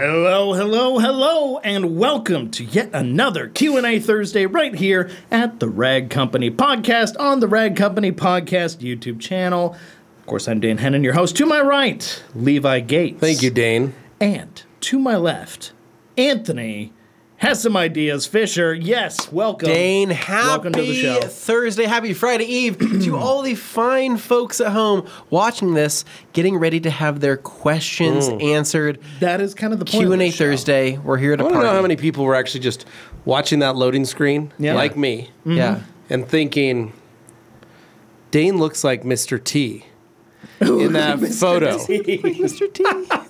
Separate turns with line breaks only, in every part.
Hello, hello, hello, and welcome to yet another Q&A Thursday right here at the Rag Company Podcast on the Rag Company Podcast YouTube channel. Of course, I'm Dan Hennon, your host. To my right, Levi Gates.
Thank you, Dane.
And to my left, Anthony has some ideas. Fisher, yes, welcome.
Dane, happy
Welcome to the show.
Thursday, happy Friday Eve to all the fine folks at home watching this, getting ready to have their questions answered.
That is kind of the Mm. point
Q
of
and A
the show.
Thursday. We're here to
I want to
party.
know how many people were actually just watching that loading screen,
Yeah.
like me,
Yeah,
and thinking, Dane looks like Mr. T in that photo.
Mr. T.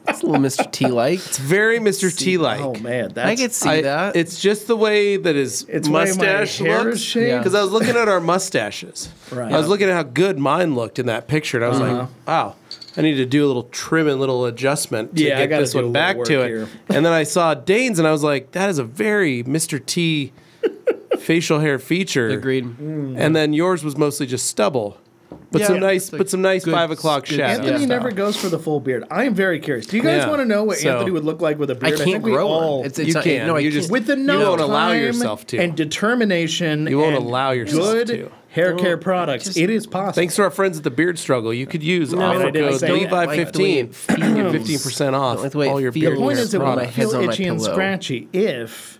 It's a little Mr. T like.
It's very Mr. T like.
Oh man, that's
I could see that.
It's just the way that his
It's why my
mustache
hair is
looks.
shaved.
Because I was looking at our mustaches.
Right. Uh-huh.
I was looking at how good mine looked in that picture, and I was like, wow. I need to do a little trim and little adjustment to
Yeah, I
get
gotta
this
do a
one
little
back
work
to it.
here.
And then I saw Dane's, and I was like, that is a very Mr. T facial hair feature.
Agreed.
Mm.
And then yours was mostly just stubble, but
Yeah.
some nice,
It's like
but some nice
good-
five o'clock
good
shadow.
Anthony
Yeah.
never goes for the full beard. I am very curious. Do you guys
Yeah.
want to know what
So-
Anthony would look like with a
I
beard?
can't
think we
grow
all
one. It's,
You
it's not,
can.
No, I
You
can't.
just-
with the
You
no
won't allow
time
yourself to.
and determination.
You won't
and
allow yourself
good
to.
hair care products. it is possible.
Thanks to our friends at the Beard Struggle, you could use
I
offer
mean, I didn't
code
say that.
Levi
Like the way
fifteen.
it
Get
feels.
fifteen percent off
Like the way it
all your
feels.
beard
The
the point
care
is, it will
My
products.
head's
feel
on my
itchy and
pillow.
scratchy if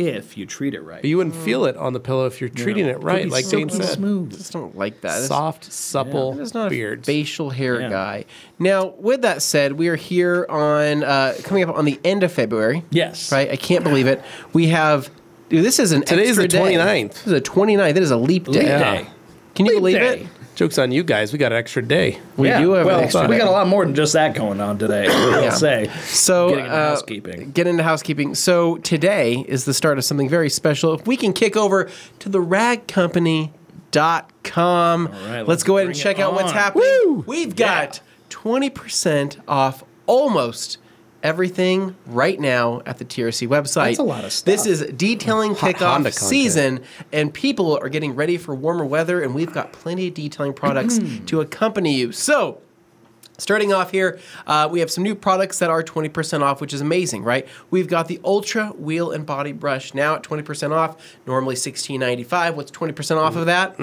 if you treat it right.
But you wouldn't feel it on the pillow if you're treating it right,
It'd be
like Dane
silky
said.
I
smooth.
just don't like that. It's-
Soft, supple
It's not
beards.
a facial hair
Yeah.
guy. Now, with that said, we are here on uh, coming up on the end of February.
Yes.
Right? I can't believe it. We have dude, this is an
Today's
extra
the
day.
29th.
This is a 29th. That is a leap day.
Yeah.
day.
Can you
Leap
believe
day.
it?
Jokes on you guys. We got an extra day.
We
Yeah.
do have
well,
an extra
we
day.
got a lot more than just that going on today. I'll
Yeah.
say.
so
Getting into
uh,
housekeeping.
Get into housekeeping. So today is the start of something very special. If we can kick over to the rag company dot com.
right,
let's,
let's
go ahead and
bring
check
it
out what's
on.
happening.
Woo!
We've got twenty percent off almost everything right now at the TRC website.
That's a lot of
This
stuff.
is detailing kickoff
Honda content.
season, and people are getting ready for warmer weather, and we've got plenty of detailing products
Mm-hmm.
to accompany you. So Starting off here, uh, we have some new products that are 20% off, which is amazing, right? We've got the Ultra Wheel and Body Brush now at 20% off, normally $16.95. What's 20% off of that?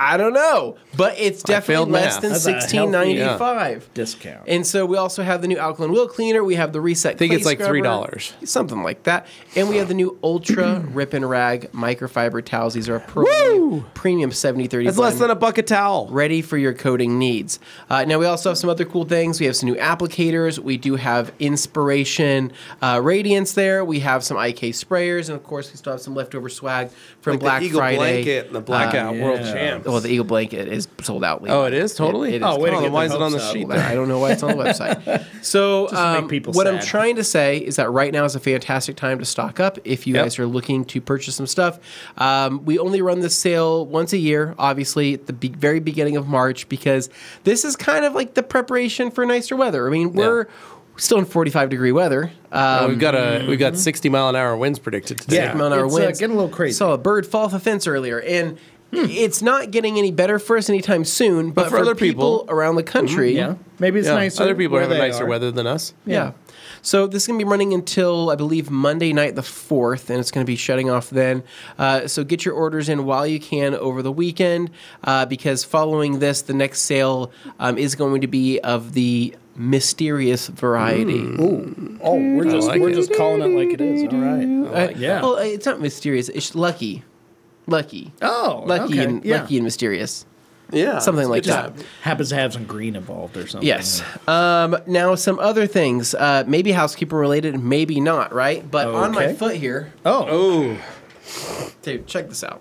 I don't know, but it's
Mm. failed
definitely less
math.
than
That's a healthy,
$16.95.
Discount.
And so we also have the new alkaline wheel cleaner. We have the reset. I
think it's like $3.
something like that. And we have the new ultra rip and rag microfiber towels. These are a premium, premium seventy thirty.
It's less than a bucket towel.
ready for your coating needs. Uh, now we also have some other cool things. We have some new applicators. We do have inspiration uh, radiance there. We have some IK sprayers, and of course we still have some leftover swag from Black
the Eagle
Friday. Um,
blanket and the blackout
Uh, yeah.
world champs.
Well, the Eagle blanket is sold out. Levi.
Oh, it is totally.
It- it
oh,
is
wait,
totally.
then why is it on the
Hopes up.
sheet?
Well, I don't know why it's on the website. So,
to make
um,
people
what I'm
sad.
trying to say is that right now is a fantastic time to stock up if you
Yep.
guys are looking to purchase some stuff. Um, we only run this sale once a year, obviously, at the be- very beginning of March, because this is kind of like the preparation for nicer weather. I mean, we're still in 45 degree weather. Um,
Uh, we've got
mm-hmm.
a we've got sixty mile an hour winds predicted today.
Yeah.
yeah. on our
It's, uh,
winds.
getting a little crazy.
Saw a bird fall off a fence earlier, and
Hmm.
it's not getting any better for us anytime soon. But,
for other people-
around the country,
Mm-hmm. yeah. Maybe it's
Yeah,
nicer.
Other people are
where
having
they
nicer
are.
weather than us.
Yeah. So this is going to be running until, I believe, Monday night the 4th, and it's going to be shutting off then. Uh, so get your orders in while you can over the weekend uh, because following this, the next sale um, is going to be of the mysterious variety.
Ooh. Oh, we're just
like
we're
it.
just calling it like it is. All right.
Uh,
yeah.
Well, uh, it's not mysterious. It's lucky. Lucky.
Oh,
lucky
okay,
and
yeah.
lucky and mysterious.
Yeah,
Something like
Just
that.
happens to have some green involved or something.
Yes. Um, now, some other things, uh, maybe housekeeping related, maybe not, right? But on my
Oh, Okay.
foot here,
Oh.
Ooh,
dude, check this out.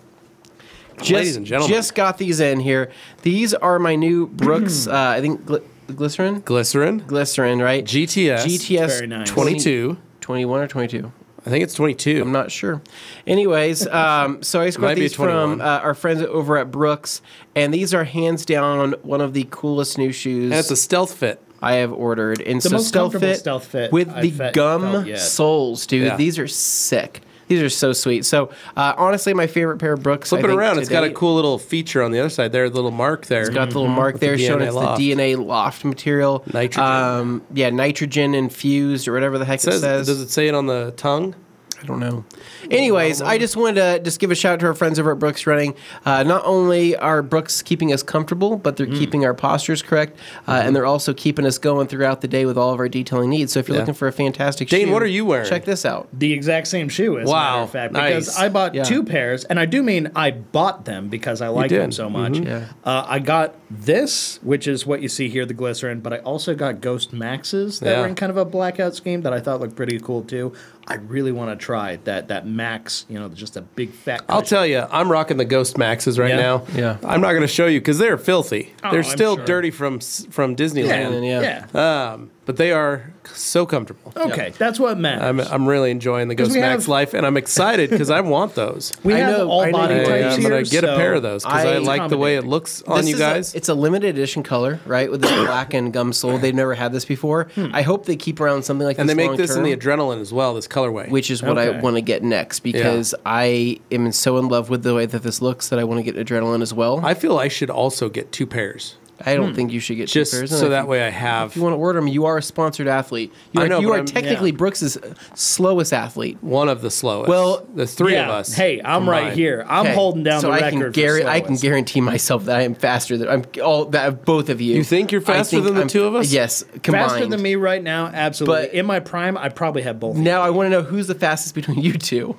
Just,
Ladies and gentlemen.
just got these in here. These are my new Brooks.
Hmm.
uh, I think gl- glycerin,
glycerin,
glycerin, right?
GTS,
GTS
Very nice.
22.
21 or twenty two.
I think it's 22.
I'm not sure. Anyways, um, so I
Might
scored
be
these from
21.
uh, our friends over at Brooks, and these are hands down one of the coolest new shoes.
and it's a stealth fit.
I have ordered. And
The
so
most
stealth
comfortable
fit,
Stealth Fit
with
I've
the
fe-
gum
felt yet.
soles, dude.
Yeah.
These are sick. These are so sweet. So uh, honestly, my favorite pair of Brooks.
Flip
I
it
think,
around.
to
It's got a
date.
cool little feature on the other side there, a little mark there.
It's got the little mark there
Mm-hmm. the
showing
DNA
it's
loft.
the DNA loft material.
Nitrogen.
Um, yeah, nitrogen infused or whatever the heck it
Says-
says.
Does it say it on the tongue?
I don't know. Anyways, I just wanted to just give a shout out to our friends over at Brooks Running. Uh, not only are Brooks keeping us comfortable, but
Mm.
they're keeping our postures correct, uh,
Mm-hmm.
and they're also keeping us going throughout the day with all of our detailing needs. So if you're
Yeah.
looking for a fantastic
Dane,
shoe,
what are you wearing?
Check this out.
The exact same shoe, as a matter
Wow,
of fact,
nice.
because I bought
Yeah.
two pairs, and I do mean I bought them because I like them
did. Mm-hmm.
so much.
Yeah.
Uh, I got this, which is what you see here, the glycerin, but I also got Ghost Maxes that
Yeah.
were in kind of a blackout scheme that I thought looked pretty cool too. I really want to try that that Max, you know, just a big fat.
I'll
cushion.
tell you, I'm rocking the Ghost Maxes right
Yeah.
now.
Yeah.
I'm not going to show you because they're filthy.
Oh,
they're
I'm
still
sure.
dirty from s- from Disneyland.
Yeah.
yeah.
Um, but they are so comfortable.
Okay, that's what matters.
I'm, I'm really enjoying the
'Cause
Ghost
we
Max
have-
life, and I'm excited because I want those.
we
I
have
know- I
all
know
body
you
I,
do.
types
am
here.
gonna get a
so-
pair of those because I,
I-
like the way it
accommodating.
looks on
This
you
is a-
guys.
it's a limited edition color, right? With this black and gum sole. They've never had this before. I hope they keep around something like
Hmm. and
this.
they make
long
this
term.
in the adrenaline as well, this colorway.
which is what
Okay.
I want to get next because I am so in love with the way that this looks that I want to get adrenaline as well. I,
I feel I should also get two pairs
don't think you should get
Hmm. just
two pairs.
so
And
that
if,
way I have
if you want to order them, you are a sponsored athlete. You
I
are,
know,
you
but
are
I'm-
technically
yeah.
Brooks's uh, slowest athlete.
one of the slowest.
Well,
the three
yeah.
of us.
Hey, I'm right
combined.
here. I'm
Okay,
holding down
so
the
I
record.
Can
for
guarantee, I can
slowest.
guarantee myself that I am faster than I'm all that both of you.
You think you're
I
faster than the two of us?
Yes, combined.
Faster than me right now, absolutely.
But-
in my prime, I probably have both.
Now I want to know who's the fastest between you two.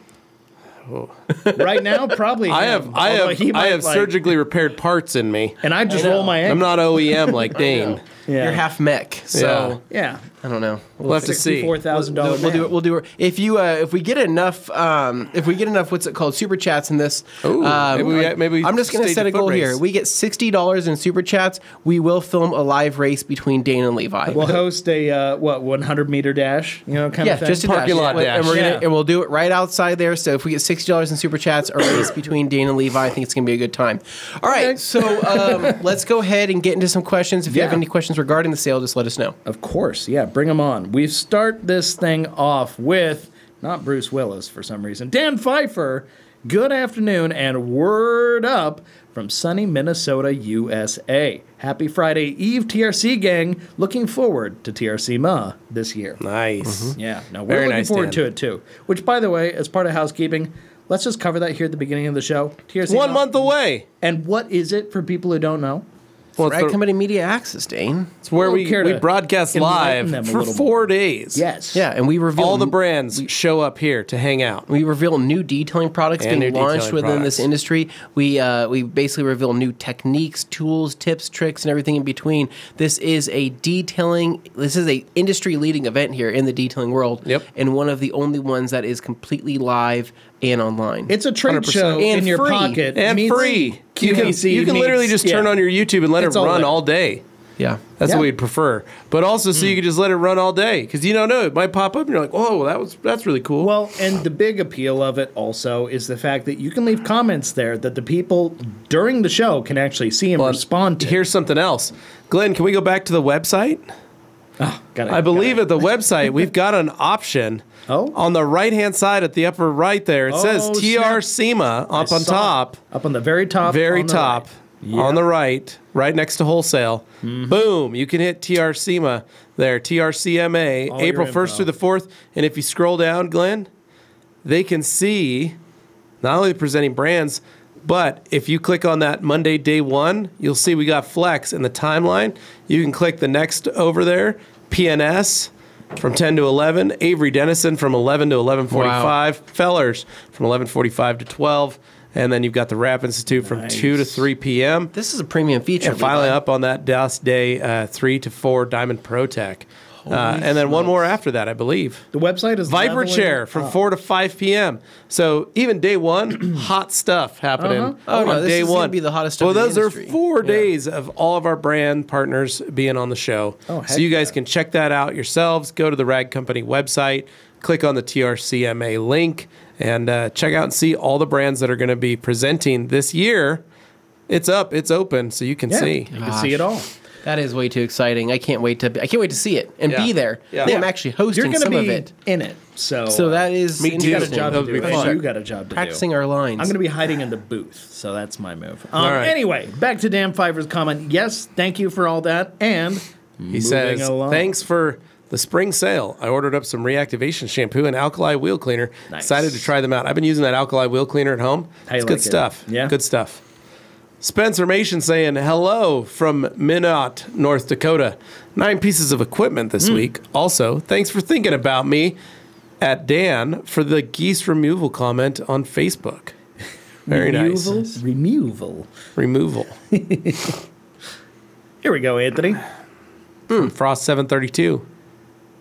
right now, probably.
I
him,
have I
although
have
he
I
might,
have
like-
surgically repaired parts in me.
and I just
I know.
roll my ankle.
I'm not OEM like Dane.
Yeah.
You're half mech, so
yeah,
I don't know.
We'll have to see.
sixty-four thousand dollars.
We'll do it. We'll do it. If you uh, if we get enough um, if we get enough what's it called super chats in this.
Ooh,
um,
maybe we- maybe we
I'm just gonna
stage
set
a
a goal
foot
here.
race.
We get sixty dollars in super chats. We will film a live race between Dane and Levi.
We'll host a uh, what one hundred meter dash, you know, kind
yeah,
of thing.
just a
Parking lot
dash. and,
dash.
we're gonna
Yeah.
and we'll do it right outside there. So if we get sixty dollars in super chats, a race between Dane and Levi, I think it's gonna be a good time. All right,
Okay.
so um, let's go ahead and get into some questions. If you have
Yeah.
any questions regarding the sale, just let us know.
of course, yeah. Bring them on. We start this thing off with not Bruce Willis for some reason. Dan Pfeiffer. Good afternoon and word up from sunny Minnesota, USA. Happy Friday Eve, TRC gang. Looking forward to TRC Ma this year.
Nice.
Yeah, no, we're
Very
looking
nice,
forward
Dan.
to it too. Which, by the way, as part of housekeeping, let's just cover that here at the beginning of the show. TRC
One
Ma-
month away.
And what is it for people who don't know?
Well, it's,
Right,
the-
Company Media Access, Dane.
it's where we,
Well, care
we
to
broadcast
enlighten
live
them a
for
little
four days.
Yes.
Yeah, and we reveal
All the brands show up here to hang out.
We reveal new detailing products
And
being
new
launched
detailing
within
products.
this industry. We uh, we basically reveal new techniques, tools, tips, tricks, and everything in between. This is a detailing. This is a industry leading event here in the detailing world.
Yep.
and one of the only ones that is completely live and online.
It's a trade
100%.
show
And
in your
free.
pocket.
And
meets
free. You can,
QVC
you can
meets-
literally just turn
yeah.
on your YouTube and let
It's
it
all
run
there.
all day.
yeah.
That's
Yeah.
what we'd prefer. But also, so you could just let it run all day because you don't know it might pop up and you're like, "Whoa, that was that's really cool."
Well, and the big appeal of it also is the fact that you can leave comments there that the people during the show can actually see and
Well,
respond to.
Here's something else, Glenn. Can we go back to the website?
Gotta-
I believe
gotta-
at the website we've got an option.
Oh?
On the right hand side at the upper right there, it says
Oh,
TR SEMA
I
up
saw
on
it.
top,
Up on the very top.
very
on the
top,
right. Mm-hmm.
on the right, right next to wholesale. Boom! You can hit TR SEMA there, TRCMA,
All your
April
info.
1st through the 4th. And if you scroll down, Glenn, they can see not only the presenting brands, but if you click on that Monday day one, you'll see we got Flex in the timeline. You can click the next over there, PNS from 10 to 11, Avery Dennison from 11 to 11:45, Fellers from 11:45 to 12, and then you've got the Rap Institute from 2 to
Nice.
3 p.m.
This is a premium feature.
And finally
Levi.
up on that DOS day uh, 3 to 4 Diamond Pro Tech. Uh, and then one more after that, I believe.
The website is
Viper
leveling
chair from
Oh.
up.
4 to 5 p.m. So even day one, hot stuff happening
Oh,
on
no, this
day
is gonna
one.
be the hottest
Well,
of the
those
industry.
are four days of all of our brand partners being on the show.
Oh,
so
heck
you guys
yeah.
can check that out yourselves. Go to the Rag Company website, click on the TRCMA link, and uh, check out and see all the brands that are going to be presenting this year. It's up, it's open, so you can
Yeah,
see.
you can see it all.
That is way too exciting. I can't wait to I can't wait to see it and
Yeah.
be there.
Yeah.
I'm actually hosting
You're going to
some
be
of it.
in it. So,
So that is
Me too.
you got a
interesting.
job to
That'll
do.
be
and
fun.
You got a job to
Practicing
do.
our lines.
I'm going to be hiding in the booth, so that's my move. Um,
All right.
Anyway, back to Dan Fiver's comment. Yes, thank you for all that. And
He says,
along.
"Thanks for the spring sale. I ordered up some reactivation shampoo and alkali wheel cleaner.
Nice.
Excited to try them out. I've been using that alkali wheel cleaner at home.
How you
it's good
like it?
stuff.
Yeah?
good stuff." Spencer Mason saying hello from Minot, North Dakota. Nine pieces of equipment this
Hmm.
week. Also, thanks for thinking about me at Dan for the geese removal comment on Facebook. Very
removal,
nice.
removal.
Removal.
Here we go, Anthony.
Frost 732.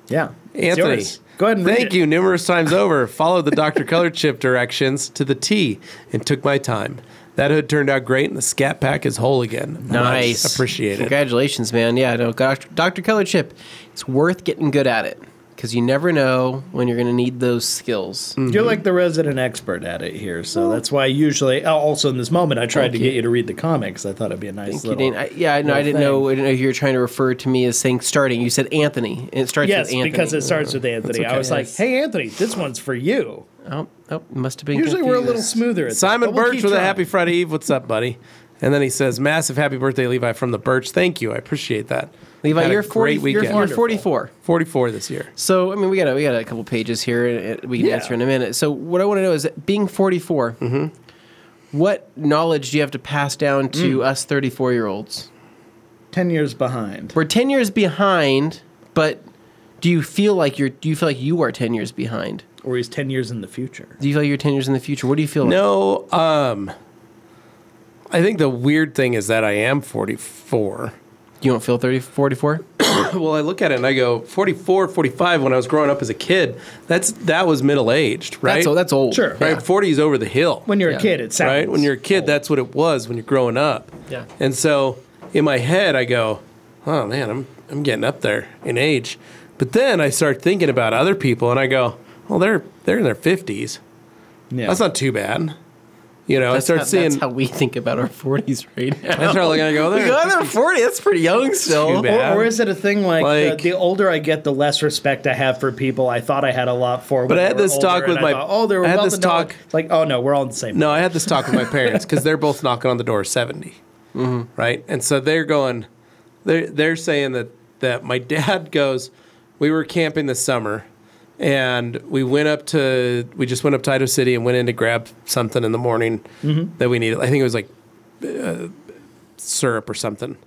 Yeah. it's
Anthony,
yours. Go ahead and read
thank
it.
you numerous times over. Followed the Dr. Color Chip directions to the T and took my time. That hood turned out great, and the scat pack is whole again.
Nice.
Much appreciated.
Congratulations, man. Yeah, no, Dr. Dr. Color Chip, it's worth getting good at it because you never know when you're going to need those skills.
You're like the resident expert at it here, so that's why usually. oh, Also, in this moment, I tried to
you.
get you to read the comics. I thought it'd be a nice
Thank you,
little.
Dane. I, yeah, I know. I
little
didn't
thing.
know. I didn't know if you were trying to refer to me as saying starting. You said Anthony. And it starts
Yes,
with Anthony.
because it starts with Anthony. I
okay.
was like, "Hey, Anthony, this one's for you."
Oh, oh must have been.
Usually, we're a little
confused.
smoother. At
Simon
that, but we'll
Birch
keep
with a
trying.
happy Friday Eve. What's up, buddy? And then he says, "Massive happy birthday, Levi, from the Birch. Thank you. I appreciate that.
Levi,
Had a
you're forty.
Great weekend.
You're, you're forty-four.
44 this year.
So I mean, we got a, we got a couple pages here. and We can
Yeah.
answer in a minute. So what I want to know is, being 44
Mm-hmm.
what knowledge do you have to pass down to
Mm.
us thirty-four year olds?
Ten years behind.
We're ten years behind, but do you feel like you're? Do you feel like you are ten years behind?
or he's 10 years in the future.
Do you feel like you're ten years in the future? What do you feel? like?
No, um, I think the weird thing is that I am 44.
You don't feel 30, 44?
well, I look at it and I go 44, 45 when I was growing up as a kid. That's that was middle aged, right?
That's old. That's old.
Sure.
right. 40 is over the hill.
When you're
Yeah.
a kid, it sounds
right? When you're a kid, that's what it was when you're growing up.
Oh. Yeah.
And so in my head I go, "Oh man, I'm I'm getting up there in age." But then I start thinking about other people and I go, "Well, they're they're in their 50s.
yeah.
That's not too bad." You know, I
That's
start
how,
seeing
That's how we think about our forties right now.
I start looking I go
We
there.
go, "I'm 40. That's pretty young
Too
still.
bad.
or, or is it a thing like,
Like-
the, the older I get, the less respect I have for people I thought I had a lot for?
But I had this talk with my-
Thought, oh, they were
I had
well
this
to know.
talk-
Like, oh no, we're all the same.
No, I had this talk with my parents because they're both knocking on the door of 70. Right. And so they're going, they're, they're saying that, that my dad goes, we were camping this summer and we went up to, we just went up to Idaho City and went in to grab something in the morning that we needed. I think it was like syrup or something.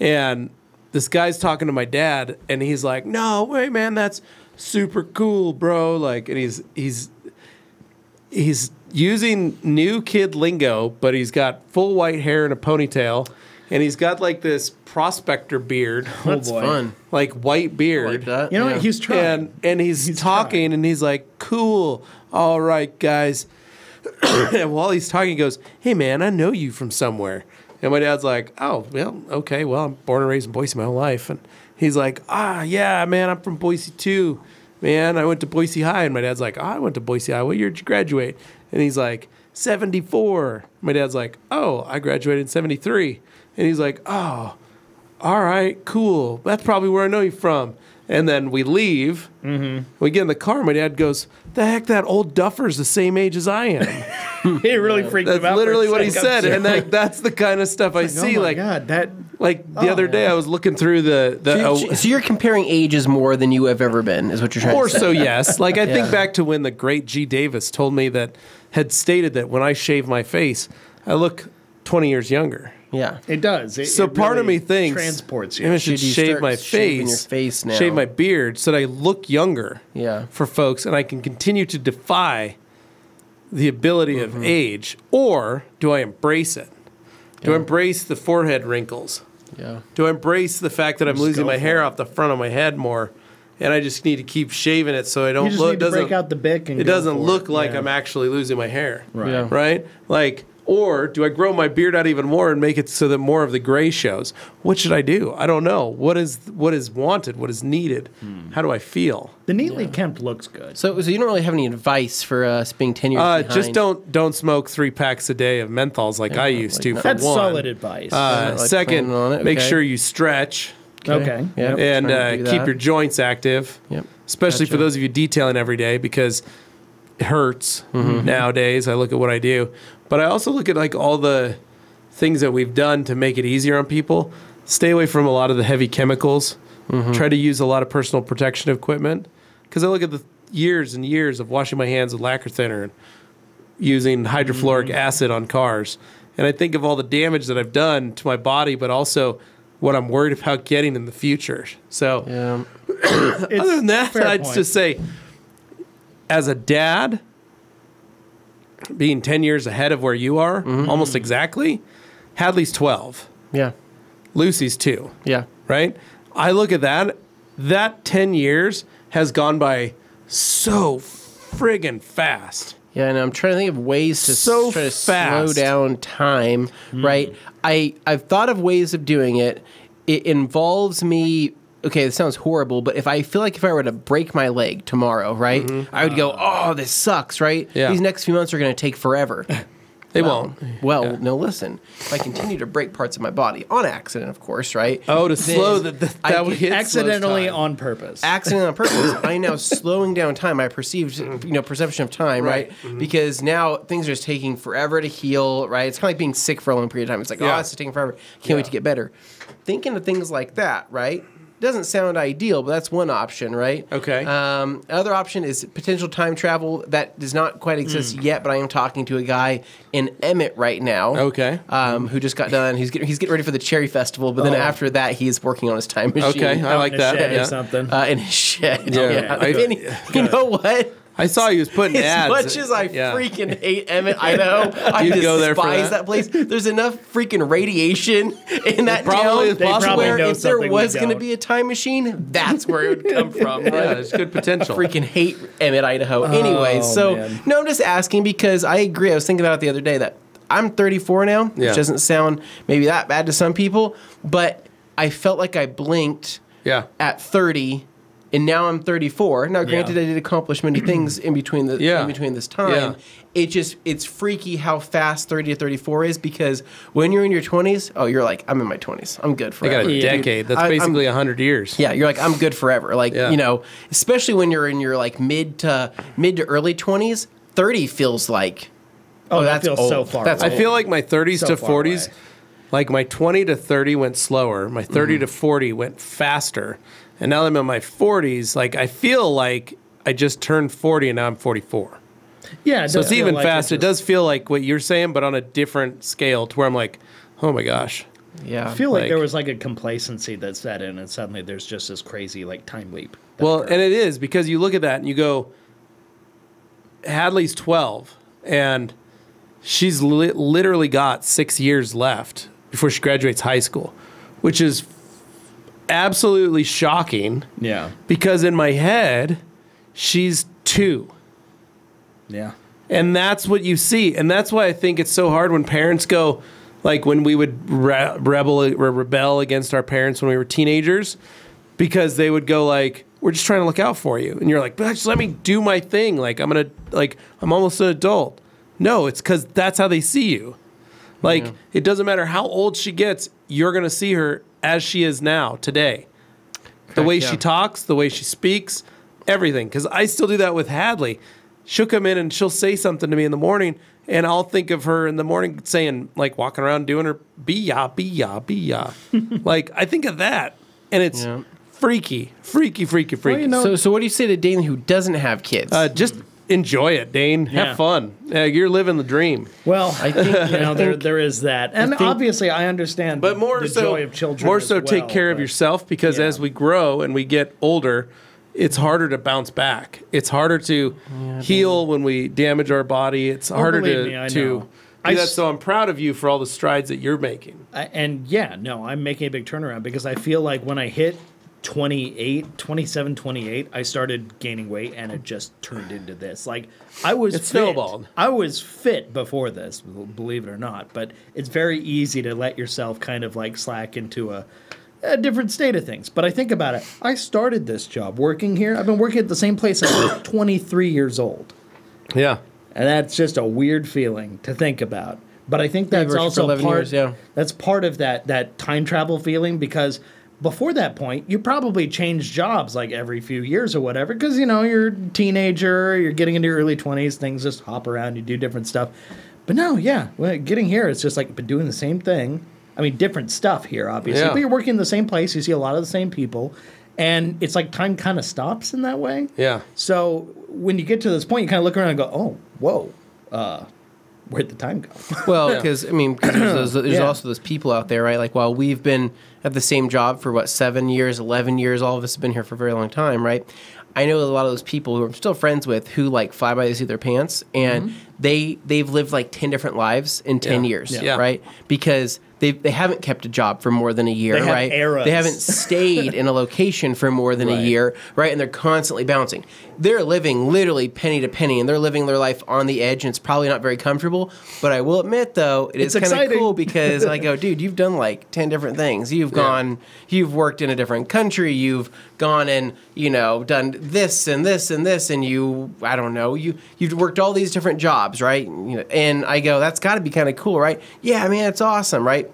And this guy's talking to my dad, and he's like, "No way, man, that's super cool, bro!" Like, and he's he's he's using new kid lingo, but he's got full white hair and a ponytail, and he's got like this prospector beard,
That's
Oh, boy.
fun.
like white beard.
Like that.
You know
Yeah.
what? He's trying.
And and he's, talking and he's like, "Cool, all right, guys." and while he's talking, he goes, "Hey, man, I know you from somewhere." And my dad's like, "Oh, well, okay, well, I'm born and raised in Boise my whole life." And he's like, "Ah, yeah, man, I'm from Boise too, man. I went to Boise High." And my dad's like, "I went to Boise High. What year did you graduate?" And he's like, "74." My dad's like, "Oh, I graduated in '73." And he's like, "Oh." all right, cool. That's probably where I know you from. And then we leave. Mm-hmm. We get in the car. My dad goes, "The heck, that old duffer's the same age as I am."
He really freaked
That's
him out. for a
literally what he
second.
said, and like that's the kind of stuff I see.
oh my
like,
God, Oh, that
like the other day, I was looking through the the uh,
So you- so you're comparing ages more than you have ever been, is what you're trying
Or
to say.
so, yes. Like I think
Yeah.
back to when the great G. Davis told me that had stated that when I shave my face, I look twenty years younger.
Yeah.
it does. It,
So
it
part of
really
me thinks
transports
maybe I
you.
should,
Should you
shave
start
my
shaving
face,
your face now?
shave my beard, so that I look younger.
Yeah.
for folks, and I can continue to defy the ability
Mm-hmm.
of age, or do I embrace it? Do I embrace the forehead wrinkles?
Yeah.
Do I embrace the fact that I'm losing
go
my
for
hair off the front of my head more, and I just need to keep shaving it so I don't
You just
look
need to
doesn't
break out the bick and
it
go
doesn't
for
look
it.
like
Yeah.
I'm actually losing my hair.
Right.
Yeah.
Right? Like Or do I grow my beard out even more and make it so that more of the gray shows? What should I do? I don't know. What is what is wanted? What is needed?
Hmm.
How do I feel?
The neatly kempt looks good.
So, so you don't really have any advice for us being ten years.
Uh,
behind.
just don't don't smoke three packs a day of menthols like I used to. For
That's
one.
solid advice.
Uh,
not, like,
second,
planning on it.
make
Okay.
sure you stretch
okay.
Yeah.
Yep.
and
trying
uh,
to do
keep
that.
your joints active.
Yep.
Especially for
Gotcha.
those of you detailing every day because it hurts
Mm-hmm.
nowadays. I look at what I do, but I also look at like all the things that we've done to make it easier on people. Stay away from a lot of the heavy chemicals. Try to use a lot of personal protection equipment because I look at the years and years of washing my hands with lacquer thinner and using hydrofluoric acid on cars. And I think of all the damage that I've done to my body, but also what I'm worried about getting in the future. So,
Yeah.
It's-
other than that,
fair
I'd
point.
just say, as a dad, being 10 years ahead of where you are,
Mm-hmm.
almost exactly, Hadley's 12,
Yeah.
Lucy's 2,
Yeah.
right? I look at that, that 10 years has gone by so friggin' fast.
Yeah, and I'm trying to think of ways to
So
try to
fast. Hmm.
slow down time. Right? I I've thought of ways of doing it. It involves me. Okay, this sounds horrible, but if I feel like if I were to break my leg tomorrow, right, I would go, "Oh, this sucks," right?
Mm-hmm. Ah. Yeah.
These next few months are going to take forever.
They
Well,
won't.
well, no. Listen, if I continue to break parts of my body on accident, of course, right?
Oh, to
then
slow that that,
I
that would
get
hit
Accidentally
slows time.
on purpose.
accident on purpose. I am now slowing down time. I perceived, you know, perception of time, right?
Mm-hmm.
Because now things are just taking forever to heal, right? It's kind of like being sick for a long period of time. It's like,
Yeah.
oh, it's taking forever. Can't wait to get better. Thinking of things like that, right? Doesn't sound ideal, but that's one option, right?
Okay.
Um, another option is potential time travel that does not quite
Hmm.
exist yet, but I am talking to a guy in Emmett right now.
Okay.
Um, who just got done? He's getting he's getting ready for the Cherry Festival, but then
Oh.
after that, he's working on his time machine.
Okay, I
Out in
like
a
that.
shed or
yeah.
something.
Uh, in his shed.
Yeah,
Yeah.
I-
If any- you know what?
I saw he was putting
As
ads.
much as I
Yeah.
freaking hate Emmett, Idaho, I
You'd
despise
go there for
that.
that?
place. There's enough freaking radiation in that
probably
town
is They possible.
probably
where
know
if there
something we
was going to
don't.
be a time machine, that's where it would come from. Right?
yeah, there's good potential.
freaking hate Emmett, Idaho. anyway, so
Oh, man.
no, I'm just asking because I agree. I was thinking about it the other day that I'm 34 now,
Yeah.
which doesn't sound maybe that bad to some people, but I felt like I blinked
Yeah.
at 30 and now I'm 34. Now granted I did accomplish many things in between the
Yeah.
in between this time.
Yeah.
It just it's freaky how fast 30 to 34 is because when you're in your 20s, oh you're like I'm in my 20s. I'm good
I
for
got a decade. That's
I- I'm-
basically a hundred years.
yeah, you're like I'm good forever. Like
Yeah.
you know, especially when you're in your like mid to mid to early 20s, 30 feels like
oh, that
that's
feels so
old.
far.
That's
away.
I feel like my 30s
So
to
far
40s,
away.
like my 20 to 30 went slower. My
Mm-hmm.
30 to 40 went faster, and now that I'm in my 40s. Like I feel like I just turned 40, and now I'm 44.
yeah. It
So
does
it's
feel
even
like
faster. It
just-
does feel like what you're saying, but on a different scale, to where I'm like, oh my gosh.
yeah.
I feel like,
like-
there was like a complacency that set in, and suddenly there's just this crazy like time leap. that
Well,
occurred.
and it is because you look at that and you go, Hadley's 12, and she's li- literally got six years left before she graduates high school, which is absolutely shocking
yeah,
because in my head, she's two.
yeah,
And that's what you see. And that's why I think it's so hard when parents go, like when we would re- rebel or rebel against our parents when we were teenagers, because they would go like, "We're just trying to look out for you," and you're like, "But just let me do my thing. Like I'm gonna like I'm almost an adult." No, it's because that's how they see you. Like it doesn't matter how old she gets, you're gonna see her as she is now today. The
Correct,
way
yeah.
she talks, the way she speaks, everything. Because I still do that with Hadley. She'll come in and she'll say something to me in the morning, and I'll think of her in the morning saying, like, walking around doing her be ya, be ya, be ya. like, I think of that, and it's
Yeah.
freaky, freaky, freaky, freaky.
you know-
so so what do you say to Dane who doesn't have kids?
uh, just enjoy it, Dane.
Yeah.
Have fun. Uh, you're living the dream.
Well, I
think-
think you know there
think-
there is that, and
think-
obviously I understand.
but more
the
so
joy of children.
more
as
so take
well,
care of
but-
yourself because
Yeah.
as we grow and we get older it's harder to bounce back it's harder to heal when we damage our body it's harder
Oh, believe me, I
to to
know.
do
I
that
s-
so i'm proud of you for all the strides that you're making
I- and yeah, no, I'm making a big turnaround because I feel like when I hit 28, 27, 28, I started gaining weight and it just turned into this. Like I was
It
fit.
snowballed.
I was fit before this, believe it or not, but it's very easy to let yourself kind of like slack into a a different state of things. But I think about it. I started this job working here. I've been working at the same place since I was 23 years old.
Yeah.
And that's just a weird feeling to think about. But I think that's
worked for
also
11
part.
years, yeah.
That's part of that that time travel feeling because before that point, you probably changed jobs like every few years or whatever because you know you're a teenager, you're getting into your early twenties, things just hop around, you do different stuff. But no, yeah, well, getting here, it's just like but doing the same thing. I mean, different stuff here, obviously.
Yeah.
But you're working in the same place, you see a lot of the same people, and it's like time kind of stops in that way.
Yeah.
So when you get to this point, you kind of look around and go, "Oh, whoa, uh, where'd the time go?"
Well, because I mean, 'cause there's, those, there's
Yeah.
also those people out there, right? Like, while we've been at the same job for what seven years, eleven years, all of us have been here for a very long time, right? I know a lot of those people who I'm still friends with who like fly by the seat of their pants, and
Mm-hmm.
they they've lived like ten different lives in ten
Yeah.
years,
Yeah.
right? Because they they haven't kept a job for more than a year,
They have
right?
eras.
They haven't stayed in a location for more than a
Right.
year, right? And they're constantly bouncing. They're living literally penny to penny, and they're living their life on the edge, and it's probably not very comfortable. But I will admit, though, it is
It's
kind of
exciting.
cool because I go, dude, you've done like ten different things. You've gone, you've worked in a different country. You've gone and you know done this and this and this, and you, I don't know, you you've worked all these different jobs, right? And, you know, and I go, that's got to be kind of cool, right? Yeah, I mean, it's awesome, right?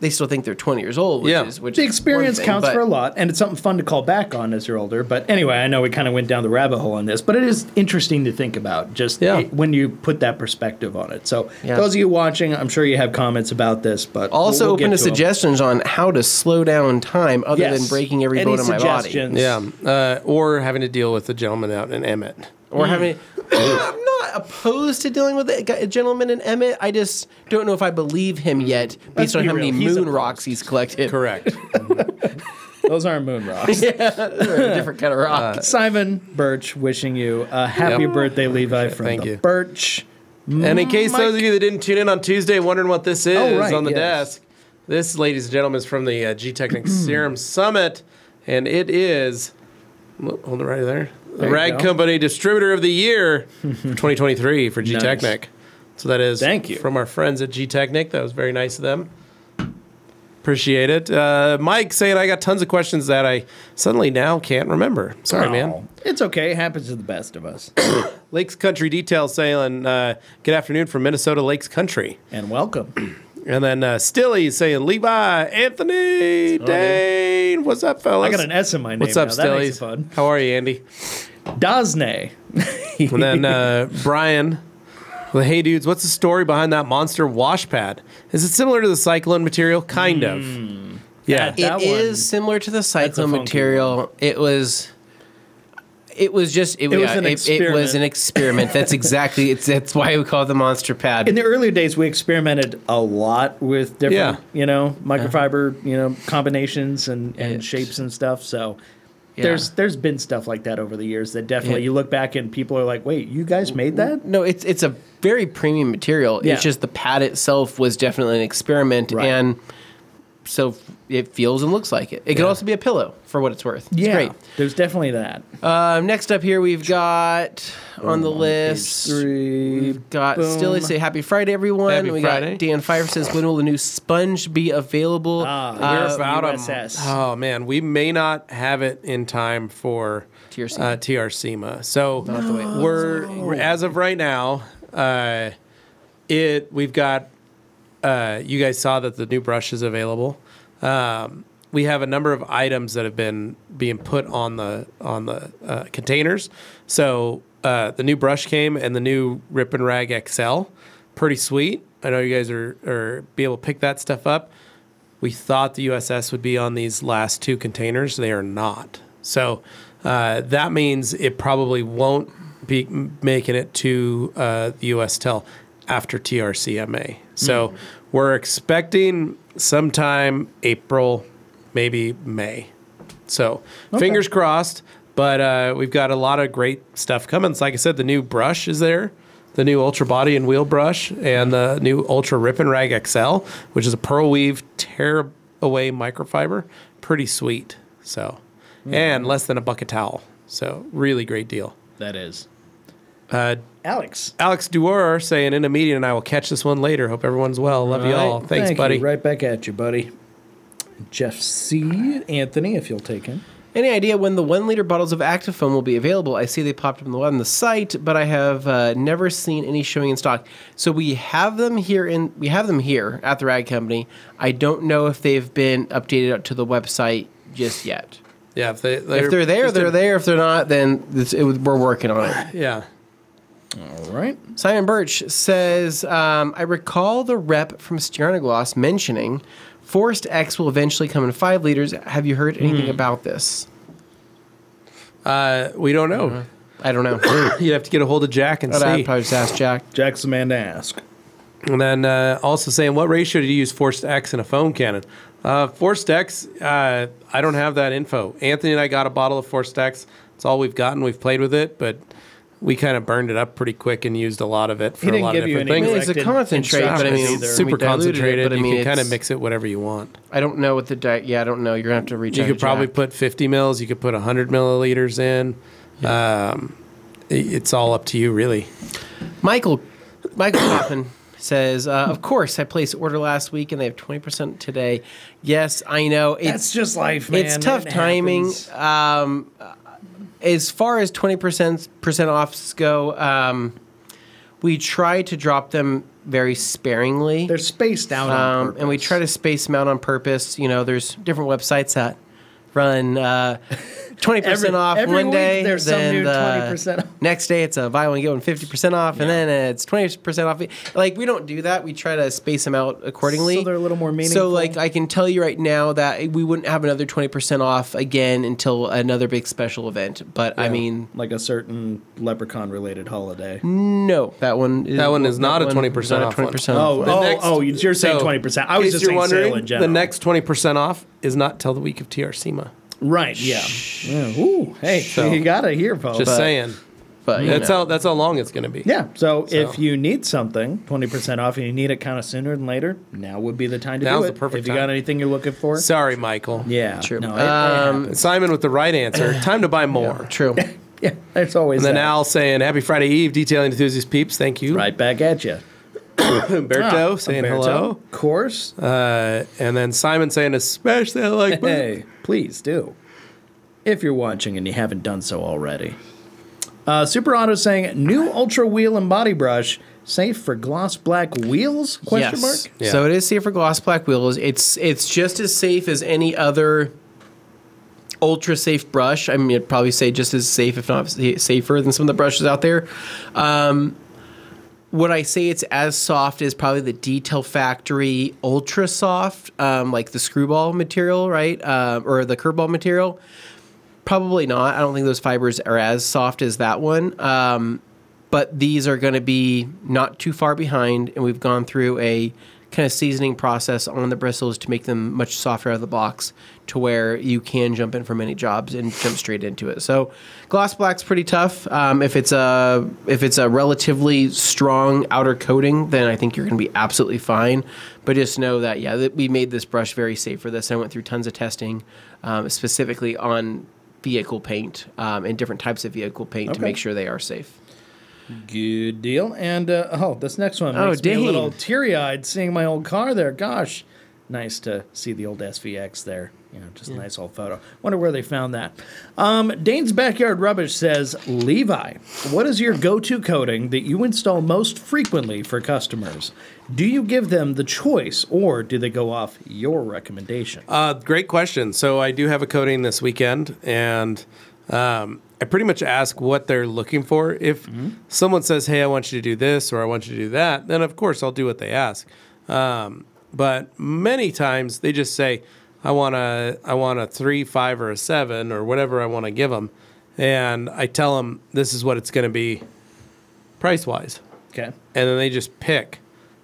They still think they're twenty years old, which
Yeah.
is which
The
is one
experience
thing,
counts
but-
for a lot, and it's something fun to call back on as you're older. But anyway, I know we kind of went down the rabbit hole on this, but it is interesting to think about just
Yeah.
it- when you put that perspective on it. So
Yeah.
those of you watching, I'm sure you have comments about this, but we'll-
Also,
we'll
open to
get 'em.
suggestions on how to slow down time other
Yes.
than breaking every
Any
bone in my body.
suggestions?
Yeah. Uh, or having to deal with the gentleman out in Emmett.
Or
Mm.
having. I'm not opposed to dealing with a guy- a gentleman in Emmett. I just don't know if I believe him yet
Mm. Let's
based on
be
how many
real, he's
moon
opposed.
rocks he's collected.
Correct.
Those aren't moon rocks.
a different
Uh,
kind of rock.
Simon Birch wishing you a happy
Yep.
birthday, Levi, from
thank
the
you.
Birch.
and in case those of you that didn't tune in on Tuesday wondering what this is
Mm, Oh, right,
on the
yes.
desk, this, ladies and gentlemen, is from the uh, G Technic Serum Summit, and it is. Look, Hold it right there. The
There you
Rag
go.
Company Distributor of the Year for 2023 for G Technic. So that is
Thank you.
from our friends at G Technic. That was very nice of them. Appreciate it. Uh, Mike saying I got tons of questions that I suddenly now can't remember. Sorry, man.
Aw, It's okay. It happens to the best of us.
Lakes Country Detail saying, uh, good afternoon from Minnesota Lakes Country.
and welcome.
And then uh, Stilly saying, Levi, Anthony, Dane, what's up, fellas?
I got an S in my name.
What's up,
now. That
Stilly?
makes it fun.
How are you, Andy?
Dosney.
And then uh, Brian, well, hey, dudes, what's the story behind that monster wash pad? Is it similar to the cyclone material? Kind of. Yeah.
Hmm. That-
It is
one-
similar to the cyclone
funky
material. It was. It was just. It,
It was
yeah,
an
it- it was
experiment.
an experiment. That's exactly. It's that's why we call it the monster pad.
In the earlier days, we experimented a lot with different,
Yeah. Uh-huh.
you know, microfiber, you know, combinations and, and
It-
shapes and stuff. So
Yeah.
there's there's been stuff like that over the years that definitely
Yeah.
you look back and people are like, wait, you guys made that?
No, it's it's a very premium material.
Yeah.
It's just the pad itself was definitely an experiment,
Right.
and so f- it feels and looks like it. It could also be a pillow for what it's worth. It's great.
There's definitely that.
Uh,
Um, next up here, we've got on the list.
Three.
We've got
Boom.
Stilly say happy Friday, everyone.
Happy
we
Friday.
got Dan Fiverr says when will the new sponge be available? Uh,
Ah,
We're about a-
USS.
Oh man, we may not have it in time for
TRC.
Uh, TRCMA. So
the way it looks.
we're we're- as of right now, uh, it we've got. Uh, you guys saw that the new brush is available. Um, we have a number of items that have been being put on the on the uh, containers. So uh, the new brush came and the new Rip and Rag XL, pretty sweet. I know you guys are are be able to pick that stuff up. We thought the USS would be on these last two containers. They are not. So uh, that means it probably won't be m- making it to uh, the USTEL after TRCMA. So we're expecting sometime April, maybe May. So fingers crossed. But uh, we've got a lot of great stuff coming. So like I said, the new brush is there, the new Ultra Body and Wheel Brush, and the new Ultra Rip and Rag XL, which is a pearl weave tear away microfiber. Pretty sweet. So, and less than a buck a towel. So really great deal.
That is.
Uh,
Alex.
Alex Duer saying in a meeting, and I will catch this one later. Hope everyone's well. Love you all.
Right,
Thanks,
thank you.
buddy.
Right back at you, buddy. Jeff C. Anthony, if you'll take him.
Any idea when the one liter bottles of Active Foam will be available? I see they popped up on the, on the site, but I have uh, never seen any showing in stock. So we have them here in we have them here at the Rag Company. I don't know if they've been updated up to the website just yet.
Yeah, if, they,
If they're there,
just
they're
a-
there. If they're not, then it's, it, was- we're working on it.
Yeah.
All right.
Simon Birch says, um, I recall the rep from Sternogloss mentioning Forced X will eventually come in five liters. Have you heard
Hmm.
anything about this?
Uh, we don't know.
I don't know.
You'd have to get a hold of Jack and
I'd
see.
probably just ask Jack.
Jack's the man to ask.
And then uh, also saying, what ratio do you use forced X in a foam cannon? Uh, forced X, uh, I don't have that info. Anthony and I got a bottle of forced X. It's all we've gotten. We've played with it, but we kind of burned it up pretty quick and used a lot of it for
He
a
didn't
lot of
give you
different
any
things.
Well, it's a
exact
concentrate, but I mean,
instructions
it's
either.
we
super
diluted it,
concentrated.
but I
you
mean,
can kind of
it's-
mix it whatever you want.
I don't know what the diet. Yeah, I don't know. You're gonna have to reach.
You
out
could
to
probably
Jack.
put 50 mils. You could put 100 milliliters in. Um, i- it's all up to you, really.
Michael. Michael Coffin says, uh, "Of course, I placed order last week, and they have twenty percent today. Yes, I know. It's
That's just life, man.
it's tough
It
timing.
happens.
Um, uh, as far as twenty percent percent offs go, um, we try to drop them very sparingly.
They're spaced out. on
um, and we
purpose.
try to space them out on purpose. You know, there's different websites that run uh, twenty
Every-
percent off
every
one
week
day.
there's some
then
new
the
20% off.
Next day it's a buy one get one fifty percent off, and then it's twenty percent off. Like we don't do that. We try to space them out accordingly.
So they're a little more
So
meaningful.
like I can tell you right now that we wouldn't have another twenty percent off again until another big special event. But I mean.
like a certain leprechaun related holiday.
No, that one. Is,
That one is not a
one
20%
not a
off one.
20% off
Oh,
one.
oh, oh, you're saying 20%. I was
in
just
case you're
saying sale
wondering,
in general.
The next 20% off is not till the week of TRCMA.
Right. Yeah. yeah. Ooh. Hey,
So-
you got it here, folks.
Just
But-
saying.
But you
That's
know.
how that's how long it's going to be.
yeah. So, if you need something, twenty percent off, and you need it kind of sooner than later, now would be the time to
Now's
do it.
the perfect
If you
time.
got anything you're looking for,
Sorry, Michael.
yeah,
True.
No, it- it
Um,
happens.
Simon with the right answer. Time to buy more.
True.
yeah, it's always
And then
that.
Al saying, Happy Friday Eve, detailing enthusiast peeps. Thank you.
right Ah, back at you.
Humberto saying hello.
Of course.
Uh, and then Simon saying, especially I like
hey, please do. If you're watching and you haven't done so already. Uh, Super Auto saying new Ultra Wheel and Body Brush safe for gloss black wheels? Question
Yes.
mark.
Yeah.
So it is safe for gloss black wheels. It's it's just as safe as any other ultra safe brush. I mean, I'd probably say just as safe, if not sa- safer, than some of the brushes out there. Um, would I say it's as soft as probably the Detail Factory Ultra Soft, um, like the screwball material, right, uh, or the curveball material? Probably not. I don't think those fibers are as soft as that one. Um, but these are going to be not too far behind, and we've gone through a kind of seasoning process on the bristles to make them much softer out of the box to where you can jump in for many jobs and jump straight into it. So gloss black's pretty tough. Um, if it's a if it's a relatively strong outer coating, then I think you're going to be absolutely fine. But just know that yeah, that we made this brush very safe for this. I went through tons of testing um, specifically on vehicle paint um, and different types of vehicle paint to
Okay.
make sure they are safe.
Good deal. And uh, oh, this next one
Oh,
makes me
dang.
a little teary-eyed seeing my old car there. Gosh, nice to see the old SVX there. You know, just a nice old photo. Wonder where they found that. Um, Dane's backyard rubbish says, Levi, what is your go-to coating that you install most frequently for customers? Do you give them the choice, or do they go off your recommendation?
Uh, great question. So I do have a coding this weekend, and um, I pretty much ask what they're looking for. If someone says, "Hey, I want you to do this," or "I want you to do that," then of course I'll do what they ask. Um, but many times they just say, "I want a, I want a three, five, or a seven, or whatever I want to give them," and I tell them this is what it's going to be, price wise
Okay.
and then they just pick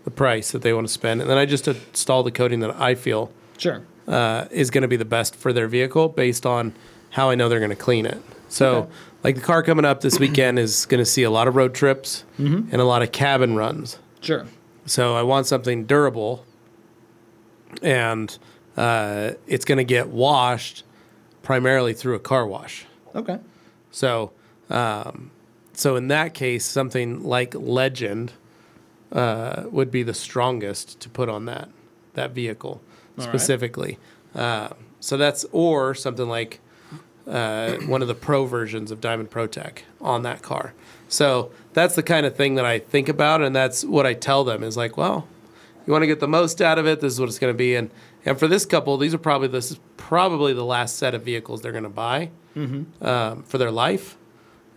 the price that they want to spend, and then I just install the coding that I feel
Sure.
uh, is going to be the best for their vehicle based on how I know they're going to clean it. So, like the car coming up this weekend is going to see a lot of road trips and a lot of cabin runs.
Sure.
So I want something durable, and uh, it's going to get washed primarily through a car wash.
Okay.
So, um, so in that case, something like Legend uh, would be the strongest to put on that that vehicle
right.
specifically. Uh, so that's or something like uh, one of the pro versions of Diamond Pro Tech on that car. So that's the kind of thing that I think about, and that's what I tell them is like, well, you want to get the most out of it. This is what it's going to be, and and for this couple, these are probably this is probably the last set of vehicles they're going to buy um, for their life,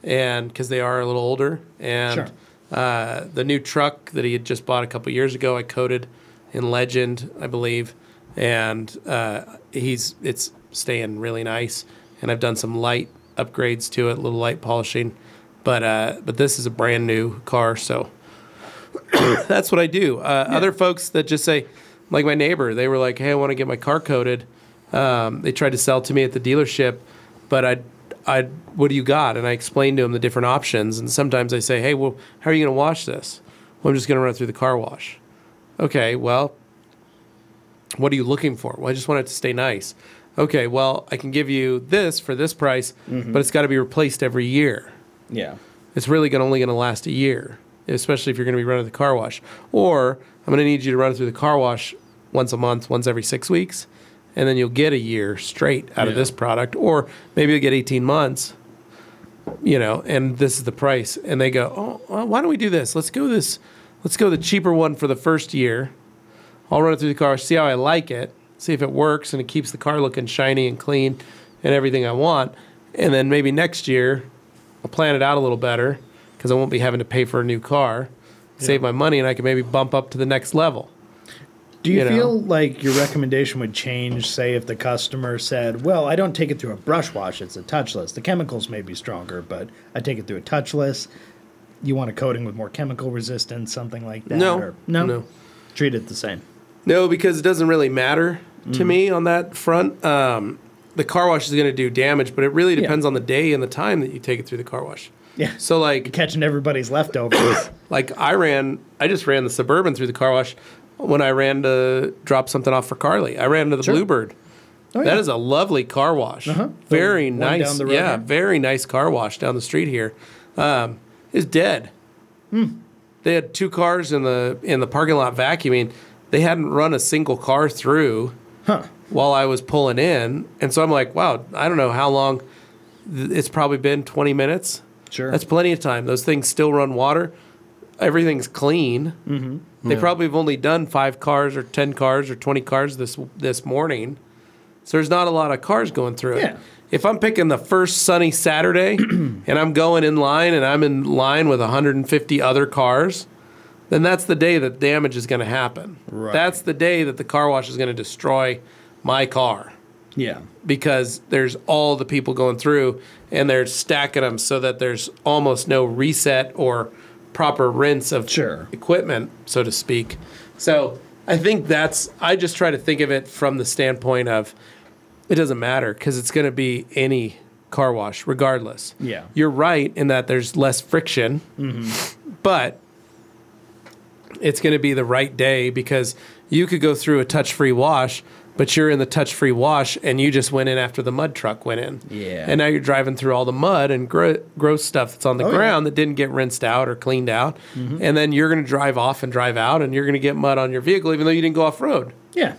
and because they are a little older. And
Sure.
uh, the new truck that he had just bought a couple years ago, I coded in Legend, I believe, and uh, he's it's staying really nice. And I've done some light upgrades to it, a little light polishing, but uh, but this is a brand new car, so that's what I do. Uh, Other folks that just say, like my neighbor, they were like, "Hey, I want to get my car coated." Um, they tried to sell to me at the dealership, but I, I, what do you got? And I explained to them the different options. And sometimes I say, "Hey, well, how are you going to wash this?" Well, I'm just going to run it through the car wash. Okay, well, what are you looking for? Well, I just want it to stay nice. Okay, well, I can give you this for this price, but it's got to be replaced every year
Yeah.
it's really gonna, only going to last a year, especially if you're going to be running the car wash. Or I'm going to need you to run it through the car wash once a month, once every six weeks, and then you'll get a year straight out of
Yeah.
this product. Or maybe you'll get 18 months, you know, and this is the price. And they go, oh, well, why don't we do this? Let's go this, let's go the cheaper one for the first year. I'll run it through the car, see how I like it, see if it works and it keeps the car looking shiny and clean and everything I want. And then maybe next year, I'll plan it out a little better because I won't be having to pay for a new car, save my money, and I can maybe bump up to the next level.
Do you,
You know?
feel like your recommendation would change, say, if the customer said, Well, I don't take it through a brush wash, it's a touchless. The chemicals may be stronger, but I take it through a touchless. You want a coating with more chemical resistance, something like that?
No.
Or, no?
No.
Treat it the same.
No, because it doesn't really matter to me on that front. Um, the car wash is going to do damage, but it really depends on the day and the time that you take it through the car wash.
Yeah.
So like
Catching everybody's leftovers.
like I ran, I just ran the suburban through the car wash when I ran to drop something off for Carly. I ran to the Bluebird.
Oh,
That
yeah. Uh-huh.
is a lovely car wash.
The
Very
one
nice.
down the road
yeah,
here?
very nice car wash down the street here. Um, is dead. They had two cars in the in the parking lot vacuuming. They hadn't run a single car through
huh.
while I was pulling in, and so I'm like, wow, I don't know how long. Th- It's probably been 20 minutes.
Sure.
That's plenty of time. Those things still run water. Everything's clean. Mm-hmm. They probably have only done five cars or ten cars or twenty cars this this morning. So there's not a lot of cars going through
Yeah.
it. If I'm picking the first sunny Saturday and I'm going in line and I'm in line with 150 other cars, then that's the day that damage is going to happen.
Right.
That's the day that the car wash is going to destroy my car
Yeah.
because there's all the people going through and they're stacking them so that there's almost no reset or proper rinse of
Sure.
equipment, so to speak. So I think that's, I just try to think of it from the standpoint of it doesn't matter because it's going to be any car wash regardless.
Yeah. Mm-hmm.
You're right in that there's less friction, but it's going to be the right day because you could go through a touch free wash, but you're in the touch free wash and you just went in after the mud truck went in.
Yeah.
And now you're driving through all the mud and gro- gross stuff that's on the
Oh, yeah. Mm-hmm.
ground that didn't get rinsed out or cleaned out. And then you're going to drive off and drive out and you're going to get mud on your vehicle, even though you didn't go off road.
Yeah.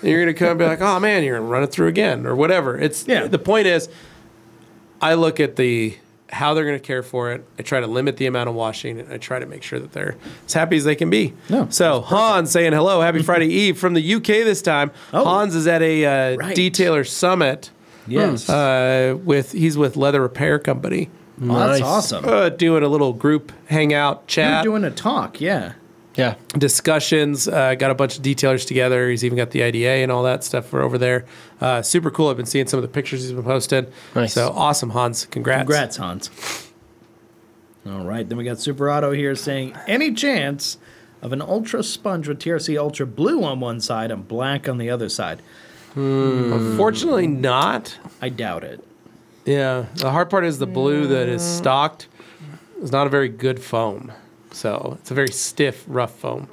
And you're going to come and be like, oh man, you're going to run it through again or whatever. It's
Yeah.
the point is, I look at the how they're going to care for it. I try to limit the amount of washing, and I try to make sure that they're as happy as they can be.
No,
so Hans saying hello, happy Friday Eve from the UK this time.
Oh.
Hans is at a uh,
Right.
detailer summit
Yes.
uh, with he's with Leather Repair Company,
Oh, that's
nice.
awesome.
uh, doing a little group hangout
You're
chat
doing a talk. Yeah.
Yeah.
discussions. Uh, got a bunch of detailers together. He's even got the IDA and all that stuff for over there. Uh, super cool. I've been seeing some of the pictures he's been posting.
Nice.
So awesome, Hans. Congrats.
Congrats, Hans. All right, then we got Super Auto here saying any chance of an Ultra Sponge with TRC Ultra Blue on one side and black on the other side? Mm.
Unfortunately, not.
I doubt it.
Yeah. The hard part is the blue that is stocked is not a very good foam. So it's a very stiff, rough foam.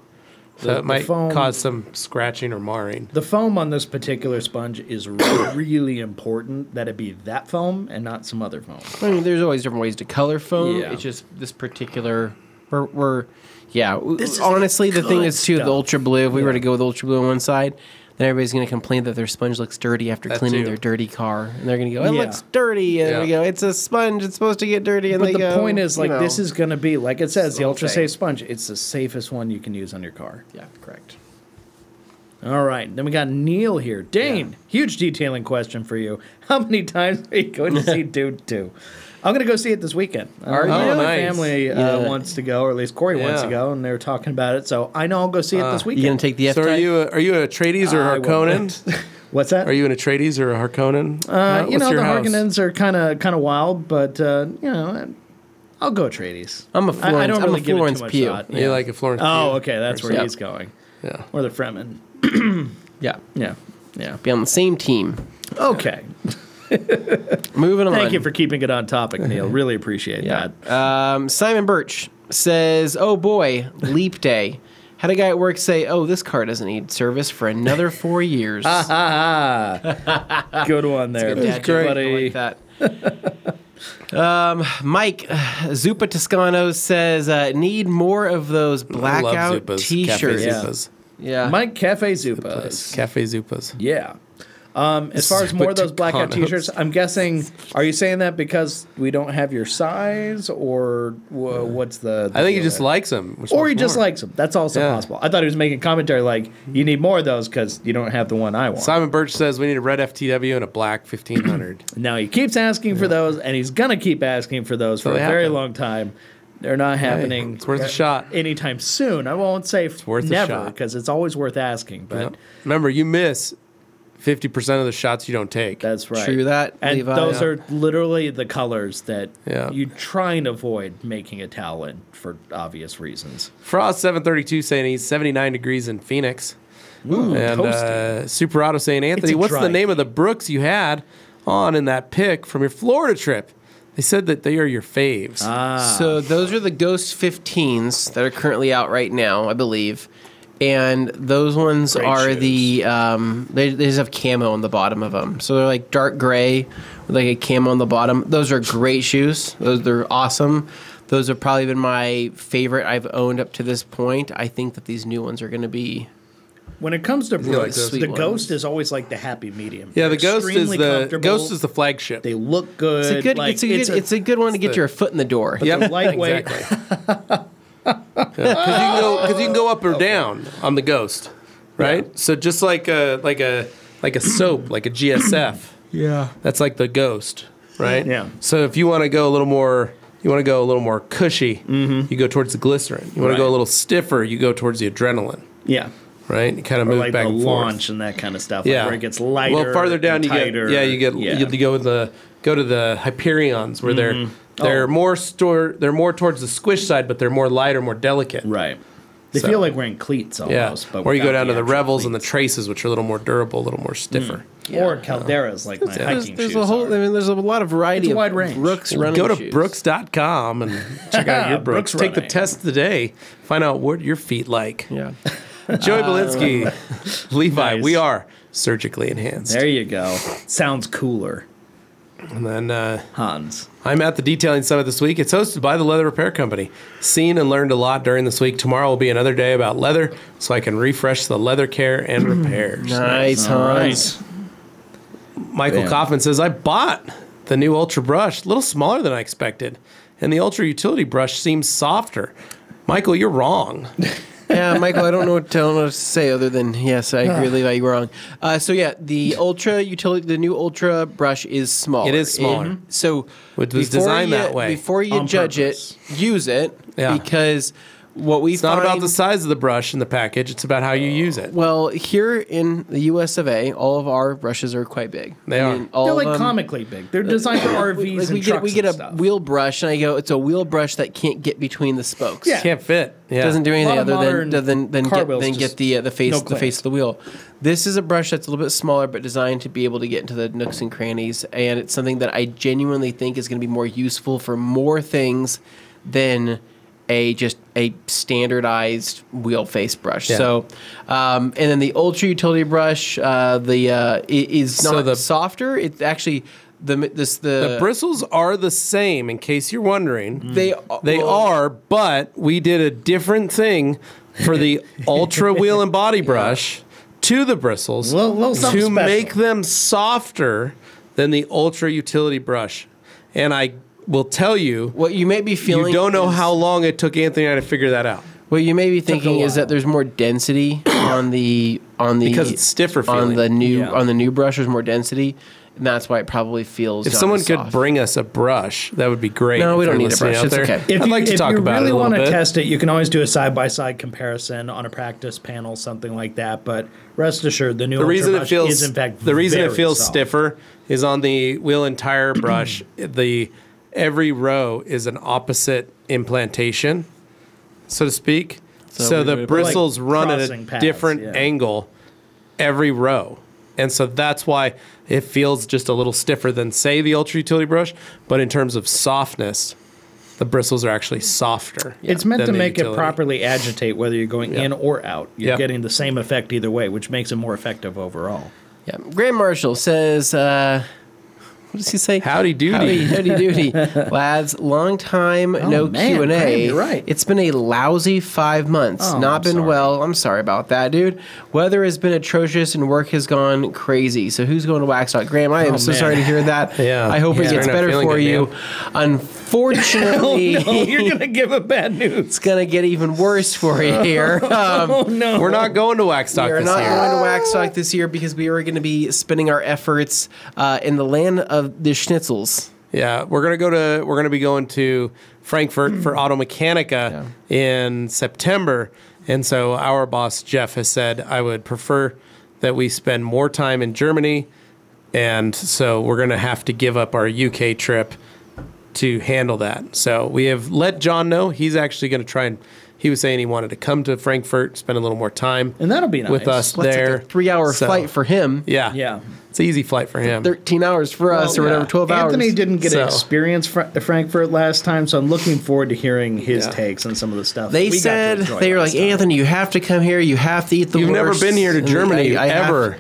So it might
foam-
cause some scratching or marring.
The foam on this particular sponge is really important that it be that foam and not some other foam.
I mean, there's always different ways to color foam.
Yeah.
It's just this particular. We're, we're yeah. w-
This is
honestly, the thing
good
is too the
stuff.
ultra blue. If we were to go with ultra blue on one side, then everybody's going to complain that their sponge looks dirty after
That
cleaning
too.
their dirty car, and they're going to go, "It
Yeah.
looks dirty," and
Yeah.
we go, "It's a sponge. It's supposed to get dirty." And
But
they
the
go,
point is,
you
like,
know.
this is going to be, like it says, the
whole
ultra
thing.
safe sponge. It's the safest one you can use on your car.
yeah, correct.
All right. Then we got Neil here. Dane, huge detailing question for you. How many times are you going to see Dude 2? I'm going to go see it this weekend.
Are
Uh,
you?
My
Oh,
nice.
family uh,
Yeah.
wants to go, or at least Corey wants to
Yeah.
go, and they were talking about it. So I know I'll go see it this
Uh, You
weekend.
going to take the F
So are
type?
you a, are you an Atreides or
I
a
will
Harkonnen?
What's that?
Are you an Atreides or a Harkonnen?
Uh, you
what's
know, the
your house?
Harkonnens are kind of kind of wild, but uh, you know, I'll go Atreides.
I'm a
I- I,
Florence-
don't
I'm a
really give it
Florence
too much
Pugh.
thought.
You like a Florence?
Oh,
Pugh?
okay, that's where
Yeah.
he's going.
Yeah.
Or the Fremen.
yeah,
Yeah, yeah.
be on the same team.
Okay.
Moving on.
Thank you for keeping it on topic, Neil. Really appreciate that.
Um, Simon Birch says, "Oh boy, leap day." Had a guy at work say, "Oh, this car doesn't need service for another four years."
Ah,
Good one there,
Dad joke.
buddy.
I like that. um, Mike Zupa Toscano says, uh, "Need more of those
I love
blackout
Zupas,
T-shirts."
Cafe
Yeah.
Zupas. Uh,
Yeah.
Mike Cafe Zupas.
Cafe Zupas.
Yeah. Um, as far as more of those blackout
Zupaticons.
T-shirts, I'm guessing. Are you saying that because we don't have your size, or wha- what's the?
I think he
deal
just
there?
likes them. which
or he
one's
just
more?
likes them. That's also
Yeah.
possible. I thought he was making commentary like, "You need more of those because you don't have the one I want."
Simon Birch says we need a red FTW and a black 1500.
now he keeps asking for those, and he's gonna keep asking for those for a
they
very
happen.
long time. They're not happening.
it's worth a shot.
anytime soon. I won't say
worth a
never
shot.
because it's always worth asking. But
Yep. Remember, you miss 50% of the shots you don't take.
that's right.
True that,
And
Levi.
those
Yeah.
are literally the colors that
Yeah.
you try and avoid making a towel in for obvious reasons.
Frost 732 saying he's 79 degrees in Phoenix.
Ooh,
And uh, Super Auto saying, Anthony,
a
what's
dry
the name of the Brooks you had on in that pick from your Florida trip? They said that they are your faves.
Ah,
So those are the Ghost 15s that are currently out right now, I believe. And those ones
Great
are
shoes.
the um, they, they just have camo on the bottom of them, so they're like dark gray with like a camo on the bottom. Those are great shoes. Those they're awesome. Those have probably been my favorite I've owned up to this point. I think that these new ones are going to be
When it comes to
like
Brooks,
those?
the
Sweet ones.
ghost is always like the happy medium.
yeah, the
They're
Ghost is
extremely
the
comfortable.
Ghost is the flagship.
They look good.
it's a good
like,
it's a good, it's a, good one to get
the-
your foot in the door.
Yep,
lightweight.
Exactly. Because you, can go- 'cause you can go up or down on the Ghost, right? So just like a like a like a soap, like a GSF.
Yeah.
That's like the ghost, right?
Yeah.
So if you want to go a little more, you want to go a little more cushy, you go towards the glycerin. You want
Mm-hmm. Right.
to go a little stiffer, you go towards the adrenaline,
yeah,
right? You kind of
or
move
like
back
the
and
launch
forth.
and that kind of stuff. like
Yeah.
where it gets lighter.
Well, farther down
and
you
tighter.
get, yeah, you get, you get to go with the go to the Hyperions where they're they're
Oh.
more store they're more towards the squish side, but they're more lighter, more delicate.
right. They
So-
feel like wearing cleats
Yeah.
almost. But
or you go
without
down to the
actual
rebels and the
cleats. Mm.
traces, which are a little more durable, a little more stiffer.
or calderas like my
There's,
hiking
there's
shoes.
a whole
are.
I mean there's a lot of
It's
variety
a
of
wide range.
Brooks running
Go to
shoes.
brooks.com and check out your Brooks.
Brooks
Take the
running.
test today. Find out what your feet like.
Yeah.
Joey Belinsky, Levi,
Nice.
we are surgically enhanced.
There you go. Sounds cooler,
And then uh,
Hans.
I'm at the Detailing Summit this week. It's hosted by the Leather Repair Company. Seen and learned a lot during this week. Tomorrow will be another day about leather so I can refresh the leather care and repairs.
Mm. Nice, Hans.
Michael
Bam.
Kaufman says, I bought the new Ultra brush, a little smaller than I expected, and the Ultra Utility brush seems softer. Michael, you're wrong.
yeah, Michael, I don't know what to, I don't know what to say other than yes, I agree, Levi, you were wrong. Uh, so yeah, the ultra utility, the new ultra brush is small.
It is smaller.
so
It was
before
designed
you-
that way.
Before you
On
judge
purpose.
it, use it
Yeah.
because what we
It's not about
find-
the size of the brush in the package, it's about how you use it.
Well, here in the U.S. of A, all of our brushes are quite big.
They are.
all
They're
of
like
them-
comically big. They're designed for RVs
Like
and
we get
trucks
we get
and
a
stuff.
wheel brush, and I go, it's a wheel brush that can't get between the spokes.
Yeah.
Can't fit. Yeah.
doesn't do anything
lot of
other than
modern
than than
car
get,
wheels
than
just
get the uh, the face
no
the face of the wheel. This is a brush that's a little bit smaller, but designed to be able to get into the nooks and crannies, and it's something that I genuinely think is going to be more useful for more things than a just a standardized wheel face brush. So, um, and then the ultra utility brush, uh, the uh, i- is
So
not
the-
softer. It's actually the m- this the,
The bristles are the same, in case you're wondering.
they
They
Uh, well,
are, but we did a different thing for the ultra wheel and body brush to the bristles
Little- little
to
something special.
make them softer than the ultra utility brush. And I will tell you,
What you may be feeling
you don't know
is-
how long it took Anthony and I to figure that out.
What you may be thinking is
while.
that there's more density on the on the
Because it's stiffer
on
feeling.
the new
Yeah.
on the new brush. There's more density, and that's why it probably feels.
If
not
someone
as
could
soft.
bring us a brush, that would be great.
No, we
if
don't
they're
need a
listening
brush.
out
It's
there.
okay.
I'd like to
if
talk
you
about
really
it a little
wanna
bit.
test it, you can always do a side by side comparison on a practice panel, something like that. But rest assured, the new
the reason it feels
is in fact
the reason it
very
feels
soft.
stiffer is on the wheel and tire brush. the every row is an opposite implantation, so to speak. So,
we
the
would-
bristles
Like
run at a
crossing paths,
different
yeah.
angle every row, and so that's why it feels just a little stiffer than say the ultra utility brush. But in terms of softness, the bristles are actually softer.
It's meant
than
to
the
make it
utility.
properly agitate whether you're going in or out. You're
Yep.
getting the same effect either way, which makes it more effective overall.
Yeah. Graham Marshall says, uh, what does he say?
Howdy doody.
Howdy, howdy doody. Lads, long time no
Oh, man,
Q&A.
Graham, you're right.
It's been a lousy five months.
Oh,
Not
I'm
been
sorry.
well. I'm sorry about that, dude. Weather has been atrocious and work has gone crazy. So who's going to wax on? Graham, I am
Oh,
so
man.
sorry to hear that.
Yeah.
I hope it
Yeah.
gets
You're not
better
feeling
for
good,
you.
man.
Oh,
Oh,
Unfortunately,
you're going to give it bad news.
it's going to get even worse for you here. Um,
Oh, no.
We're not going to wax stock
we are
this
not
year.
going to Waxstock this year because we are going to be spending our efforts uh, in the land of the schnitzels.
Yeah, we're gonna go to we're gonna be going to Frankfurt for Auto Mechanica in September, and so our boss Jeff has said I would prefer that we spend more time in Germany, and so we're gonna have to give up our UK trip to handle that. So we have let John know he's actually gonna try and he was saying he wanted to come to Frankfurt, spend a little more time
And that'll be nice.
with us
Well, that's like
there.
a three-hour
So,
flight for him.
yeah,
Yeah.
it's an easy flight for him.
13 hours for us or
Well,
whatever,
yeah.
12
Anthony
hours.
didn't get
So-
to experience Fra- Frankfurt last time, so I'm looking forward to hearing his
Yeah.
takes on some of the stuff.
they
we got to
said,
enjoy
they were like,
last time.
Anthony, you have to come here. You have to eat the
You've never
worst."
been here to
And I-
Germany
I have-
ever.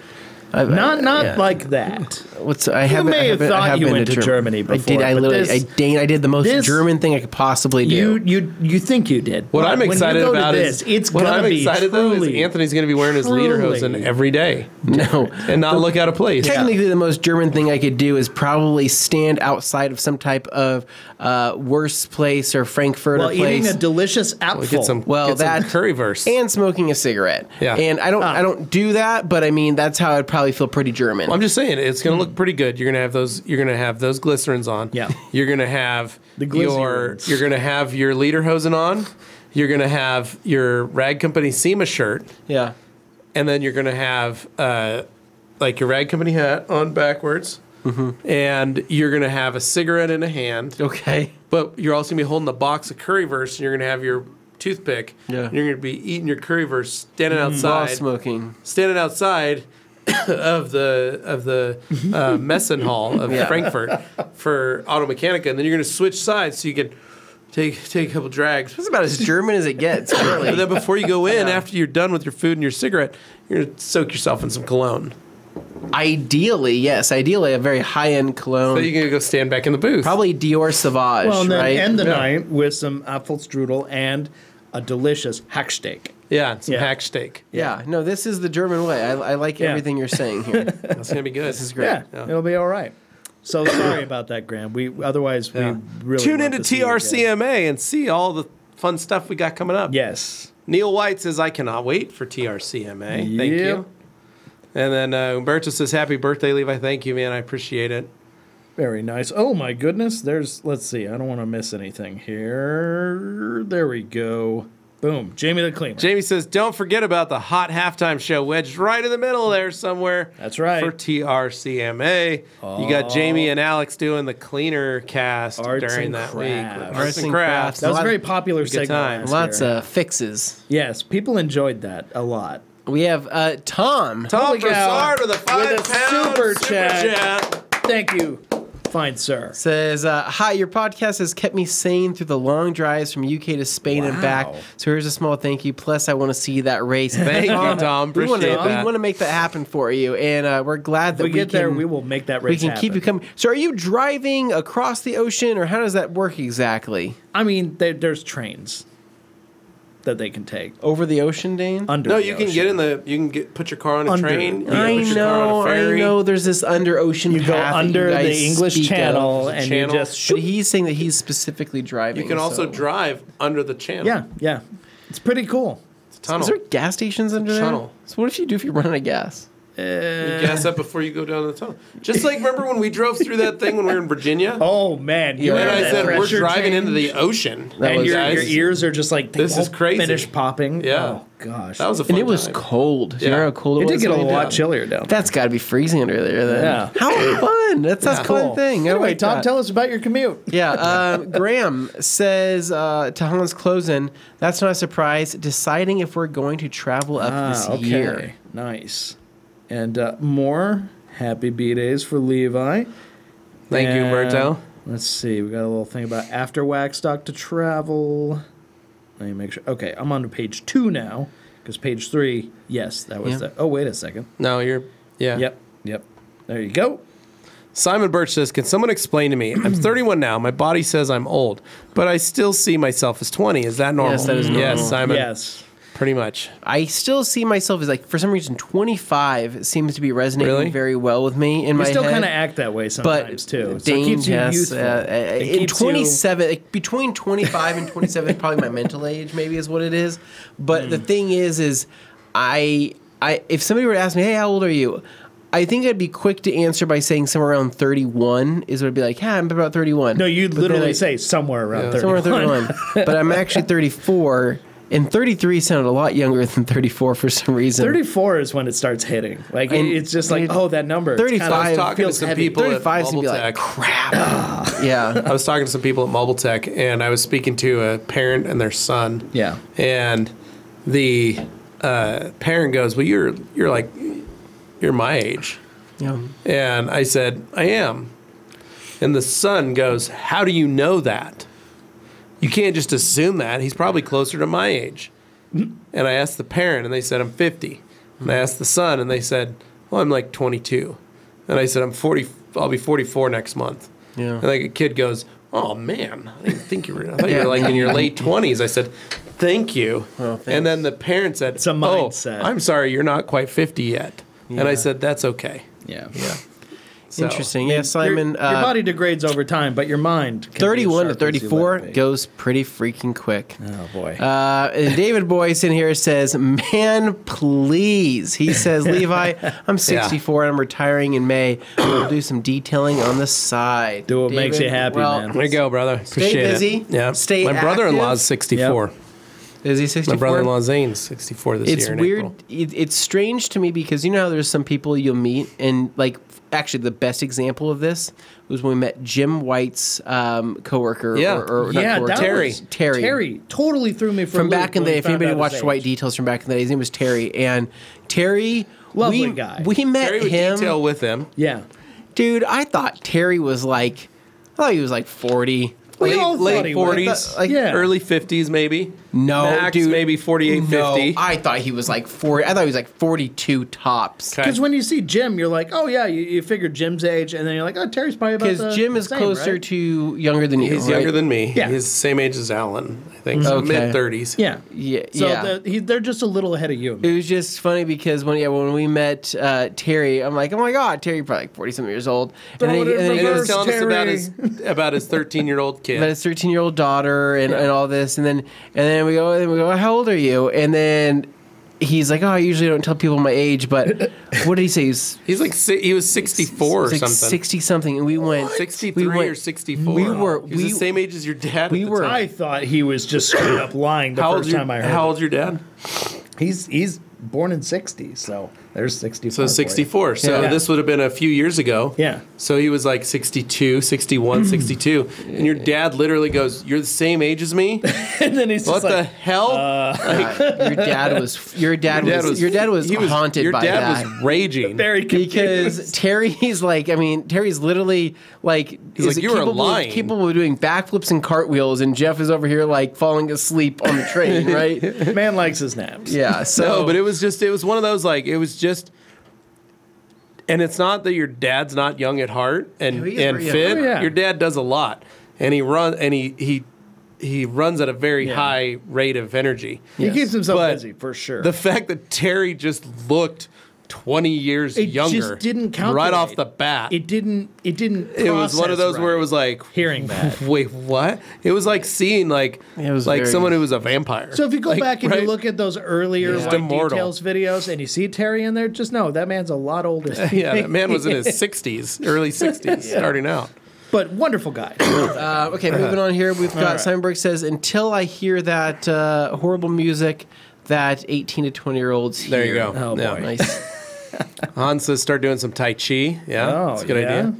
I've-
Not, not
yeah.
like that.
What's I haven't,
may
I
have
haven't- I
thought
have
you
been
went to Germany
I
before,
did. I
but
literally,
this-
I, did, I did the most
this-
German thing I could possibly do.
You, you, you think you did.
What
But
I'm
when you
excited
go to
about
this,
is
it's
what
gonna
I'm
be
excited though is
truly-
Anthony's going to be wearing his lederhosen
truly-
every day
no,
and not look out of place.
Technically, the most German thing I could do is probably stand outside of some type of uh, worse place or Frankfurter
Well,
place
eating a delicious apple.
Get some
Well,
get some
that-
curry verse.
and smoking a cigarette.
Yeah.
And I don't, I don't do that, but I mean that's how I'd probably feel pretty German.
I'm just saying it's going to look pretty good. You're going to have those. You're going to have those glycerins on.
Hmm. Yeah.
You're going to have
The glizzy
your.
ones.
You're going to have your lederhosen on. You're going to have your rag company SEMA shirt,
yeah.
and then you're going to have uh, like your rag company hat on backwards,
Mm-hmm.
and you're going to have a cigarette in a hand.
Oh,
Okay.
But you're also gonna be holding a box of curryverse, and you're gonna have your toothpick.
Yeah.
And you're gonna be eating your curryverse, standing
While
outside,
smoking.
standing outside of the of the uh, Messen Hall of
Yeah.
Frankfurt for Auto Mechanica, and then you're gonna switch sides so you can take take a couple drags.
That's about as German as it gets.
But
Really.
then before you go in, after you're done with your food and your cigarette, you're gonna soak yourself in some cologne.
ideally, yes. Ideally, a very high-end cologne.
But you're gonna go stand back in the booth.
probably Dior Sauvage,
Well, and then
right?
end the
Yeah.
night with some Apfelstrudel and a delicious hacksteak.
Yeah, and some
Yeah.
hack steak.
yeah. No, this is the German way. I, I like
Yeah.
everything you're saying here.
That's gonna be good. This is
great.
Yeah, it'll be all right. So sorry about that, Graham. We otherwise we really
Tune
love
into
to see you again.
TRCMA and see all the fun stuff we got coming up.
Yes,
Neil White says, I cannot wait for TRCMA. Thank
Yep.
you. And then uh, Umberto says, Happy birthday, Levi. Thank you, man. I appreciate it.
very nice. Oh my goodness, there's. Let's see. I don't want to miss anything here. There we go. Boom. Jamie the Cleaner.
Jamie says, Don't forget about the hot halftime show wedged right in the middle there somewhere.
That's right. Oh.
For TRCMA. You got Jamie and Alex doing the cleaner cast
Arts
during
and
that
crafts.
week. with
Arts and crafts.
that was a
lot-
very popular
good
segment.
time.
last
Lots
year.
of fixes.
yes, people enjoyed that a lot.
We have uh, Tom.
Tom
Holy cow.
Broussard with a
With a
five pound
super
super
chat.
chat.
Thank you. Fine, sir.
Says, uh, hi, your podcast has kept me sane through the long drives from UK to Spain and back.
Wow.
So here's a small thank you. Plus, I want to see that race.
Thank you, Tom.
We wanna-
Appreciate
We
that.
want to make that happen for you, and uh, we're glad that
If we,
we,
get there,
can-
we will make that
We
race
can keep you
happen.
coming. So, are you driving across the ocean, or how does that work exactly?
I mean, there, there's trains that they can take
Over the ocean, Dane?
under.
No,
the
you can
ocean.
get in the. You can get put your car on a
Under.
train. you can
I
put your car
know,
on a
I
ferry.
know. There's this under ocean.
You go
path that
under
guys
the English
speak
Channel
of.
and
channel.
you just.
But
Shoot.
he's saying that he's specifically driving.
You can also
so-
drive under the channel.
Yeah, yeah. It's pretty cool.
it's a tunnel.
Is there gas stations under there?
Tunnel.
So what if you do if you run out of gas?
You gas up before you go down the tunnel. Just like remember when we drove through that thing when we were in Virginia.
Oh man, you
Yeah.
and
have
I
that
said we're
pressure
driving
change,
into the ocean.
That
and
was-
your, your
Guys,
ears are just like they
This is
won't
crazy.
Finish popping.
Yeah.
Oh gosh,
That was a fun
And it was
time.
cold. Do you
Yeah.
know how cold it,
It did
was
get a
when we
lot
did-
chillier down. there.
That's got to be freezing under there. Then.
Yeah.
How fun! That's that's
Cool.
fun thing. I
Anyway,
like
Tom,
that.
tell us about your commute.
Yeah, um, Graham says uh, to Hans Closen, that's not a surprise. Deciding if we're going to travel up this
Ah, okay.
year.
Nice. And uh, more happy B days for Levi.
Thank you,
And
Berto.
Let's see. We got a little thing about after wax doc to travel. Let me make sure. Okay, I'm on to page two now because page three. Yes, that was
Yeah.
the. Oh wait a second.
No, you're. Yeah.
Yep. Yep. There you go.
Simon Birch says, "Can someone explain to me? I'm 31 now. My body says I'm old, but I still see myself as 20. Is that normal?
Yes, that is normal.
Yes, Simon.
Yes.
Pretty much.
I still see myself as like for some reason 25 seems to be resonating
Really?
very well with me in
You
my
still
head.
kind of act that way sometimes too. So it
Dane,
keeps you
yes,
youthful.
uh, uh,
It keeps
in
you-
27, like, between 25 and 27 is probably my mental age, maybe is what it is. But
Mm.
the thing is, is I, I, if somebody were to ask me, hey, how old are you? I think I'd be quick to answer by saying somewhere around 31 is what I'd be like, yeah, I'm about 31.
No, you'd
But they're
literally
like,
say somewhere around
Yeah.
thirty.
somewhere around 31. but I'm actually 34, and 33 sounded a lot younger than 34 for some reason.
34 is when it starts hitting. Like,
And-
it- it's just like,
and
oh, that number. It's kinda-
35
I was talking to
feels
some
heavy.
people at
35 is
Mobile
going to be like,
Tech.
crap. yeah.
I was talking to some people at Mobile Tech, and I was speaking to a parent and their son.
Yeah.
And the uh, parent goes, "Well, you're you're like you're my age,"
Yeah.
and I said, "I am." And the son goes, "How do you know that? You can't just assume that. He's probably closer to my age." And I asked the parent, and they said, "I'm 50." And I asked the son, and they said, "Well, I'm like 22." And I said, "I'm 40. I'll be 44 next month."
Yeah.
And like a kid goes, "Oh man, I didn't think you were. I thought you
Yeah.
were like in your late 20s." I said, "Thank you."
Oh,
and then the parent said,
a mindset.
"Oh, I'm sorry, you're not quite 50 yet." And I said, "That's okay."
Yeah.
So-
Interesting. Yeah,
Your,
Simon.
your
uh,
body degrades over time, but your mind. can be
31
sharp as you
to
let
34
it be.
goes pretty freaking quick.
Oh, boy.
Uh, and David Boyce in here says, "Man, please." He says, "Levi, I'm 64 and I'm retiring in May. We'll do some detailing on the side.
Do what makes
David,
you happy,
well,
man.
There you go, brother. Appreciate
busy,
It. Yeah.
stay
My brother-in-law's
active.
64.
Yep.
Is he
My
64?
brother-in-law Zane's 64 this
it's
year. in
weird
April.
it, it's strange to me because you know how there's some people you'll meet and like f- actually the best example of this was when we met jim white's um, coworker
Yeah.
or, or not
yeah,
coworker,
that
Terry.
was-
terry
Terry totally threw me for a
from
loop
back in the
when
day
we
if
found
anybody
out his
watched white
age.
details from back in the day his name was terry and terry
Lovely
we,
guy.
we met
Terry would
him
detail with him.
Yeah.
dude i thought terry was like i thought he was like 40
We all thought
late
he was.
40s,
Like,
yeah.
early 50s maybe.
No,
Max
dude.
maybe 48,
no,
50.
I thought he was like 40. I thought he was like 42 tops.
Okay.
Because when you see Jim, you're like, oh, yeah, you, you figure Jim's age, and then you're like, oh, Terry's probably about the
Because Jim is
same,
closer
right?
to younger than you.
He's
right? Mm-hmm.
younger than me.
Yeah.
He's the same age as Alan, I think. So
Okay.
mid 30s.
Yeah.
Yeah,
So
yeah.
The, he, they're just a little ahead of you. and me.
it was just funny because when yeah when we met uh, Terry, I'm like, oh my god, Terry probably like 40 something years old,
Throw
then
it
he-
in
then he
And he was
reverse.
goes
telling us about his about his 13-year-old
about
kid.
his 13 year old daughter and, and all this, and then and then we go and we go, how old are you? And then he's like, oh, I usually don't tell people my age, but what did he say? He's
He's like si- he was 64 or
like
something.
60 something, and we went
63
we went-
or 64.
we were-
he was
we-
the same age as your dad.
we
at the
were-
time.
I thought he was just straight up lying the
How old's
first
your,
time I heard.
how old's your dad?
He's he's born in '60, so There's 64.
So
for you.
64. So
Yeah.
this would have been a few years ago.
Yeah.
So he was like 62, 61,
Hmm.
62. And your dad literally goes, You're the same age as me?
And then he's
What
just
the
like,
hell?
your dad was your dad, was, uh, your dad was,
he
haunted
Your
by
dad
that.
was raging.
very
because
confused.
Terry's like, I mean, Terry's literally like,
He's like,
it
"You are
capable,
lying."
capable of doing backflips and cartwheels, and Jeff is over here like falling asleep on the train, right?
man likes his naps.
Yeah. So,
No, but it was just it was one of those like it was just and it's not that your dad's not young at heart and
No, he is
and
very young.
fit.
Oh, yeah.
Your dad does a lot. And he run and he he he runs at a very
Yeah.
high rate of energy.
He keeps himself
But
busy for sure.
The fact that Terry just looked 20 years
It just
younger
didn't
right
calculate.
off the bat.
it didn't. It didn't.
It was one
process
of those where it
right.
was like
hearing that.
Wait, what? It was like seeing like
It was
like
very-
someone who was a vampire.
So if you go
Like,
back and
right?
you look at those earlier
He's
like,
immortal.
details videos, and you see Terry in there, just know that man's a lot older. than
yeah,
me.
that man was in his 60s, early 60s, starting out.
but wonderful guy.
uh, okay, moving on here. We've got
right.
Simon Burke says, until I hear that uh, horrible music, that 18 to 20 year olds.
There you go.
Oh,
yeah.
boy.
Nice.
Hans says start doing some Tai Chi. Yeah,
Oh,
that's a good
yeah?
idea.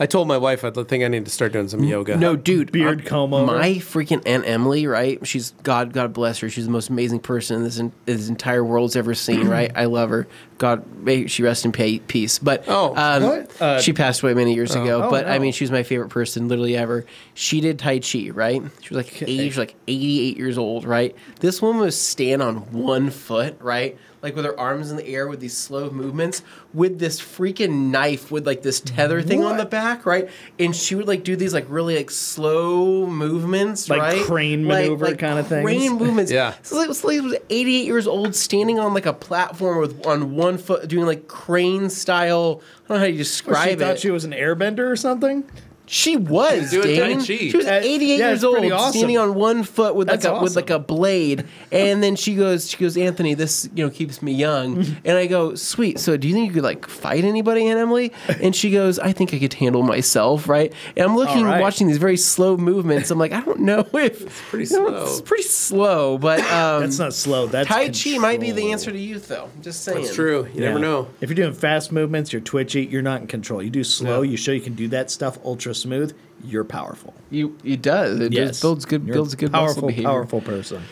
I told my wife I think I need to start doing some yoga.
Mm. No, dude.
Beard
I'm-
comb over.
My freaking Aunt Emily, right? She's God. God bless her. She's the most amazing person this, en- this entire world's ever seen. Right? I love her. God, may she rest in pa- peace. But
Oh,
um,
what? Uh,
she passed away many years ago.
Oh,
but I
no.
mean, she was my favorite person, literally ever. She did Tai Chi, right? She was like age, like eighty-eight years old, right? This woman was stand on one foot, right? Like with her arms in the air with these slow movements, with this freaking knife with like this tether thing on
What?
the back, right? And she would like do these like really like slow movements,
Like
right?
crane maneuver kinda things?
Crane movements.
Yeah.
This lady this lady was 88 years old, standing on like a platform with on one foot, doing like crane style. I don't know how you
she
describe
thought
it.
she was an airbender or something.
She was,
doing Tai
Dane.
Chi.
She was
That-
88
yeah,
years
it's pretty
old,
awesome.
standing on one foot with like
That's
a, with like a
awesome.
blade. And then she goes, she goes, Anthony, this you know keeps me young. and I go, sweet. So do you think you could like fight anybody, Aunt Emily? And she goes, I think I could handle myself, right? And I'm looking,
right.
watching these very slow movements. I'm like, I don't know if it's
pretty
It's
slow.
pretty slow, but um,
That's not slow. That's
Tai Chi might be the
control.
answer to youth, though. Just saying,
That's true. You never
Yeah.
know.
If you're doing fast movements, you're twitchy, you're not in control. You do slow,
Yeah.
you show you can do that stuff ultra smooth, you're powerful.
You it does. It just builds good
You're
builds good muscle
powerful,
behavior.
powerful person.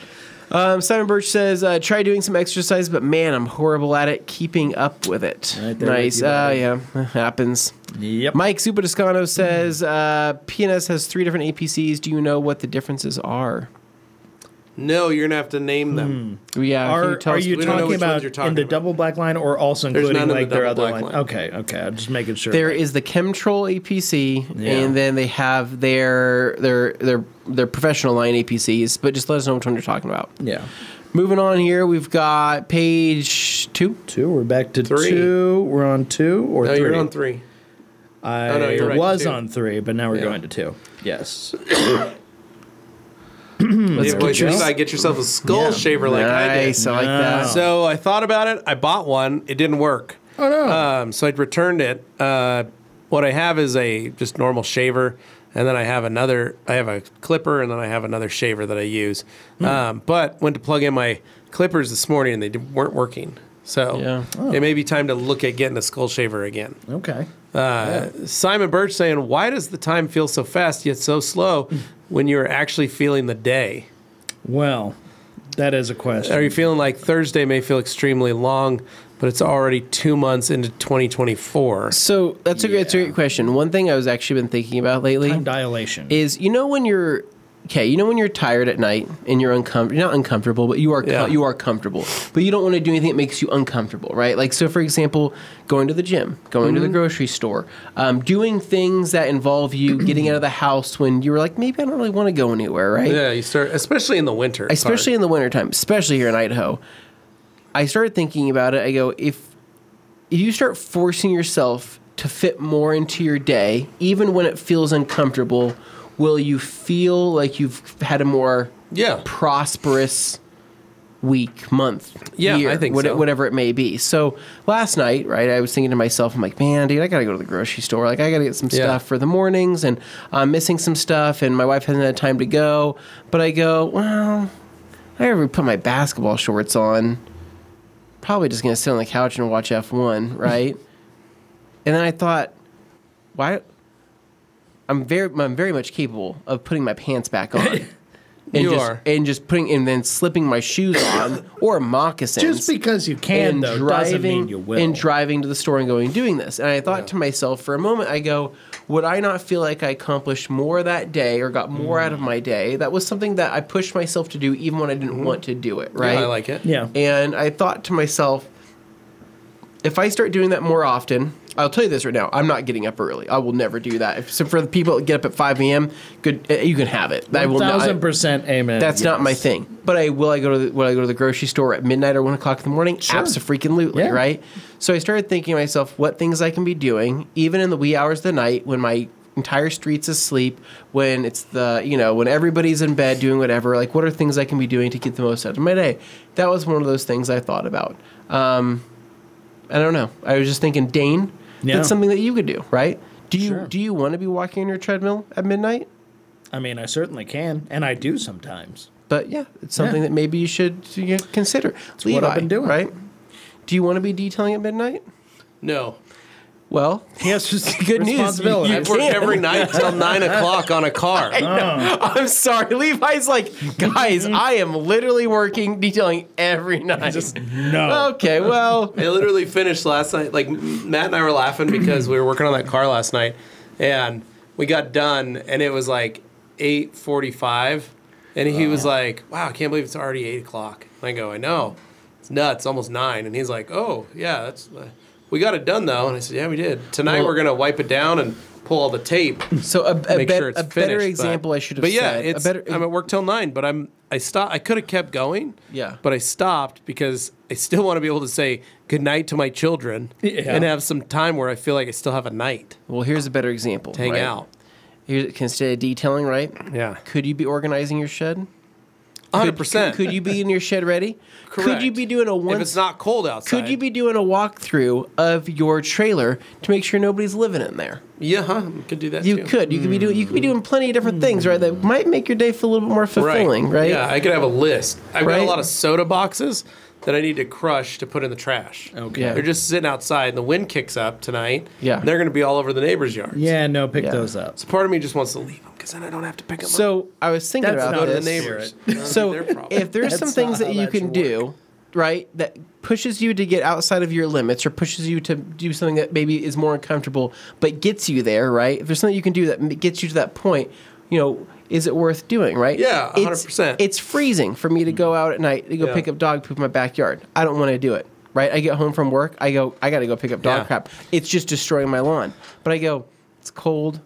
Um, Simon Birch says, uh, try doing some exercise, but man, I'm horrible at it. Keeping up with it.
Right there with
nice.
you,
Uh,
buddy.
yeah, it happens.
Yep.
Mike Supadiscano says, uh, PNS has three different APCs. Do you know what the differences are?
No, you're gonna have to name them.
Yeah, can
are,
tell
are
us-
you
we don't know
talking
which ones
about
you're talking
in the
about.
double black line or also
There's
including
none in
like
the
their
double
other
black
line?
line.
Okay, okay. I'm just making sure.
There is the Chemtrol APC,
Yeah.
and then they have their their their their professional line APCs. But just let us know which one you're talking about.
yeah.
Moving on here, we've got page two.
Two. We're back to
Three.
two. We're on two or
No,
three.
you're on three.
I
Oh, no, you're right,
was
two.
on three, but now we're
Yeah.
going to two. Yes.
Let's
Yeah, boy,
get your
you gotta get yourself a skull
Yeah.
shaver like I did.
nice. I like that.
Wow.
So I thought about it. I bought one. It didn't work.
Oh, no.
Um, so I returned it. Uh, what I have is a just normal shaver, and then I have another. I have a clipper, and then I have another shaver that I use.
Hmm.
Um, but went to plug in my clippers this morning, and they didn't- weren't working. So
Yeah.
Oh.
it may be time to look at getting a skull shaver again.
okay.
Uh, Simon Birch saying, "Why does the time feel so fast yet so slow when you're actually feeling the day?"
Well, that is a question.
Are you feeling like Thursday may feel extremely long, but it's already two months into 2024?
So that's a great, that's a
Yeah.
great question. One thing I was actually been thinking about lately
Time dilation.
is you know when you're okay, you know when you're tired at night and you're uncomfortable, not uncomfortable, but you are co-
Yeah.
you are comfortable, but you don't want to do anything that makes you uncomfortable, right? Like so, for example, going to the gym, going
Mm-hmm.
to the grocery store, um, doing things that involve you getting out of the house when you're like, maybe I don't really want to go anywhere, right?
Yeah, you start, especially in the winter. it's
especially
hard.
in the wintertime, especially here in Idaho. I started thinking about it. I go, if if you start forcing yourself to fit more into your day, even when it feels uncomfortable, will you feel like you've had a more
yeah,
prosperous week, month,
Yeah,
year,
I think
what-
so.
whatever it may be. So last night, right, I was thinking to myself, I'm like, man, dude, I gotta go to the grocery store. Like, I gotta get some
Yeah.
stuff for the mornings, and I'm missing some stuff, and my wife hasn't had time to go. But I go, well, I ever put my basketball shorts on. probably just going to sit on the couch and watch F1, right? and then I thought, why? I'm very, I'm very much capable of putting my pants back on. And
You
just,
are.
and just putting and then slipping my shoes on or moccasins
Just because you can,
and
though, doesn't
driving
mean you will.
and driving to the store and going doing this. And I thought to myself for a moment, I go, would I not feel like I accomplished more that day or got more
Mm.
out of my day? That was something that I pushed myself to do even when I didn't want to do it. Right.
I like it.
Mm-hmm. yeah.
And I thought to myself, if I start doing that more often, I'll tell you this right now. I'm not getting up early. I will never do that. If, so for the people that get up at 5 a.m., good, eh, you can have it. I will not.
thousand percent amen.
That's not my thing. But I will I go to the, will I go to the grocery store at midnight or one o'clock in the morning?
Sure.
Absolutely,
Yeah.
right? So I started thinking to myself what things I can be doing, even in the wee hours of the night when my entire street's asleep, when it's the you know when everybody's in bed doing whatever. Like what are things I can be doing to get the most out of my day? That was one of those things I thought about. Um, I don't know. I was just thinking, Dane,
Yeah.
that's something that you could do, right? Do you
Sure.
do you want to be walking on your treadmill at midnight?
I mean, I certainly can, and I do sometimes.
But yeah, it's something
Yeah.
that maybe you should you know, consider. It's
what I've been doing.
right? Do you want to be detailing at midnight?
No.
Well,
Yes,
good news.
responsibility.
You-
I work every night till nine o'clock on a car.
I'm sorry. Levi's like, guys, I am literally working detailing every night.
no.
Okay, well,
I literally finished last night. Like Matt and I were laughing because we were working on that car last night, and we got done, and it was like eight forty-five, and he was like, "Wow, I can't believe it's already eight o'clock." And I go, "I know, it's nuts, almost nine. And he's like, "Oh yeah, that's uh, we got it done though." And I said, "Yeah, we did. Tonight
Well-
we're gonna wipe it down and pull all the tape."
so a, a,
Make
bet-
sure it's
a
finished.
better
but-
example I should have
But yeah,
said.
it's
a better,
I'm at work till nine, but I'm I stop. I could have kept going.
Yeah.
But I stopped because I still want to be able to say goodnight to my children
Yeah.
and have some time where I feel like I still have a night
well, here's a better example.
to hang
right?
out.
Here's, instead of detailing, right?
Yeah.
Could you be organizing your shed?
hundred
Could-
percent.
Could you be in your shed ready? Could you
Correct.
be doing a
If
one
it's not cold outside,
Could you be doing a walkthrough of your trailer to make sure nobody's living in there?
Yeah, huh? Could do that.
You
too.
could. You could be doing. You could be doing plenty of different things, right? That might make your day feel a little bit more fulfilling, right?
Yeah, I could have a list. I've got a
Right?
lot of soda boxes that I need to crush to put in the trash.
Okay.
Yeah.
They're just sitting outside, and the wind kicks up tonight.
Yeah.
They're going to be all over the neighbors' yards.
Yeah, no, pick
Yeah.
those up.
So part of me just wants to leave them because then I don't have to pick them up.
So I was thinking
That's
about
not
Go to
this.
the neighbors.
So
That'd be their problem.
if there's some
That's
things
not
that
how
you
that
can
should
do, right, that pushes you to get outside of your limits or pushes you to do something that maybe is more uncomfortable but gets you there, right? If there's something you can do that m- gets you to that point, you know, is it worth doing, right?
Yeah,
It's-
100%.
It's freezing for me to go out at night to go
Yeah.
pick up dog poop in my backyard. I don't want to do it. Right? I get home from work, I go I got to go pick up dog
Yeah.
crap. It's just destroying my lawn. But I go, it's cold.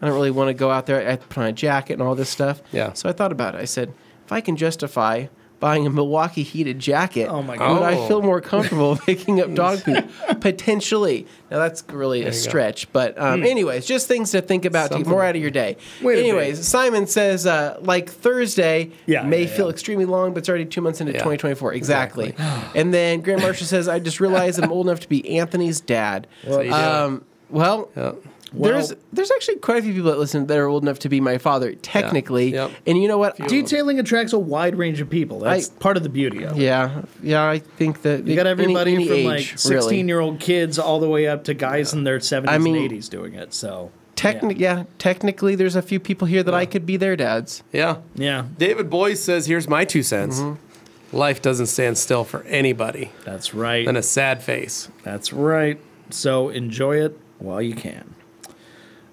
I don't really want to go out there. I put on a jacket and all this stuff.
Yeah.
So I thought about it. I said, if I can justify buying a Milwaukee heated jacket,
Oh my
would
Oh.
I feel more comfortable picking up dog poop? Potentially. Now that's really a
you go.
stretch, but um, anyways, just things to think about to get
Something-
more out of your day.
Hmm. Wait a
anyways, Simon says uh, like Thursday
Yeah,
may
yeah,
feel
yeah.
extremely long, but it's already two months into
Yeah.
2024. Exactly. and then Grant Marshall says, I just realized I'm old enough to be Anthony's dad.
how you do it.
um, well,
Well-
there's there's actually quite a few people that listen that are old enough to be my father technically,
Yep.
and you know what?
Detailing attracts a wide range of people. That's
I-
part of the beauty of it.
yeah, yeah, I think that
You got
any-
everybody
any
from
age,
like
really.
16 year old kids all the way up to guys in their 70s
mean-
and 80s doing it. So,
Techni- yeah. technically, there's a few people here that I could be their dads.
yeah.
yeah,
David Boyce says, "Here's my two cents. Life doesn't stand still for anybody."
that's right.
And a sad face.
That's right. So enjoy it while you can.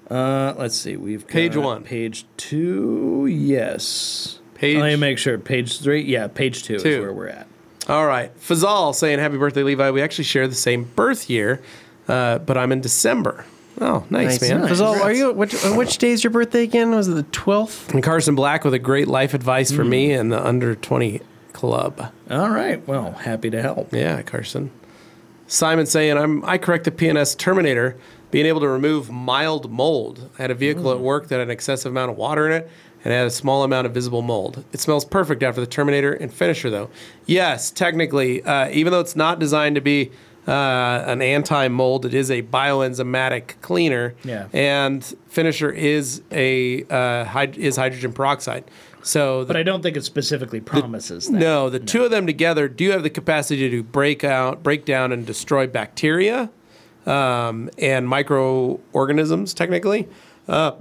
Uh, let's see. We've got
Page one.
page two. Yes.
Page-
Let me make sure. Page three. Yeah, page two, is
Two.
where we're at.
All right, Fazal saying, "Happy birthday, Levi. We actually share the same birth year, uh, but I'm in December." Oh, nice, man.
Nice.
Fazal, are you? Which, uh, which day is your birthday again? Was it the twelfth?
And Carson Black with a great life advice for me and the under 20 club.
All right. Well, happy to help.
Yeah, Carson. Simon saying, I'm, I correct the PNS Terminator, being able to remove mild mold. I had a vehicle at work that had an excessive amount of water in it and had a small amount of visible mold. It smells perfect after the Terminator and Finisher, though. Yes, technically, uh, even though it's not designed to be uh, an anti mold. It is a bioenzymatic cleaner.
Yeah.
And finisher is a uh, hyd- is hydrogen peroxide. So the
But I don't think it specifically promises that.
no, the two of them together do have the capacity to break out, break down, and destroy bacteria um, and microorganisms, technically, uh,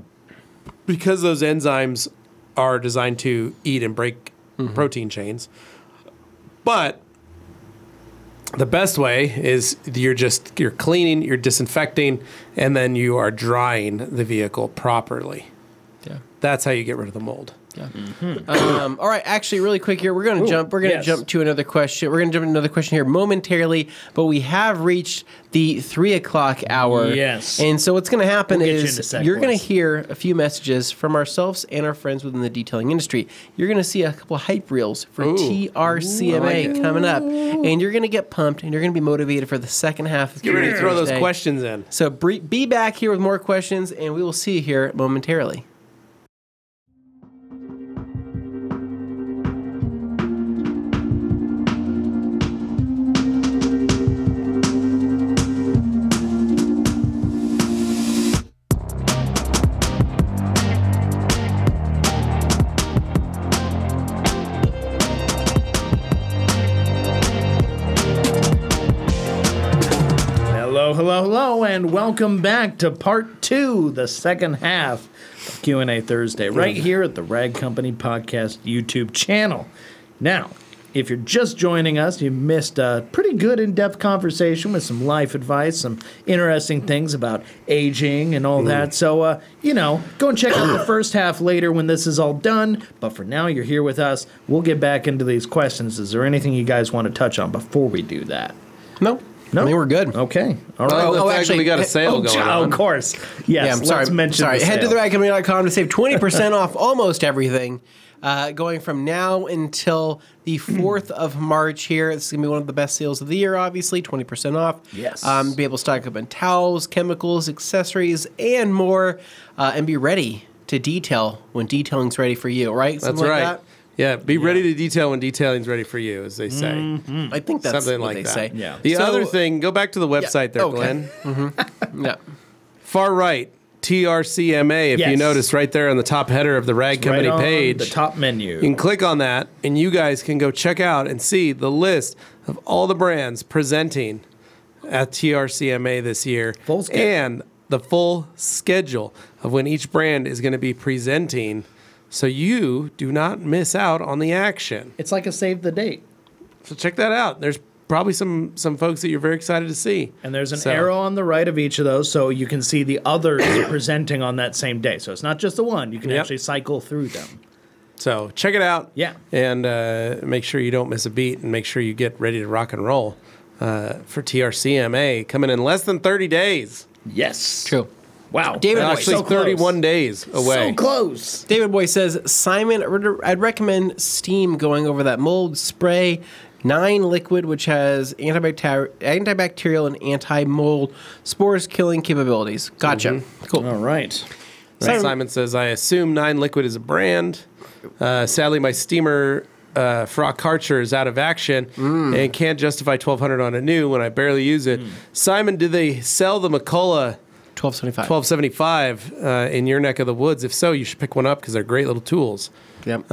because those enzymes are designed to eat and break
Mm-hmm.
protein chains. But the best way is you're just you're cleaning, you're disinfecting, and then you are drying the vehicle properly.
Yeah.
That's how you get rid of the mold. Mm-hmm.
Um, all right, actually, really quick here, we're going to jump. We're going to
yes.
jump to another question. We're going to jump to another question here momentarily, but we have reached the three o'clock hour.
Yes.
And so what's going to happen
We'll get you in a
is
sec,
you're going
boys.
to hear a few messages from ourselves and our friends within the detailing industry. You're going to see a couple hype reels for
Ooh.
TRCMA coming up, and you're going to get pumped and you're going to be motivated for the second half. Of
Get ready to throw those
Tuesday.
questions in.
So bre- be back here with more questions, and we will see you here momentarily.
Hello, hello, hello, and welcome back to part two, the second half of Q&A Thursday, right here at the Rag Company Podcast YouTube channel. Now, if you're just joining us, you missed a pretty good in-depth conversation with some life advice, some interesting things about aging and all that. So, uh, you know, go and check out the first half later when this is all done. But for now, you're here with us. We'll get back into these questions. Is there anything you guys want to touch on before we do that?
No,
No.
I think we're good.
Okay. All right.
Oh, the
oh,
fact
actually,
that we got
eh,
a sale
Oh,
going
j-
on.
Of course. Yes.
Yeah, I'm sorry.
Let's mention
sorry.
the
Head to
sale.
theradcompany.com to save 20% off almost everything. Uh, going from now until the 4th of March here. This is going to be one of the best sales of the year, obviously. 20% off.
Yes.
Um, be able to stock up on towels, chemicals, accessories, and more. Uh, and be ready to detail when detailing's ready for you, right?
That's
Something like
right. Yeah, be ready to detail when detailing's ready for you, as they say.
that? I think Mm-hmm. that's
Something
what
like
they
that.
say.
Yeah.
The
So-
other thing, go back to the website there,
okay.
Glenn.
Yeah.
Far right, TRCMA. If you
Yes.
notice right there on the top header of the Rag Company
right on
page,
The top menu.
you can click on that, and you guys can go check out and see the list of all the brands presenting at TRCMA this year,
Full schedule.
and the full schedule of when each brand is going to be presenting, so you do not miss out on the action.
it's like a save the date.
So check that out. There's probably some some folks that you're very excited to see.
And there's an
So-
arrow on the right of each of those, so you can see the others presenting on that same day. So it's not just the one. You can
Yep.
actually cycle through them.
So check it out.
Yeah.
And uh, make sure you don't miss a beat, and make sure you get ready to rock and roll uh, for TRCMA coming in less than 30 days.
Yes.
True.
Wow.
David
That's
Boyd.
Actually,
so close.
31 days away.
So close.
David Boy says, Simon, I would- I'd recommend steam going over that mold spray. Nine liquid, which has antibacteri- antibacterial and anti mold spores killing capabilities. Gotcha. Cool.
All right.
Simon.
Simon-
says, I assume Nine Liquid is a brand. Uh, sadly, my steamer uh, Frock Karcher is out of action
Mm.
and can't justify 1200 on a new when I barely use it. Simon, do they sell the McCullough?
1275.
1275 uh, in your neck of the woods. If so, you should pick one up because they're great little tools.
Yep.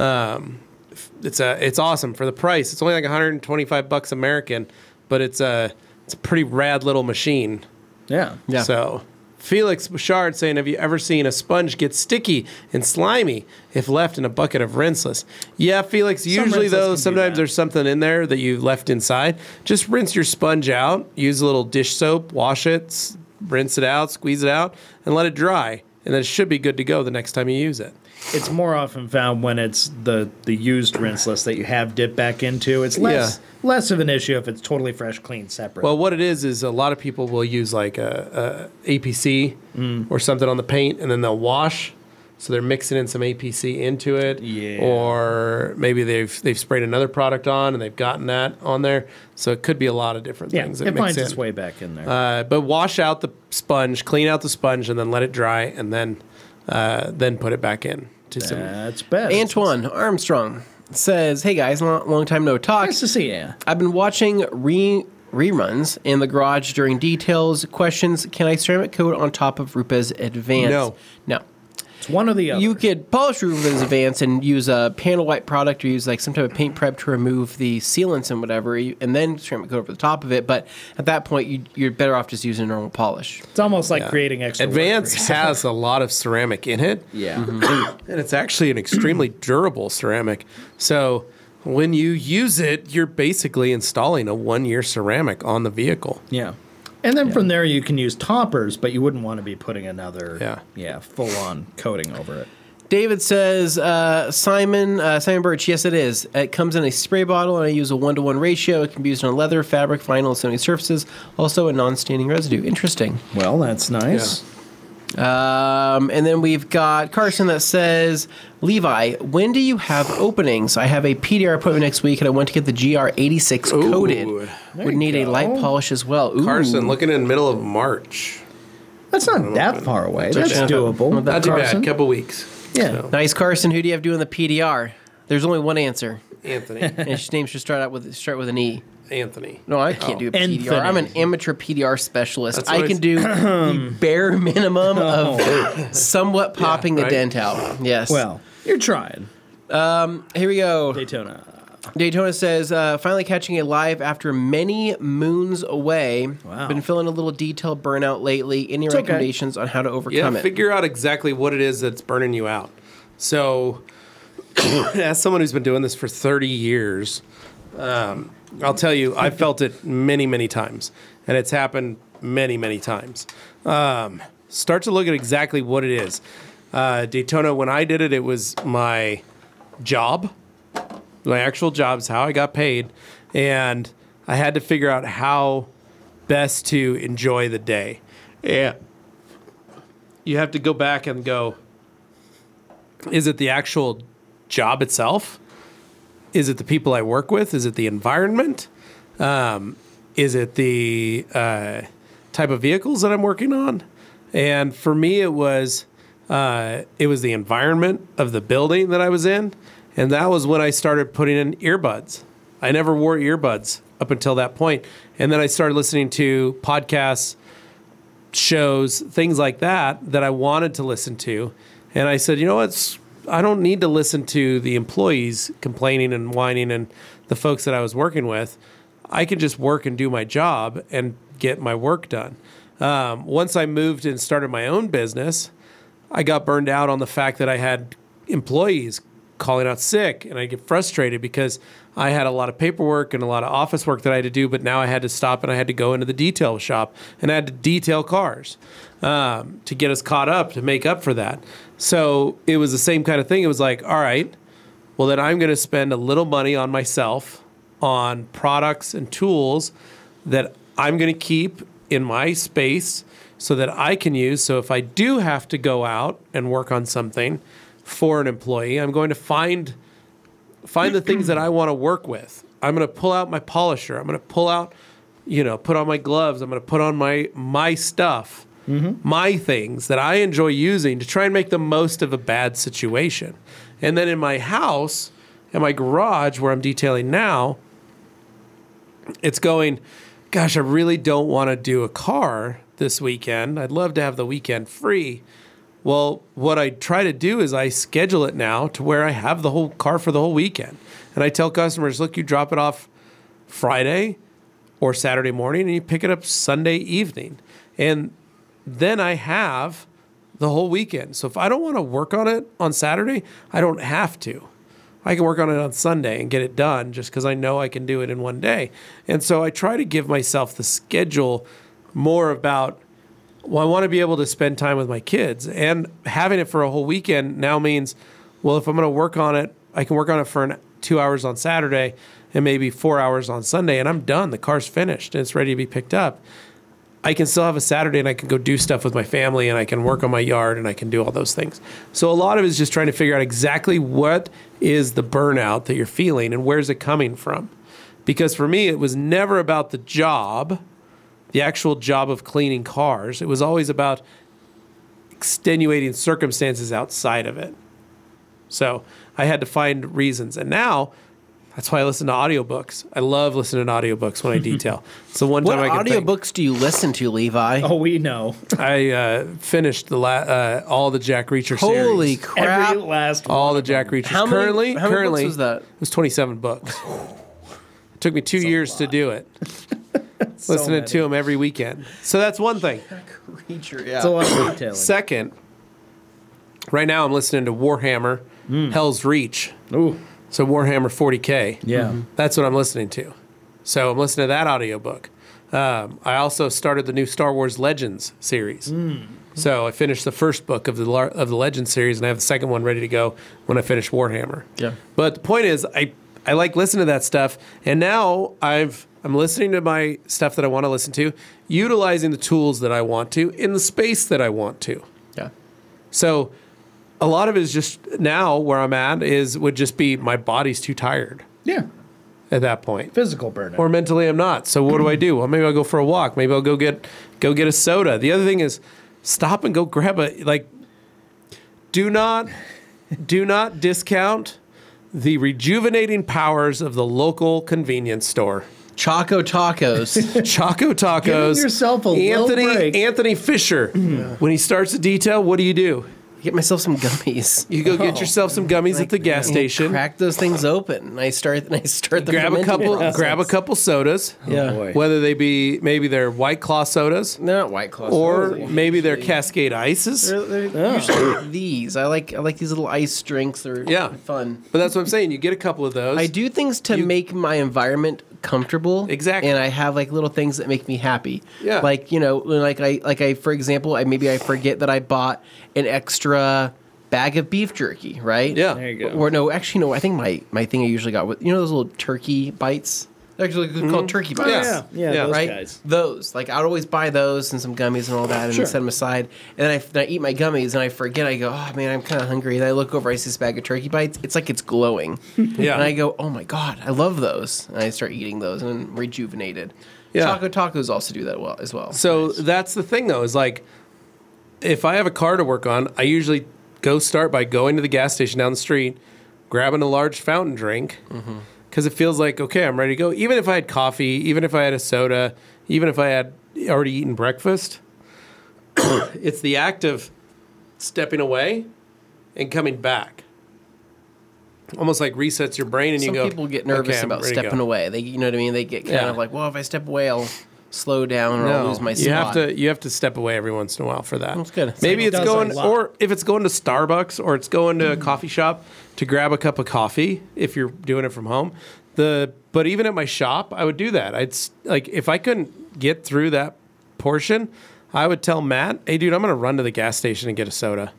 It's uh, it's awesome for the price. It's only like 125 bucks American, but it's a it's a pretty rad little machine.
Yeah.
Yeah.
So Felix Bouchard saying, "Have you ever seen a sponge get sticky and slimy if left in a bucket of rinseless?" Yeah, Felix. Usually
rinseless
though,
can do
sometimes
that.
there's something in there that you left inside. Just rinse your sponge out. Use a little dish soap, wash it, s- rinse it out, squeeze it out, and let it dry. And then it should be good to go the next time you use it.
It's more often found when it's the the used rinse list that you have dipped back into. It's less less of an issue if it's totally fresh, clean, separate.
Well, what it is is a lot of people will use like a, a APC
Mm.
or something on the paint, and then they'll wash. So they're mixing in some APC into it,
Yeah.
or maybe they've they've sprayed another product on and they've gotten that on there. So it could be a lot of different
yeah,
things.
it
mix
finds
in.
its way back in there.
Uh, but wash out the sponge, clean out the sponge, and then let it dry, and then uh, then put it back in to some.
That's best.
Antoine Armstrong says, Hey guys, long, long time no talk.
nice to see you.
I've been watching re reruns in the garage during details questions. Can I ceramic coat on top of Rupa's Advance?
No.
No.
It's one or the other.
You could polish Ruben's Advance and use a panel white product or use like some type of paint prep to remove the sealants and whatever, you- and then ceramic coat over the top of it. But at that point, you, you're better off just using normal polish.
it's almost like creating extra. work for
Advance
yourself.
has a lot of ceramic in it.
Yeah.
And it's actually an extremely durable ceramic. So when you use it, you're basically installing a one year ceramic on the vehicle.
Yeah. And then from there, you can use toppers, but you wouldn't want to be putting another,
Yeah.
full on coating over it.
David says, uh, Simon, uh, Simon Birch, yes, it is. It comes in a spray bottle, and I use a one to one ratio. It can be used on leather, fabric, vinyl, and so many surfaces. Also, a non staining residue. Interesting.
Well, that's nice.
Um, and then we've got Carson that says, Levi, when do you have openings? I have a PDR appointment next week, and I want to get the GR86
Ooh.
coated.
There
Would
you
need a
go.
light polish as well. Ooh.
Carson, looking in the middle of March.
That's not that far away.
That's
That's
okay.
doable.
Not that
Not too
Carson?
bad. Couple weeks.
Yeah.
Nice, Carson. Who do you have doing the PDR? There's only one answer,
Anthony.
and his name should start out with start with an E.
Anthony. Oh.
No, I can't do a PDR.
Anthony.
I'm an amateur PDR specialist.
That's
I
what
can
I-
do the bare minimum of somewhat popping
right?
a dent out. Yes.
Well, you're trying.
here we go.
Daytona.
Daytona says, uh, finally catching it live after many moons away.
Wow.
Been feeling a little detail burnout lately. Any
okay.
recommendations on how to
Yeah,
overcome it?
figure out exactly what it is that's burning you out. So, as someone who's been doing this for 30 years, um, I'll tell you, I felt it many, many times, and it's happened many, many times. Um, start to look at exactly what it is. Uh, Daytona, when I did it, it was my job my actual job is how I got paid, and I had to figure out how best to enjoy the day. Yeah, you have to go back and go. Is it the actual job itself? Is it the people I work with? Is it the environment? Um, is it the uh, type of vehicles that I'm working on? And for me, it was uh, it was the environment of the building that I was in, and that was when I started putting in earbuds. I never wore earbuds up until that point, and then I started listening to podcasts, shows, things like that that I wanted to listen to, and I said, you know what? I don't need to listen to the employees complaining and whining and the folks that I was working with. I can just work and do my job and get my work done. Um, once I moved and started my own business, I got burned out on the fact that I had employees calling out sick and I get frustrated because I had a lot of paperwork and a lot of office work that I had to do, but now I had to stop and I had to go into the detail shop and I had to detail cars um, to get us caught up to make up for that. So it was the same kind of thing. It was like, all right, well, then I'm going to spend a little money on myself on products and tools that I'm going to keep in my space so that I can use. So if I do have to go out and work on something for an employee, I'm going to find find the things that I want to work with. I'm going to pull out my polisher. I'm going to pull out, you know, put on my gloves. I'm going to put on my my stuff, my things that I enjoy using to try and make the most of a bad situation. And then in my house, in my garage where I'm detailing now, it's going, gosh, I really don't want to do a car this weekend. I'd love to have the weekend free. Well, what I try to do is I schedule it now to where I have the whole car for the whole weekend. And I tell customers, look, you drop it off Friday or Saturday morning and you pick it up Sunday evening. And then I have the whole weekend. So if I don't want to work on it on Saturday, I don't have to. I can work on it on Sunday and get it done just because I know I can do it in one day. And so I try to give myself the schedule more about, well, I want to be able to spend time with my kids. And having it for a whole weekend now means, well, if I'm going to work on it, I can work on it for an, two hours on Saturday and maybe four hours on Sunday, and I'm done. The car's finished and it's ready to be picked up. I can still have a Saturday and I can go do stuff with my family and I can work on my yard and I can do all those things. So a lot of it is just trying to figure out exactly what is the burnout that you're feeling and where's it coming from. Because for me, it was never about the job, the actual job of cleaning cars. It was always about extenuating circumstances outside of it. So I had to find reasons. And now That's why I listen to audiobooks. I love listening to audiobooks when I detail. so one
What
time I could think-
audiobooks do you listen to, Levi?
Oh, we know.
I uh, finished the la- uh, all the Jack Reacher series.
Holy crap.
Every last one.
All the Jack Reachers.
How many-
currently,
how many books
currently
was that?
It was 27 books. it took me two years to do it. Listening to
many.
them every weekend. So that's one thing.
Reacher, yeah.
It's a lot of detailing.
Second, right now I'm listening to Warhammer Hell's Reach.
Ooh,
So Warhammer 40K.
yeah.
That's what I'm listening to. So I'm listening to that audiobook. Um, I also started the new Star Wars Legends series. So I finished the first book of the lar- of the Legends series, and I have the second one ready to go when I finish Warhammer.
Yeah.
But the point is, I I like listening to that stuff, and now I've I'm listening to my stuff that I want to listen to, utilizing the tools that I want to in the space that I want to.
yeah.
So a lot of it is just now where I'm at is would just be my body's too tired
Yeah.
at that point
Physical burnout.
or mentally I'm not. So what do I do? Well, maybe I'll go for a walk. Maybe I'll go get go get a soda. The other thing is stop and go grab a like do not do not discount the rejuvenating powers of the local convenience store.
Choco Tacos.
Choco Tacos.
yourself a little
Anthony
break.
Anthony Fisher. When he starts a detail, what do you do?
Get myself some gummies.
You go
Oh,
get yourself some gummies at the gas station.
Crack those things open. And I start. And I start the
grab a
fermenting
couple
process.
grab a couple sodas.
Yeah.
boy.
Whether they be maybe they're white claw sodas.
They're not white claws.
or
They're-
maybe they're Cascade Ices.
they're, they're usually these. I like. I like these little ice drinks. They're
Yeah.
fun.
But that's what I'm saying. You get a couple of those.
I do things to make my environment comfortable.
Exactly.
And I have like little things that make me happy.
Yeah.
Like, you know, like I like I for example, I maybe I forget that I bought an extra bag of beef jerky, right?
Yeah.
There you go.
Or no, actually no, I think my my thing I usually got with you know those little turkey bites? They're actually called turkey bites.
Mm-hmm. Yeah.
yeah. Yeah.
Yeah.
Those
right?
guys.
Those. Like, I'd always buy those and some gummies and all that and
Sure.
set them aside. And then I, then I eat my gummies and I forget. I go, oh, man, I'm kind of hungry. And I look over, I see this bag of turkey bites. It's like it's glowing.
Yeah.
And I go, oh, my God, I love those. And I start eating those and I'm rejuvenated.
Yeah.
Choco tacos also do that well as well.
So that's the thing, though, is like if I have a car to work on, I usually go start by going to the gas station down the street, grabbing a large fountain drink,
Mm-hmm.
because it feels like, okay, I'm ready to go. Even if I had coffee, even if I had a soda, even if I had already eaten breakfast, it's the act of stepping away and coming back. Almost like resets your brain and
some
you go.
people get nervous
"Okay, I'm
about
ready to go."
stepping away. They, You know what I mean? They get kind
Yeah.
of like, well, if I step away, I'll slow down or I'll lose my spot.
You have to you have to step away every once in a while for that.
That's good.
Maybe
It
it's
does a
going
lot.
or if it's going to Starbucks or it's going to a coffee shop to grab a cup of coffee if you're doing it from home. The but even at my shop, I would do that. I'd s- like if I couldn't get through that portion, I would tell Matt, "Hey dude, I'm going to run to the gas station and get a soda."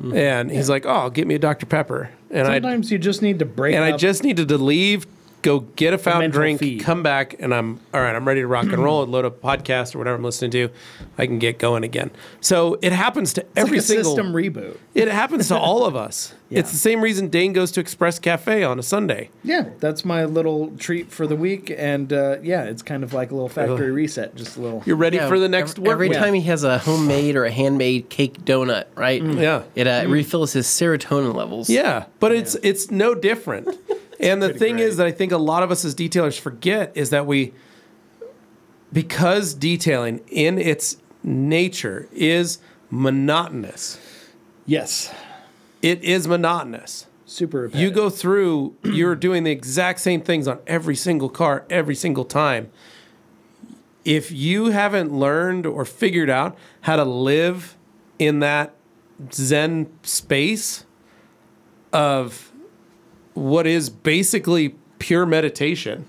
Mm-hmm.
And he's like, "Oh, get me a Dr Pepper." And I
Sometimes you just need to break
and
up.
I just needed to leave, go get a fountain
mental
drink,
feed.
come back, and I'm all right. I'm ready to rock and roll and load up a podcast or whatever I'm listening to. I can get going again. So it happens to
It's
every
like a
single.
system reboot.
It happens to all of us. It's the same reason Dane goes to Express Cafe on a Sunday.
Yeah, that's my little treat for the week, and uh, yeah, it's kind of like a little factory reset, just a little.
You're ready
Yeah,
for the next
every,
work.
every
week.
time he has a homemade or a handmade cake donut, right?
Mm. Yeah.
It uh, refills his serotonin levels.
Yeah, but it's it's no different. and the thing
great.
is that I think a lot of us as detailers forget is that we because detailing in its nature is monotonous.
yes,
It is monotonous.
super.
You
repetitive.
go through, you're doing the exact same things on every single car every single time. If you haven't learned or figured out how to live in that Zen space of what is basically pure meditation,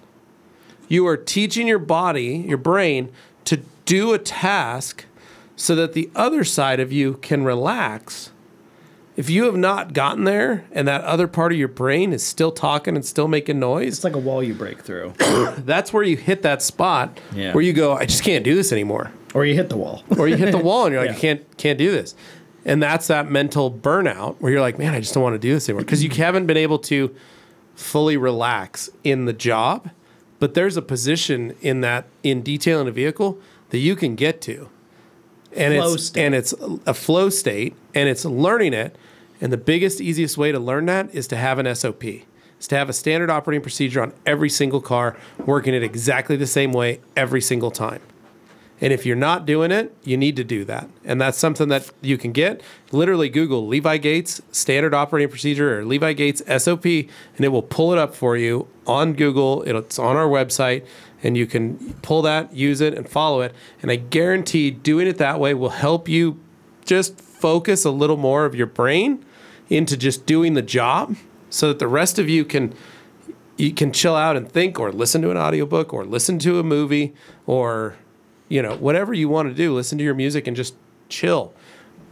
you are teaching your body, your brain, to do a task so that the other side of you can relax if you have not gotten there and that other part of your brain is still talking and still making
It's
noise,
like a wall you break through,
that's where you hit that spot
Yeah.
where you go, I just can't do this anymore.
or you hit the wall.
Or you hit the wall and you're like,
Yeah.
I can't can't do this. And that's that mental burnout where you're like, man, I just don't want to do this anymore. Because you haven't been able to fully relax in the job. But there's a position in that in detailing a vehicle that you can get to. And
Flow
it's
state.
and it's a flow state and it's learning it. And the biggest, easiest way to learn that is to have an SOP. Is is to have a standard operating procedure on every single car, working it exactly the same way every single time. And if you're not doing it, you need to do that. And that's something that you can get. Literally Google Levi Gates standard operating procedure or Levi Gates SOP, and it will pull it up for you on Google. It'll- It's on our website, and you can pull that, use it, and follow it. And I guarantee doing it that way will help you just focus a little more of your brain into just doing the job so that the rest of you can you can chill out and think or listen to an audiobook or listen to a movie or you know whatever you want to do listen to your music and just chill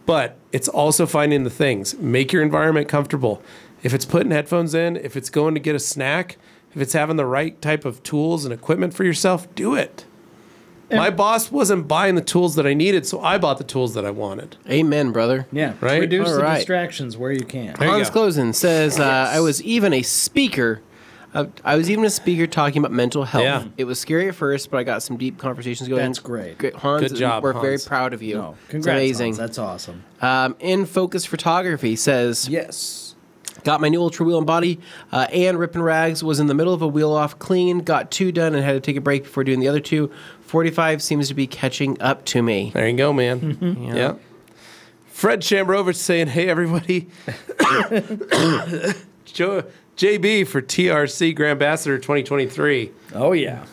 but it's also finding the things make your environment comfortable if it's putting headphones in if it's going to get a snack if it's having the right type of tools and equipment for yourself do it my boss wasn't buying the tools that i needed so i bought the tools that i wanted
Amen, brother.
Yeah,
Right?
reduce the
Alright.
distractions where you can.
There you
Hans
go.
Closen says, uh, I was even a speaker. Uh, I was even a speaker talking about mental health.
Yeah.
It was scary at first, but I got some deep conversations going.
That's great.
Hans,
Good job,
We're very
Hans.
proud of you.
No,
It's
Oh, congrats.
amazing.
Hans, That's awesome.
Um, in Focus Photography says,
Yes.
Got my new ultra wheel and body. Uh, and ripping rags was in the middle of a wheel off clean. Got two done and had to take a break before doing the other two. Forty five seems to be catching up to me.
There you go, man.
Mm-hmm.
yeah. Fred Shambrovich saying, hey, everybody. jo- JB for TRC Grand Ambassador 2023.
Oh yeah.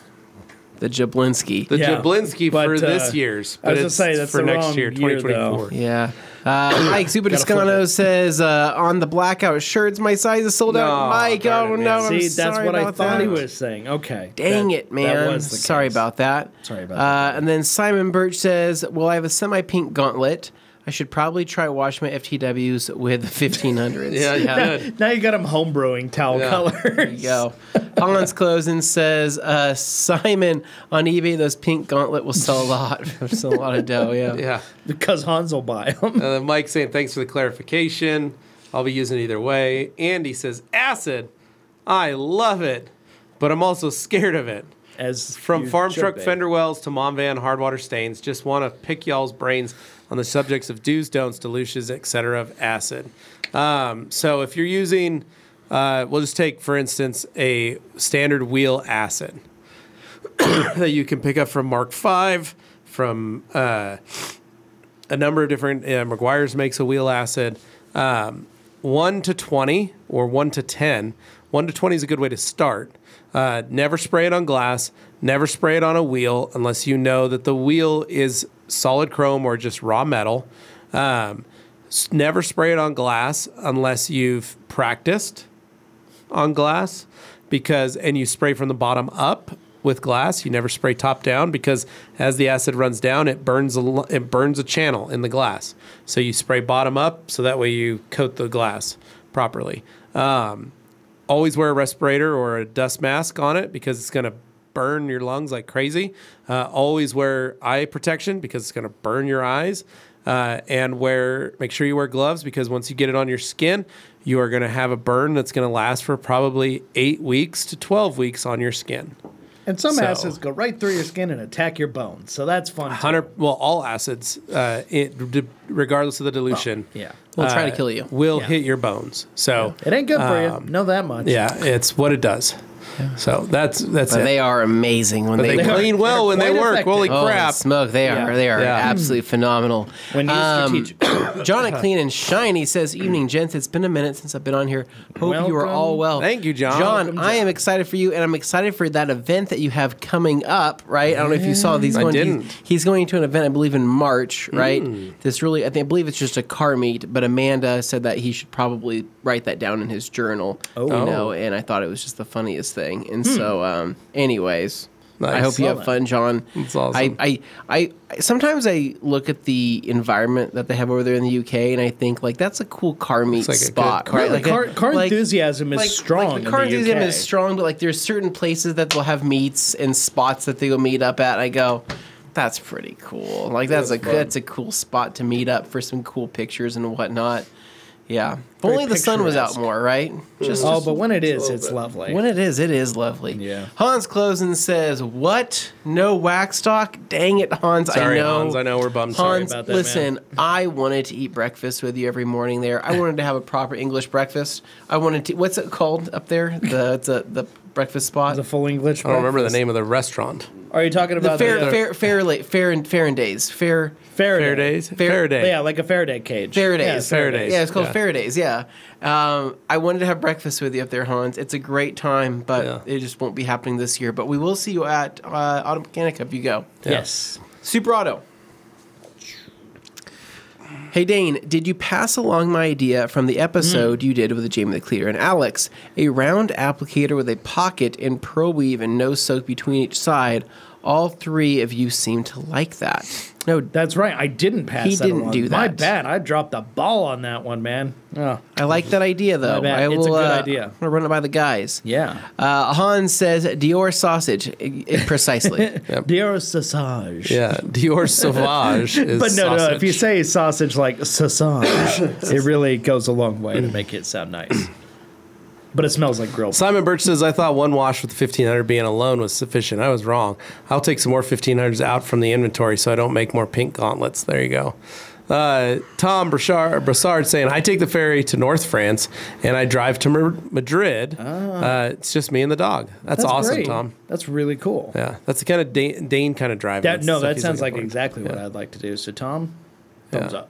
The Jablinski.
The
Yeah,
Jablinski
but,
for
uh,
this year's.
I was gonna
it's
say, that's
for
the
next
wrong
year,
year, though.
2024.
yeah. Uh, Mike Superdiscano says uh, on the blackout shirts, my size is sold out.
No,
Mike,
darn
oh
it,
no,
man.
I'm
See, that's
sorry
what I
about
thought
that.
he was saying. Okay.
Dang
That-
it, man.
That was the
Sorry
case.
about that.
Sorry about
Uh, and then Simon Birch says, Well, I have a semi pink gauntlet. I should probably try wash my FTWs with 1500s.
Yeah, you
There
did.
Now you got him homebrewing towel
Yeah.
colors.
you go. Hans Closen says, uh, Simon, on eBay, those pink gauntlet will sell a lot. sell a lot of dough, yeah.
Yeah.
because Hans will buy them.
Uh, Mike saying, thanks for the clarification. I'll be using it either way. Andy says, acid. I love it, but I'm also scared of it.
As
From
you
farm
should
truck
be.
fender wells to mom van hardwater stains, just want to pick y'all's brains on the subjects of do's, don'ts, dilutions, etc. of acid. Um, so if you're using, uh, we'll just take for instance a standard wheel acid that you can pick up from Mark Five, from uh, a number of different. Uh, McGuire's makes a wheel acid. Um, one to twenty or one to ten. One to twenty is a good way to start. Uh, never spray it on glass. Never spray it on a wheel unless you know that the wheel is solid chrome or just raw metal. Um, s- never spray it on glass unless you've practiced on glass because and you spray from the bottom up with glass you never spray top down because as the acid runs down it burns a l- it burns a channel in the glass so you spray bottom up so that way you coat the glass properly um, always wear a respirator or a dust mask on it because it's going to burn your lungs like crazy uh, always wear eye protection because it's going to burn your eyes uh, and wear make sure you wear gloves because once you get it on your skin you are going to have a burn that's going to last for probably eight weeks to 12 weeks on your skin
And some
So-
acids go right through your skin and attack your bones. So that's fun. too.
100 well all acids uh, it, d- regardless of the dilution
yeah.
We'll try to
uh,
kill you.
will
Yeah.
hit your bones so
It ain't good for you. Know that much.
Um, yeah it's what it does so that's that's
But
it.
they are amazing when
They,
they, work.
clean
are-
well when
they're
they
quite
work.
effective.
Holy
Oh,
crap!
smoke! They are
Yeah.
they are
Yeah.
absolutely phenomenal.
When used
Um,
strategically.
John at Clean and Shiny says, "Evening, gents. It's been a minute since I've been on here. Hope you are
Welcome.
all well.
Thank you, John.
John,
Welcome,
I
John.
am excited for you, and I'm excited for that event that you have coming up. Right? I don't know if you saw these.
I
going,
didn't. Hmm.
He's, he's going to an event, I believe, in March. Right? This really, I think, I believe it's just a car meet. But Amanda said that he should probably write that down in his journal. Oh, you
Oh.
know, and I thought it was just the funniest thing.
Hmm.
And so, um, anyways. I
Nice.
hope you
Love
have
it.
fun, John.
That's awesome.
I, I, I sometimes I look at the environment that they have over there in the UK, and I think like that's a cool car meet
like a good
spot,
car-
right?
Yeah,
Like
car,
a-
car
like-
enthusiasm is
like-
strong.
Like the car
in the
enthusiasm
UK.
is strong, but like there's certain places that they'll have meets and spots that they'll meet up at. And I go, that's pretty cool. Like that's, a that's a cool spot to meet up for some cool pictures and whatnot. Yeah. If
Very
only the sun was out
picturesque.
more, right? Just,
Oh,
just-
but when it is,
little
it's
bit.
lovely.
when it is, it is lovely.
Yeah.
Hans Closen says, "What? No wax stock? Dang it, Hans!
Sorry,
I know.
Hans. I know we're bummed. Sorry
Hans,
about that,
listen, I wanted to eat breakfast with you every morning there. I wanted to have a proper English breakfast. I wanted to. What's it called up there? The it's a, the breakfast spot.
the full English.
I don't remember the
breakfast.
name of the restaurant.
Are you talking
the
about
fair,
the,
fair, fair, fair, fair, fair days, fair,
Faraday?
Fairdays.
Fair-
Faraday.
Yeah, like a Faraday cage.
Faraday's.
Yeah,
Faraday's.
Yeah, it's called
Yeah.
Faraday's. Yeah. Um, I wanted to have breakfast with you up there, Hans. It's a great time, but
Yeah.
it just won't be happening this year. But we will see you at uh, Auto Mechanica if you go.
Yes.
Super Auto. Hey Dane, did you pass along my idea from the
Hmm.
episode you did with Jamie the Cleaner and Alex? A round applicator with a pocket and pearl weave and no soak between each side. All three of you seem to like that. No,
That's right. I didn't pass.
He
that
didn't
along.
do
My
that.
bad. I dropped the ball on that one, man. Oh,
I like that idea though.
bad.
I
It's a
will,
good
uh,
idea.
I'm gonna run it by the guys.
yeah.
Uh, Hans says Dior sausage, I- I- precisely.
Dear sausage.
Yeah, Dior Sauvage is
But no, no.
sausage.
If you say sausage like sausage, it really goes a long way to make it sound nice. But it smells like grilled.
Simon Birch says, I thought one wash with 1500 being alone was sufficient. I was wrong. I'll take some more 1500s out from the inventory so I don't make more pink gauntlets. There you go. Uh, Tom Brassard, Brassard saying, I take the ferry to North France and I drive to Mar- Madrid. Uh, it's just me and the dog. That's, awesome,
Ah. great.
Tom.
That's really cool.
Yeah, that's the kind of Dane, Dane kind of driving.
That
That's
no,
stuff
that
he's
sounds like
looking for.
exactly what I'd like to do. So Tom, thumbs
Yeah.
up.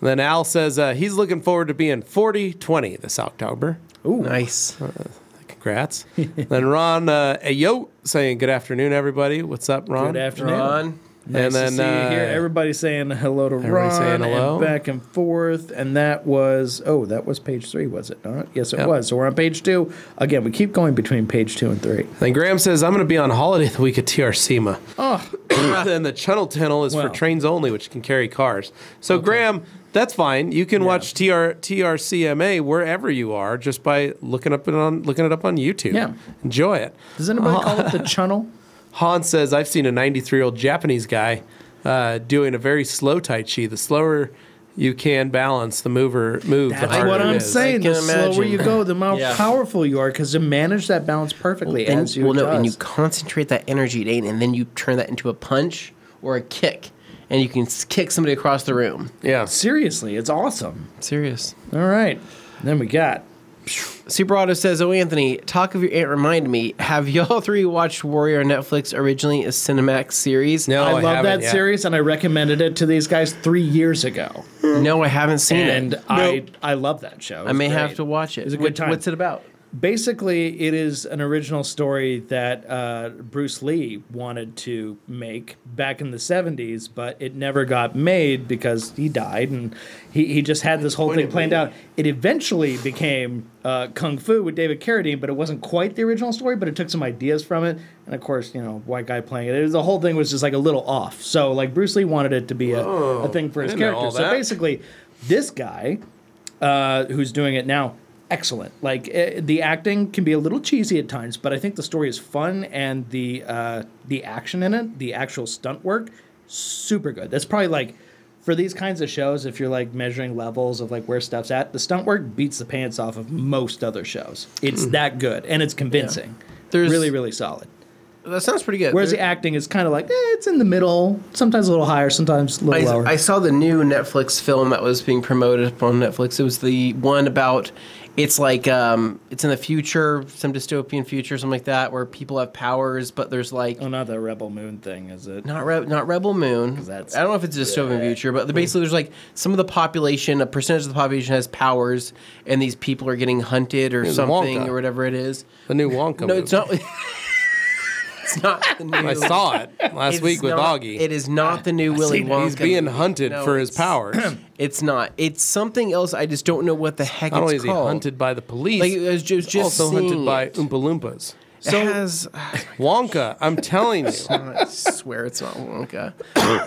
Then Al says uh, he's looking forward to being 40 20 this October.
Ooh,
nice.
Congrats. then Ron uh, Ayo saying, Good afternoon, everybody. What's up, Ron?
good afternoon.
Ron,
Nice
and then
to see you here.
uh,
Everybody's saying hello to Ron.
everybody saying hello.
And back and forth. And that was, oh, that was page three, was it not? Yes, it
Yep.
was. So we're on page two. Again, we keep going between page two and three.
Then Graham says, I'm going to be on holiday the week of TRCMA.
Oh,
then the Channel Tunnel is
Wow.
for trains only, which can carry cars. So, Graham, that's fine. You can watch TR, TRCMA wherever you are just by looking up it on looking it up on YouTube.
Yeah.
Enjoy it. Uh,
does anybody call it the chunnel?
Han says, I've seen a 93 year old Japanese guy uh, doing a very slow Tai Chi. The slower you can balance, the mover move. the
That's
harder
what
it
I'm
is.
saying.
I
The
can
slower
imagine.
you go, the more
Yeah.
powerful you are because you manage that balance perfectly
and,
as you
well, no, and you
adjust.
concentrate that energy, Dane, and then you turn that into a punch or a kick, and you can s- kick somebody across the room.
Yeah.
Seriously, it's awesome.
Serious.
All right. Then we got
Super Auto says, "Oh, Anthony, talk of your aunt. Remind me, have y'all three watched Warrior on Netflix originally a Cinemax series?
No,
I
I
love
haven't
that
yet.
series, and I recommended it to these guys three years ago,
no, I haven't seen
and
it.
I
Nope.
I love that show.
I may have to watch it.
It was a good
What-
time.
What's it about?
Basically, it is an original story that uh, Bruce Lee wanted to make back in the '70s, but it never got made because he died, and he, he just had this whole thing planned out. It eventually became uh, Kung Fu with David Carradine, but it wasn't quite the original story. But it took some ideas from it, and of course, you know, white guy playing it. it was, the whole thing was just like a little off. So, like Bruce Lee wanted it to be a, a thing for his
Oh, didn't know
character.
all
So
that.
basically, this guy uh, who's doing it now, excellent. Like eh, the acting can be a little cheesy at times, but I think the story is fun and the uh, the action in it, the actual stunt work, super good. That's probably like for these kinds of shows, if you're like measuring levels of like where stuff's at, the stunt work beats the pants off of most other shows. It's that good and it's convincing.
Mm-hmm. There's-
really, really solid.
That sounds pretty good.
Whereas
There-
the acting is kind of like eh, it's in the middle, sometimes a little higher, sometimes a little
I,
lower.
I saw the new Netflix film that was being promoted on Netflix. It was the one about it's like um, it's in the future, some dystopian future, something like that, where people have powers, but there's like
oh, not the Rebel Moon thing, is it?
not Re- not Rebel Moon.
that's-
I don't know if it's a dystopian future, but basically there's like some of the population, a percentage of the population has powers, and these people are getting hunted or
It's
something
Wonka.
or whatever it is.
The new Wonka
No, it's not. it's not the new.
I saw it last
it's
week with
not-
Augie.
It is not the new Willy
seen it.
Wonka.
He's being
movie.
hunted
No,
for his
it's-
powers.
It's not. It's something else. I just don't know what the heck
Not only is
it's
he
called.
hunted by the police,
Like, I was ju- just
also hunted
seeing
by
it.
Oompa Loompas.
It has.
Wonka, I'm telling you.
I swear it's not Wonka.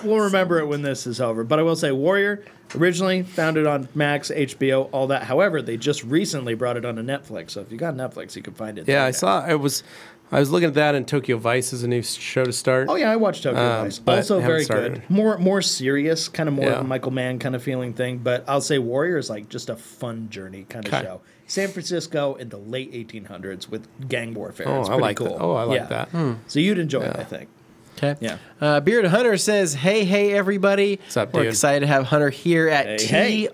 We'll remember it when this is over. But I will say, Warrior originally founded on Max, HBO, all that. However, they just recently brought it onto Netflix. So if you got Netflix, you can find it.
Yeah,
there
I
now.
saw. I was I was looking at that, and Tokyo Vice is a new show to start.
Oh yeah, I watched Tokyo
Um,
Vice.
but
Also
haven't
very
started.
good. More more serious, kind of more
Yeah.
of a Michael Mann kind of feeling thing. But I'll say Warrior is like just a fun journey kind of
Okay.
show. San Francisco in the late 1800s with gang warfare.
Oh,
it's
I
pretty
like
cool.
that. Oh, I like that. Hmm.
So you'd enjoy it, I think.
Okay.
Yeah.
Uh, Beard Hunter says, "Hey, hey, everybody! What's
up,
We're
dude?
excited to have Hunter here at
Hey, hey.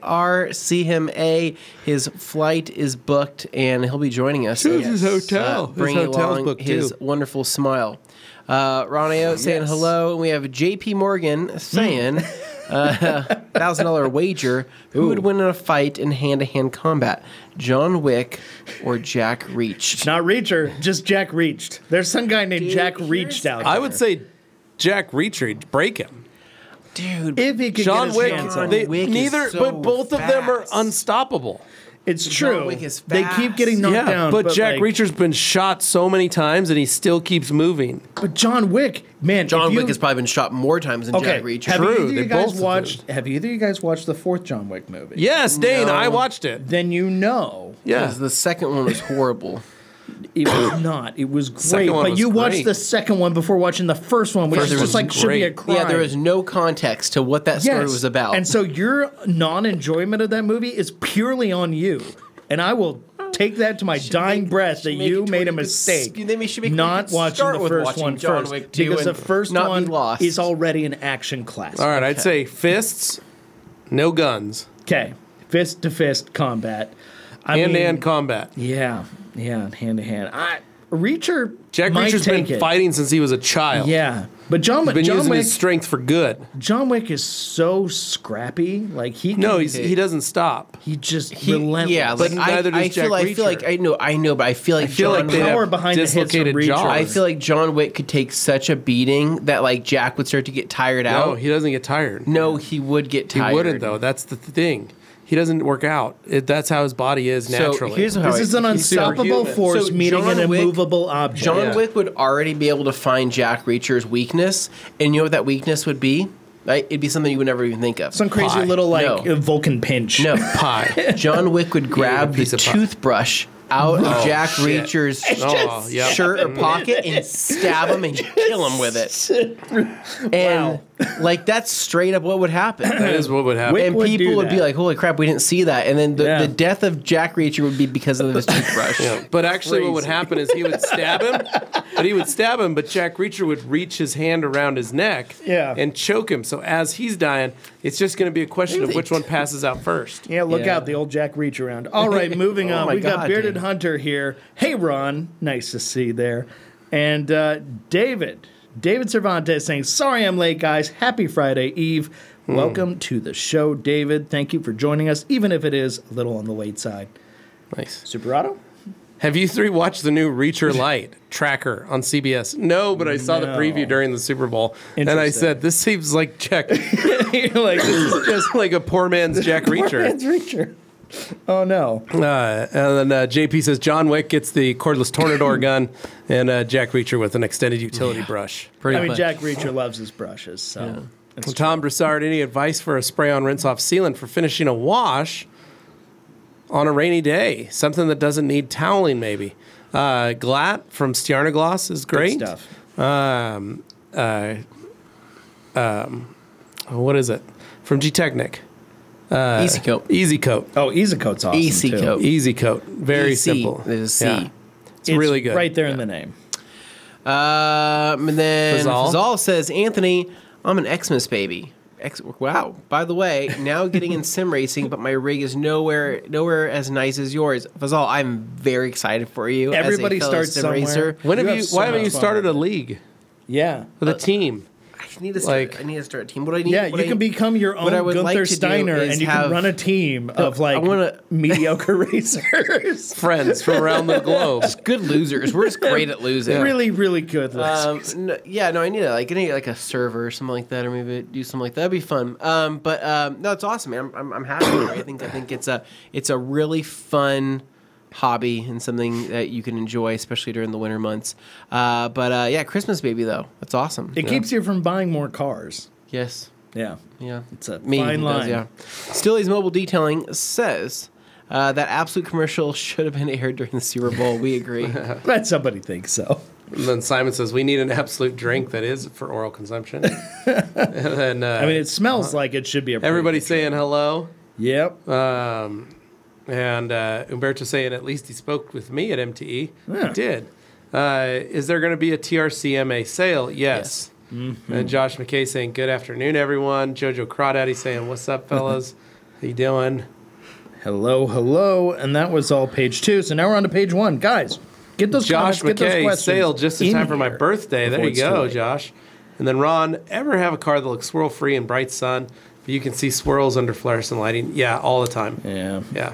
TRCMA. His flight is booked, and he'll be joining us. Uh,
This is hotel. This
bringing
hotel's
along
booked,
his
too.
wonderful smile. Uh, Ronio saying
Yes.
hello, and we have J.P. Morgan saying."
Hmm.
uh, Thousand dollar wager. Who would win in a fight in hand to hand combat, John Wick or Jack Reach?
Not Reacher, just Jack Reached. There's some guy named Jack
here's
Reached out.
I
there.
would say Jack Reacher, break him.
Dude,
if he could get
John
his
Wick,
hands
on
on
it.
it.
they,
Wick is
neither,
so
but both of them are
fast.
unstoppable.
It's
John
true.
Wick is
They keep
fast.
getting knocked
yeah,
down.
but, Jack
like,
Reacher's been shot so many times, and he still keeps moving.
But John Wick, man,
John
if you,
Wick has probably been shot more times than
okay.
Jack Reach.
Have
True,
either
they
you guys
both
watched? Have either you guys watched the fourth John Wick movie?
Yes, Dane,
No.
I watched it.
Then you know
Yeah,
Because the second one was horrible.
It was not. It was great.
one
But
was
you watched
great.
the second one before watching the first one, which
First
is
one
just like
was
should be a
great.
crime.
yeah, there was no context to what that story
Yes.
was about.
And so your non-enjoyment of that movie is purely on you. And I will take that to my dying
make-
breath that
should make
you
it
made a
toward-
mistake.
then we should make- we
not
could
watching
start
the
with
first
watching
one
John
first,
Wick 2
because the
and
first
not be
one
lost.
is already an action classic.
All right, I'd say fists, no guns,
Okay, fist to fist combat. I
hand to
mean,
hand combat.
Yeah, yeah, hand to hand. I Reacher.
Jack
might
Reacher's been
take it.
fighting since he was a child.
Yeah, but John
Been
John
using
Wick.
his strength for good.
John Wick is so scrappy. Like he can,
No, he's, he doesn't stop.
he just
He-
relentless.
Yeah, like
But
I,
neither does
I feel,
Jack
I feel like
Reacher.
I know, I know, but I feel like I
feel
John
like they
Wick,
power
have
behind the hits of
dislocated
Reacher.
jaws.
I feel like John Wick could take such a beating that like Jack would start to get tired out.
no, he doesn't get tired.
no, he would get
he
tired.
wouldn't though. That's the thing. He doesn't work out. It, that's how his body is
So
naturally.
here's how
this
I-
is an
he's super-
unstoppable
superhuman.
force
So
meeting
John
an
Wick-
immovable object.
John
Yeah.
Wick would already be able to find Jack Reacher's weakness, and you know what that weakness would be? Right? It'd be something you would never even think of.
Some crazy
Pie.
little like
No.
Vulcan pinch.
no.
pie.
John Wick would grab the
piece of pie. Oh,
toothbrush out of Jack
shit.
Reacher's
oh, yeah.
shirt or pocket and stab him and kill him with it. And like that's straight up what would happen.
That is what would happen.
Wait,
and
would
people
do
would be
that.
like, "Holy crap, we didn't see that!" And then the,
Yeah.
the death of Jack Reacher would be because of this toothbrush.
Yeah, But actually, what would
Crazy.
happen is he would stab him, but he would stab him, but Jack Reacher would reach his hand around his neck
Yeah.
and choke him. So as he's dying, it's just going to be a question of which one passes out first.
Yeah, look
Yeah.
out, the old Jack Reach around. All right, moving
Oh
on.
my
We
God,
got Bearded
dude.
Hunter here. Hey, Ron. Nice to see you there. And uh, David. David Cervantes saying, Sorry I'm late, guys. Happy Friday Eve.
Hmm.
Welcome to the show, David. Thank you for joining us, even if it is a little on the late side.
Nice.
Superado?
Have you three watched the new Reacher Light tracker on CBS? No, but I saw the
No.
preview during the Super Bowl, and I
Interesting.
said, "This seems like Jack,
You're like, this is
just like a poor man's Jack
poor
Reacher."
man's Reacher. Oh, no.
Uh, and then uh, JP says John Wick gets the cordless tornador gun, and uh, Jack Reacher with an extended utility brush.
Pretty
I mean,
much.
Jack Reacher loves his brushes, so. it's
Well, Tom Broussard, any advice for a spray on rinse off sealant for finishing a wash on a rainy day? Something that doesn't need toweling, maybe. Uh, Glatt from Stiarna Gloss is great.
stuff.
Um, uh, um, what is it? From G Technic.
Easy coat.
Easy Coat.
Oh, Easy Coat's awesome.
Easy
too.
Coat.
Easy Coat. Very
EC.
simple.
There's a C.
Yeah. It's, really good.
Right there in the name.
Um, and then
Fazal?
Fazal? says, Anthony, I'm an Xmas baby. X- wow. By the way, now getting in sim racing, but my rig is nowhere nowhere as nice as yours. Fazal, I'm very excited for you. as a
Everybody
fellow
starts
sim
somewhere.
racer.
When have
You
you,
have so
why haven't
much
you
fun
started a
with
league
Yeah.
with a team?
I need to start,
like-
I need to start a team. What do I need?
Yeah,
what
you
I-
can become your own
what I would
Gunther
like to do
Steiner,
is
and you
have-
can run a team of
I
like
wanna-
mediocre racers.
Friends from around the globe.
good losers. We're just great at losing.
Really, really good.
Um, no, yeah, no, I need a, like I need like a server or something like that, or maybe do something like that. That'd be fun. Um, but um, no, it's awesome, man. I'm, I'm, I'm happy. for it. I think I think it's a it's a really fun hobby and something that you can enjoy, especially during the winter months. Uh, but uh, yeah, Christmas baby though, that's awesome.
it keeps you from buying more cars.
yes,
Yeah.
yeah,
It's a
Me,
fine
he does,
line.
yeah. Stilly's mobile detailing says. Uh, that absolute commercial should have been aired during the Super Bowl. We agree.
Glad somebody thinks so.
And then Simon says, "We need an absolute drink that is for oral consumption." and then uh,
I mean, it
Uh-huh.
smells like it should be a. pretty
everybody
good-
saying hello,
Yep.
Uh,
um, and uh, Umberto saying, "At least he spoke with me at MTE."
Yeah.
He did. Uh, is there going to be a TRCMA sale? Yes. Mm-hmm.
Mm-hmm.
And Josh McKay saying, "Good afternoon, everyone." Jojo Crawdaddy saying, "What's up, fellas? How you doing?"
hello, hello, and that was all page two. So now we're on to page one, guys. Get those
Josh
comments, get those
Mckay
questions
sale just in, time for my
here.
birthday. There
before
you
it's
go,
too late.
Josh. And then Ron, ever have a car that looks swirl free in bright sun, but you can see swirls under fluorescent lighting? Yeah, all the time. Yeah.
Yeah.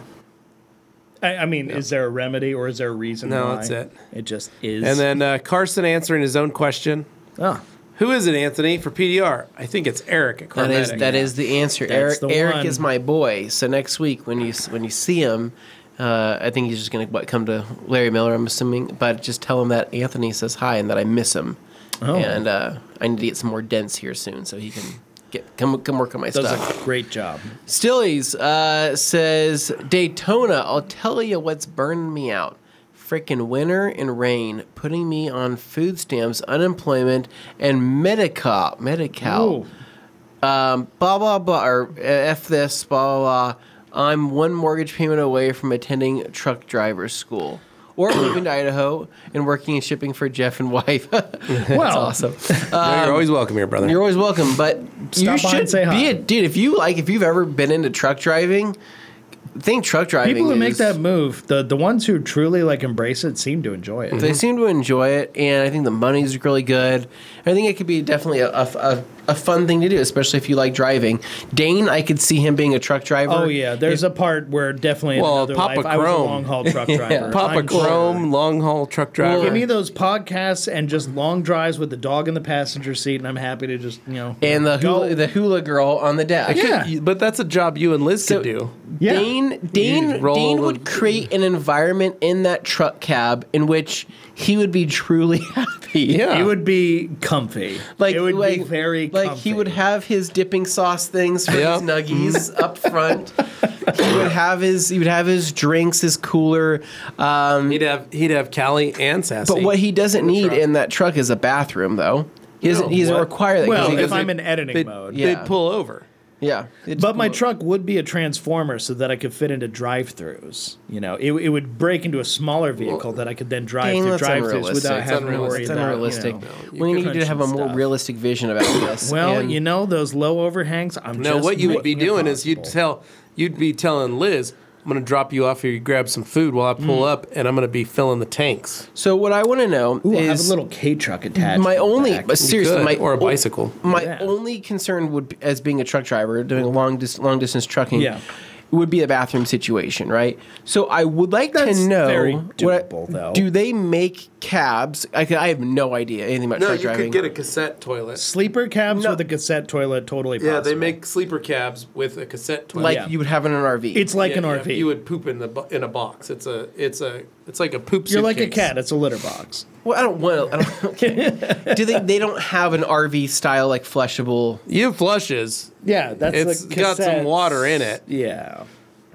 I, I mean, is there a remedy or is there a reason?
No,
why?
that's it.
It just is.
And then uh, Carson answering his own question.
Ah,
Who is it, Anthony, for PDR? I think it's Eric at
That
Carmatic.
is that is the answer.
That's
Eric
the
Eric
one.
is my boy. So next week when you when you see him, uh, I think he's just gonna what, come to Larry Miller. I'm assuming, but just tell him that Anthony says hi and that I miss him.
Oh.
And uh, I need to get some more dents here soon so he can get come come work on my
does
stuff.
a great job.
Stillies uh, says Daytona. I'll tell you what's burning me out. Frickin' winter and rain, putting me on food stamps, unemployment, and Medi-Cal. Medi-Cal.
Ooh.
Um, blah blah blah. Or uh, f this. Blah blah blah. I'm one mortgage payment away from attending truck driver school, or moving to Idaho and working and shipping for Jeff and wife. That's
Well.
awesome.
No, you're always welcome here, brother.
um, You're always welcome, but you
Stop by and
should
say hi.
be a dude. If you like, if you've ever been into truck driving, I think truck driving.
People who make
is-
that move, the the ones who truly like embrace it, seem to enjoy it.
they seem to enjoy it, and I think the money's really good. I think it could be definitely a, a, a, a fun thing to do, especially if you like driving. Dane, I could see him being a truck driver.
Oh yeah, there's a part where definitely in
Well,
another
Papa
life, I was a
Chrome.
long haul truck driver.
Papa
I'm sure.
Chrome, long haul truck driver.
Give me those podcasts and just long drives with the dog in the passenger seat, and I'm happy to just you know.
And the
go.
hula, the hula girl on the deck.
Yeah.
You- But that's a job you and Liz could do.
Yeah.
Dane Dane
roll
Dane
the-
would create an environment in that truck cab in which he would be truly happy.
Yeah.
it would be comfy.
Like
it would
like,
be very
like
comfy.
he would have his dipping sauce things for
Yeah.
his
Mm-hmm.
nuggies up front. he would have his he would have his drinks, his cooler. Um,
He'd have he'd have Callie and Sassy.
but what he doesn't need
truck.
in that truck is a bathroom, though. He doesn't. he doesn't
what?
require that. 'cause
Well,
he
if
doesn't-
I'm in editing
they'd,
mode,
Yeah.
they'd pull over.
yeah. It's
But my
cool.
truck would be a transformer so that I could fit into drive-throughs. You know, it, it would break into a smaller vehicle that I could then drive
Dang,
through
that's
drive-throughs
unrealistic.
without
It's
having to worry
unrealistic.
about.
It's
you
unrealistic.
know.
we
could
need to
crunch
have a
some
more
stuff.
realistic vision about this.
Well,
and-
you know those low overhangs. I'm
No,
just
what you would be
making it
doing is you'd
possible.
tell you'd be telling Liz, I'm gonna drop you off here, you grab some food while I pull up and I'm gonna be filling the tanks.
So what I want to know
Ooh, I have a
is
little K truck attached.
my
to the
only
back.
but seriously
Good,
my
or a
o-
bicycle.
My
Yeah.
only concern would, be, as being a truck driver doing long dis- long distance trucking,
Yeah.
would be a bathroom situation, right? So I would like
That's
to know.
very
what-
doable, though.
Do they make cabs? I, could- I have no idea anything about truck driving.
cassette toilet.
sleeper cabs
No.
with a cassette toilet. Totally.
Yeah,
possible.
they make sleeper cabs with a cassette toilet.
like
Yeah.
you would have in an RV.
It's like an
Yeah,
RV.
You would poop in the bo- in a box. It's a it's a it's like a poop.
You're like a
suitcase.
cat. It's a litter box.
well, I don't want. I don't, okay. do they? They don't have an RV style like flushable.
You have flushes.
Yeah, that's
It's got some water in it,
Yeah.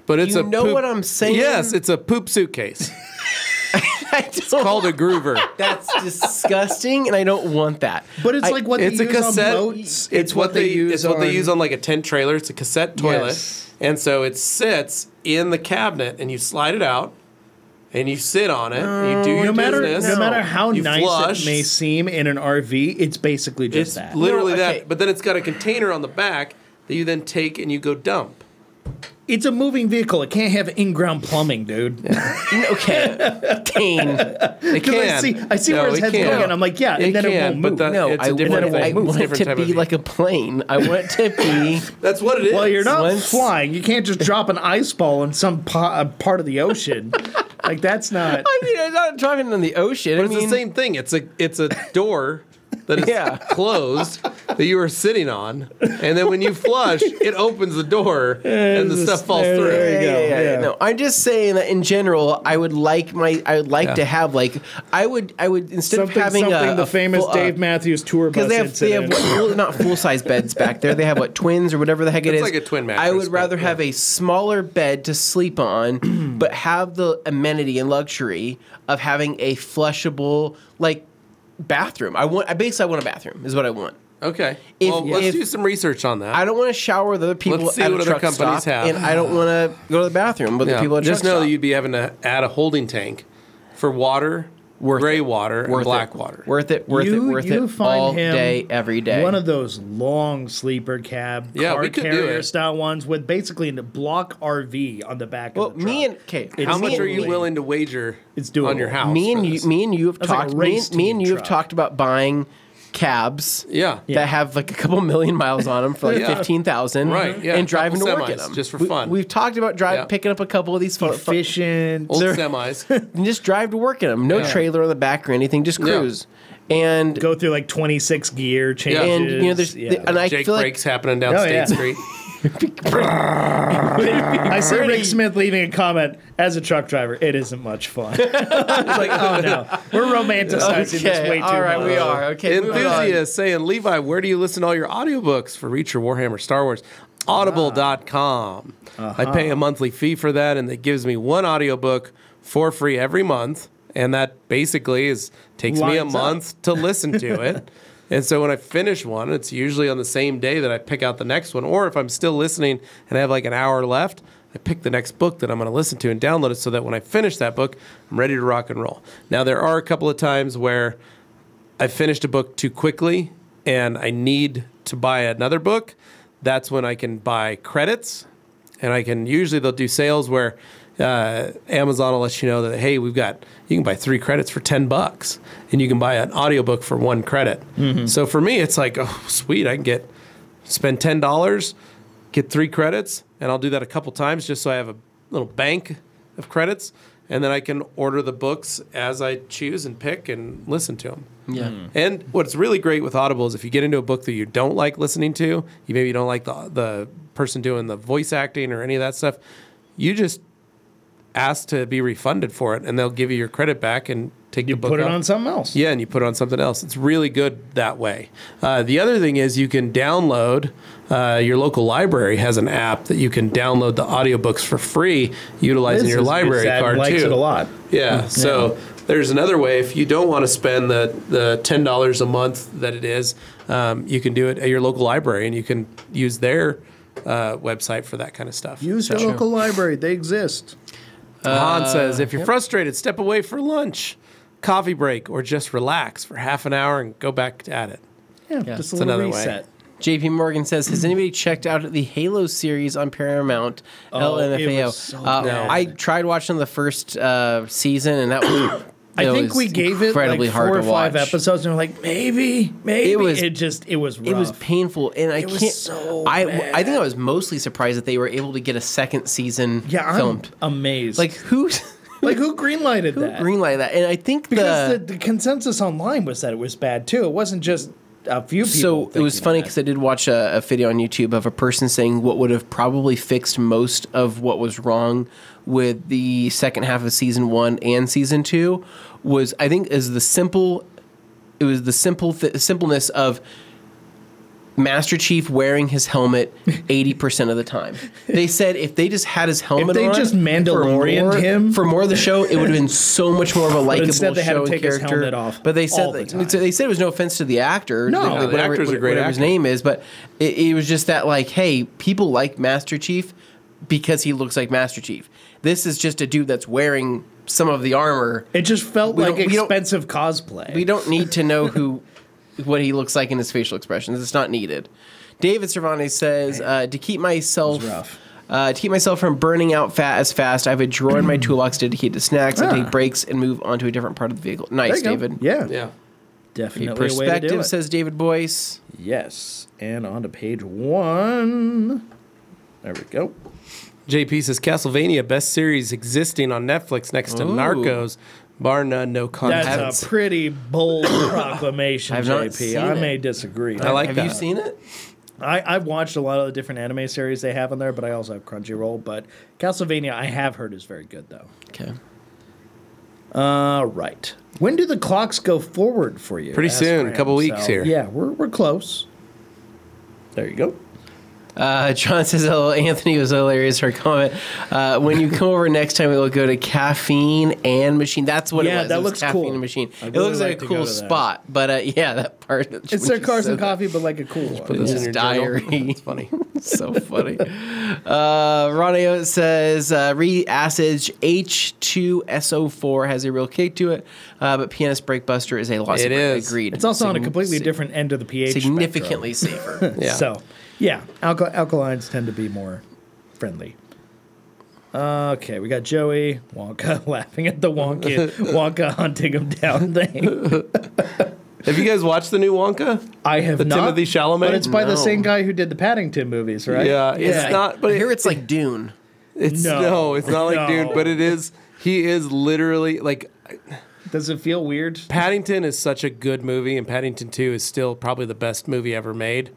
but it's
You
a.
know
poop-
what I'm saying?
Yes, it's a poop suitcase
I don't-
called a Groover.
That's disgusting, and I don't want that.
But it's
I-
like what
it's
they
a
use
cassette.
on boats.
It's, what they, use. It's what they use on like a tent trailer. It's a cassette toilet,
Yes.
and so it sits in the cabinet, and you slide it out, and you sit on it. and you do your
No matter
business.
no matter how
you
nice
flush.
it may seem in an RV, it's basically just
It's
that.
literally
No, okay.
that. But then it's got a container on the back that you then take and you go dump.
it's a moving vehicle. It can't have in-ground plumbing, dude.
okay, Dane.
It
I
can.
see, I see where his
it
head's
can.
going, and I'm like, yeah,
It
and then it
can,
won't
but
move.
that-
No,
it's
I
a different
want,
thing.
I
It moves
want it
different
to
type of
be like a plane. I want it to be.
That's what it is.
Well, you're not
Once-
flying. You can't just drop an ice ball in some po- uh, part of the ocean. like that's not.
I mean, I'm not driving in the ocean.
But
I
it's
mean,
the same thing. It's a it's a door that is
Yeah.
closed that you are sitting on, and then when you flush, it opens the door and the
it's
stuff
a-
falls
there-
through.
there
Yeah,
you
yeah,
go,
yeah, yeah.
yeah.
No, I'm just saying that in general, I would like my, I would like to have like, I would, I would instead
Something,
of having a-
something
a,
the famous
full- uh,
Dave Matthews tour bus
because they have they have
incident.
what, full- not full size beds back there. They have what twins or whatever the heck
It's
it's
like a twin
I
mattress,
would
but,
rather
yeah.
have a smaller bed to sleep on, but have the amenity and luxury of having a flushable like bathroom. I want. I basically I want a bathroom. Is what I want.
Okay.
If-
well, let's
if-
do some research on that.
I don't want to shower with other people
Let's see
at
what
a
other
truck
companies
stop,
have.
and I don't want to go to the bathroom with
Yeah.
the people at a
Just
truck
know that
stop.
you'd be having to add a holding tank for water,
Worth
gray
it.
water,
worth
and black
it.
water.
Worth it. Worth
you,
it. Worth
you
it.
find
all
him
day, every day.
One of those long sleeper cab,
Yeah,
car
we could do
carrier
it.
style ones with basically a block RV on the back
well,
of the truck.
me and okay.
It's
How
me
much
and-
are you willing to wager
It's doable.
on your house?
Me
for
and you,
this?
me and you have
That's like a
talked. me,
race
and, me and
team
you
truck.
have talked about buying cabs.
Yeah.
Yeah.
that have like a couple million miles on them for like
Yeah.
fifteen thousand,
Right, yeah,
and
a
driving to
couple
work in
semis,
them
just for
We-
fun.
We've talked about drive,
Yeah.
picking up a couple of these fun, fun-
efficient.
Old
They're-
semis.
and just drive to work in them. No
Yeah.
trailer on the back or anything. Just
Yeah.
cruise, and
go through like 26 gear changes.
and you know there's uh,
Yeah.
and I
Jake
feel
breaks happening down
Oh,
State
yeah.
Street.
I see Rick Smith leaving a comment as a truck driver. It isn't much fun. it's like, oh no, we're romanticizing
like
this way
okay,
too
all right,
much.
we are okay. moving on.
Enthusiasts saying, Levi, where do you listen to all your audiobooks for Reacher, Warhammer, Star Wars? Audible.com.
Uh-huh.
I pay a monthly fee for that, and it gives me one audiobook for free every month. And that basically is takes me a
Lines up.
month to listen to it. and so when I finish one, it's usually on the same day that I pick out the next one. Or if I'm still listening and I have like an hour left, I pick the next book that I'm going to listen to and download it so that when I finish that book, I'm ready to rock and roll. Now, there are a couple of times where I finished a book too quickly and I need to buy another book, that's when I can buy credits. And I can usually they'll do sales where uh, Amazon will let you know that hey, we've got you can buy three credits for ten bucks, and you can buy an audiobook for one credit. So for me, it's like oh sweet, I can get spend ten dollars, get three credits, and I'll do that a couple times just so I have a little bank of credits, and then I can order the books as I choose and pick and listen to them.
Yeah.
Hmm.
And what's really great with Audible is if you get into a book that you don't like listening to, you maybe don't like the the person doing the voice acting or any of that stuff, you just ask to be refunded for it, and they'll give you your credit back and take
You
the book.
put it
off.
on something else.
Yeah, and you put it on something else. It's really good that way. Uh, the other thing is you can download. Uh, your local library has an app that you can download the audiobooks for free, utilizing
This
your
is-
library
Zad
card
likes
too.
it a lot.
Yeah. So there's another way. If you don't want to spend the, the ten dollars a month that it is, um, you can do it at your local library, and you can use their uh, website for that kind of stuff. Uh,
Use your local library; they exist.
Han says, if you're frustrated, step away for lunch, coffee break, or just relax for half an hour and go back at it.
Yeah, just a
it's
little
another way.
reset.
JP Morgan says, "Has anybody checked out the Halo series on Paramount LMFAO?"
Oh, was so
Uh,
bad.
I tried watching the first uh, season, and that was.
I
that
think
was
we gave it like
incredibly
four
hard
or
to
five
watch.
episodes, and we're like, maybe, maybe. It
was-
just it was rough.
It was painful, and I
It was
can't.
so
I
bad.
I think I was mostly surprised that they were able to get a second season
yeah, I'm
filmed.
amazed.
Like who?
like who greenlighted
who
that?
greenlight that? And I think
because the,
the,
the consensus online was that it was bad too. It wasn't just a few people.
so it was
thinking
funny
that.
because I did watch a, a video on YouTube of a person saying what would have probably fixed most of what was wrong with the second half of season one and season two was I think is the simple it was the simple th- simpleness of Master Chief wearing his helmet eighty percent of the time. They said if they just had his helmet,
they
on
just
for
Mandalorian'd
more-
him.
for more of the show, it would have been so much more of a likable show
instead they had to
and
take his
character.
helmet off
but they
all
said
the
like,
time.
so they said it was no offense to the actor.
No,
the-
the
actor's a great
whatever His
actor.
name is, but it, it was just that like, hey, people like Master Chief because he looks like Master Chief. This is just a dude that's wearing some of the armor.
It just felt
We
like
don't- we don't-
expensive cosplay.
We don't need to know who, what he looks like in his facial expressions. It's not needed. David Cervantes says uh, to keep myself.
It's rough.
Uh, to keep myself from burning out fat as fast, I have a drawer in my toolbox dedicated to snacks. I
Ah.
take breaks and move on to a different part of the vehicle.
There
Nice,
you go.
David.
Yeah,
Yeah.
definitely.
Your
a way to do
perspective,
it.
says David Boyce.
yes, and on to page one. There we go.
JP says Castlevania best series existing on Netflix next to
Ooh.
Narcos, bar none, no
That's
contest.
a pretty bold proclamation,
I've not
JP.
seen
I
it.
may disagree.
I like
Have you
that.
seen it?
I, I've watched a lot of the different anime series they have on there, but I also have Crunchyroll. But Castlevania, I have heard, is very good though.
Okay.
All right. When do the clocks go forward for you?
Pretty
Asked
soon, a
Graham.
couple weeks here.
Yeah, we're, we're close. There you go.
Uh, John says, "Oh, Anthony was hilarious." Her comment: uh, "When you come over next time, we will go to caffeine and machine." That's what it
Yeah,
was.
that
it was
looks
caffeine
cool.
And machine.
I'd
it
really
looks
like
like
to
a
go
cool
to that.
spot, but uh, yeah, that part.
It's their cars and coffee, but like a cool one.
this in
his
your journal.
diary. It's funny. so funny. Uh, Ronnie O says uh, reacidage H2SO4 has a real kick to it, uh, but PNS Brake Buster is a lot
It
safer.
is.
Agreed.
It's also on a
Sign-
completely
sig-
different end of the pH. spectrum.
Significantly safer.
Yeah.
So, yeah, alka- alkalines tend to be more friendly. Okay, we got Joey Wonka laughing at the Wonka Wonka hunting him down thing.
Have you guys watched the new Wonka?
I have
The
not.
Timothy Chalamet?
but it's by the
No.
same guy who did the Paddington movies, right?
Yeah, it's not. But
But
it-
here it's like Dune.
It's
No.
no, it's not like
No.
dude, but it is. He is literally like
Does it feel weird?
Paddington is such a good movie, and Paddington Two is still probably the best movie ever made.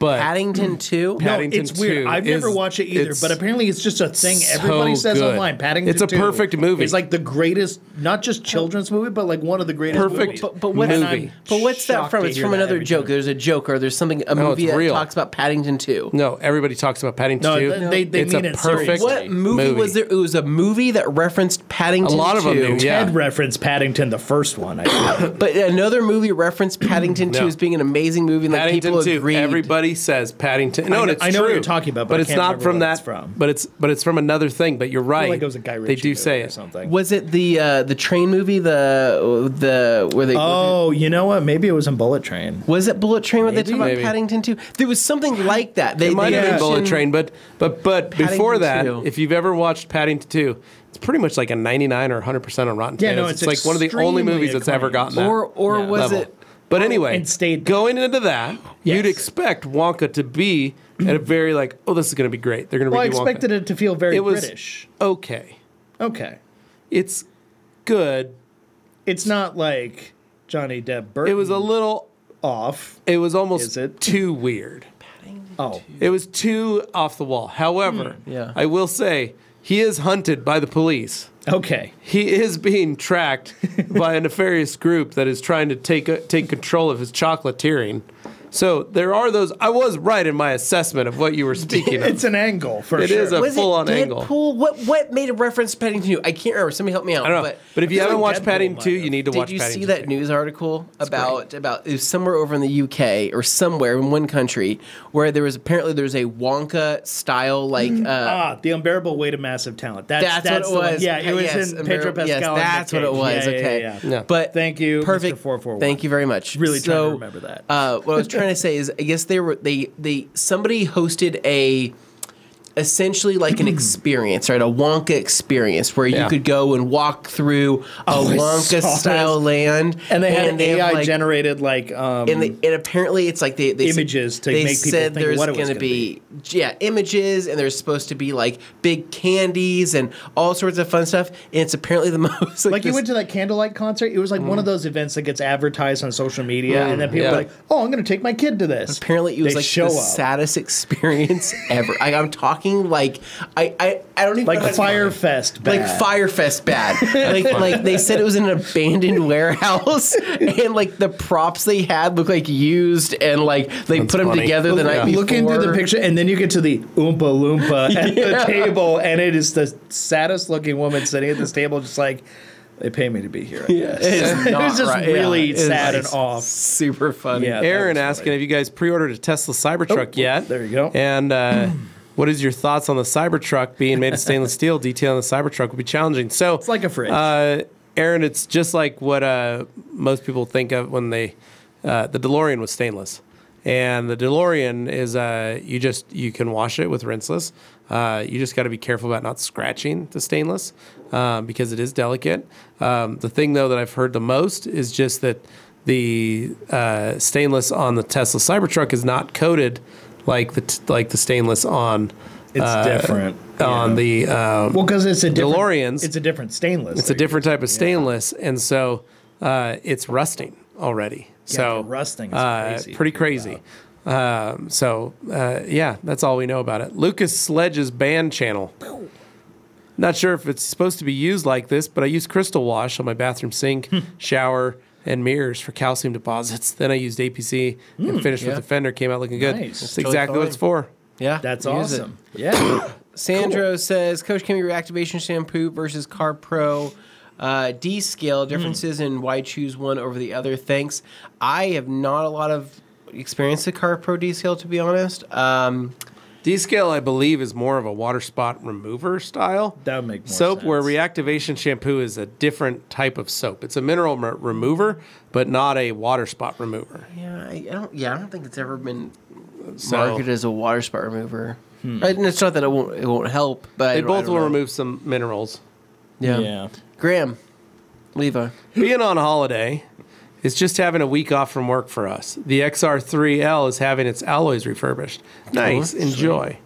But
Paddington 2.
No,
Paddington
Oh, it's weird.
2
I've never
is-
watched it either,
it's
but apparently it's just a thing
so
everybody says
good.
online. Paddington.
It's a
2
perfect movie.
It's like the greatest, not just children's movie, but like one of the greatest.
Perfect
Movies.
But- but what-
And
movie.
I'm
But what's that
shocked
from?
to
It's
hear
from
that
another
every
joke.
time.
There's a joke or there's something, a
No,
movie
it's
that
real.
talks about Paddington 2.
no, everybody talks about Paddington
No,
Two.
th- they- they
it's
mean
a
it
perfect.
seriously.
What movie, was there? It was a movie that referenced Paddington.
A lot of them
2,
do, yeah.
Ted referenced Paddington, the first one. I think.
But another movie referenced Paddington Two
No.
as being an amazing movie, and like
Paddington
people
Two.
agreed.
Everybody says Paddington. No,
I
and
know-
it's
I know what
true.
you're talking about, but I
it's
can't
not
remember
from
what
that.
it's from.
But it's but it's from another thing. But you're right.
like it was a Guy Ritchie
they do
movie
say
or
it.
something.
Was it the uh, the train movie? The the where they.
Oh, you know what? Maybe it was in Bullet Train.
Was it Bullet Train where they
Maybe.
talk about
Maybe.
Paddington 2? There was something like that. They
It might have
Yeah.
been Bullet
mentioned-
Train, but but but before
Paddington
that,
two.
if you've ever watched Paddington Two, it's pretty much like a 99 or 100 percent on Rotten
Yeah,
Tomatoes.
no,
it's,
it's
like one of the only
extremely
movies that's ever
acclaimed.
gotten that
Or or
Yeah.
was
level.
it?
But anyway,
and stayed there.
going into that,
Yes.
you'd expect Wonka to be at a very like, oh, this is going to be great. They're going to
Well, I
redo Wonka.
expected it to feel very
It was
British.
okay.
Okay,
It's good.
it's not like Johnny Depp Burton.
It was a little.
off.
It was almost
Hmm. Is it?
too weird.
Oh,
It was too off the wall. However,
Hmm.
yeah.
I will say he is hunted by the police.
okay.
he is being tracked by a nefarious group that is trying to take take control of his chocolatiering. So there are those. I was right in my assessment of what you were speaking of.
It's an angle for
It
sure.
is a-
Was
full-on
it Deadpool?
angle.
What what made a reference to Paddington 2? I can't remember. Somebody help me out.
I don't know,
But
but, if you
feel
haven't
like
watched
Deadpool
Paddington
might
Two,
have.
you need to watch
Did you
Paddington
see that
2.
news article about about it was somewhere over in the UK or somewhere in one country where there was apparently there's a Wonka style like uh,
Ah, the unbearable weight of massive talent. That's,
that's,
that's, the
what
one.
it was.
Yeah, it was
Yes,
in Pedro
Amber-
Pascal.
Yes,
and Nick
that's what it
Cage.
was.
Yeah, yeah,
okay.
yeah, yeah.
No.
But
Thank you, Mr.
Perfect.
441.
Thank you very much.
Really trying to
so,
remember that.
Uh, what I was trying to say is, I guess they were they they somebody hosted a essentially like an experience, right? A Wonka experience where
Yeah.
you could go and walk through a
Oh, I
Wonka
saw
style
this.
land,
And they had
have,
AI
like,
generated like um,
and, they, and apparently it's like they, they said-
Images to
they
make people
said
think
there's
what it was
gonna
gonna
be, yeah images and there's supposed to be like big candies and all sorts of fun stuff and it's apparently the most
like you
this- Mm.
went to that candlelight concert. It was like one of those events that gets advertised on social media, and then people
yeah.
are like, "Oh, I'm going to take my kid to this."
apparently it was
They
like
show
the
up.
saddest experience ever I, I'm talking like I I, I don't even know how
like
to-
Firefest,
like
bad.
Firefest bad. like like they said it was an abandoned warehouse and like the props they had looked like used and like they put them
funny.
together the night before.
Looking through the picture, and then you get to the Oompa Loompa at the table, and it is the saddest looking woman sitting at this table, just like they pay me to be here. I guess."
It's
It was just really
It's
sad and
s-
off.
Super funny.
Yeah.
Aaron
That was
asking,
funny. Oh,
have you guys pre-ordered a Tesla Cybertruck yet?
there you go.
And uh, what is your thoughts on the Cybertruck being made of stainless steel? Detailing the Cybertruck would be challenging. So
It's like a fridge.
Uh, Aaron, it's just like what uh, most people think of when they uh, the DeLorean was stainless, and the DeLorean is uh, you just you can wash it with rinseless. Uh, you just got to be careful about not scratching the stainless um, because it is delicate. Um, the thing though that I've heard the most is just that the uh, stainless on the Tesla Cybertruck is not coated like the t- like the stainless on
it's
uh,
different.
on the um,
Well, because it's a different,
DeLoreans.
It's a different stainless.
it's a different type of stainless, and so uh, it's rusting already. so
the rusting is
uh,
crazy to
pretty
think
crazy. Um, so uh, yeah, that's all we know about it. Lucas Sledge's band channel. Not sure if it's supposed to be used like this, but I use crystal wash on my bathroom sink,
Hmm.
shower, and mirrors for calcium deposits. Then I used APC and finished
yeah.
with the fender. Came out looking good.
Hmm, Nice.
That's
Totally
exactly what
fine.
it's for.
Yeah,
That's
use it.
awesome. Yeah.
Sandro says Coach Kimmy reactivation shampoo versus Car Pro uh, D scale differences in why choose one over the other. Thanks. I have not a lot of experience with Car Pro D scale to be honest. Um,
D scale, I believe, is more of a water spot remover style.
That would make more
soap, where
sense.
reactivation shampoo is a different type of soap. It's a mineral mer- remover, but not a water spot remover.
yeah, I, I don't. Yeah, I don't think it's ever been
So
marketed as a water spot remover.
Hmm.
Right, and it's not that it won't it won't help, but
they
I don't- I
both
don't
will
know.
remove some minerals.
Yeah.
Yeah.
Graham, Levi.
Being on holiday is just having a week off from work for us. The XR3L is having its alloys refurbished. Nice. Enjoy.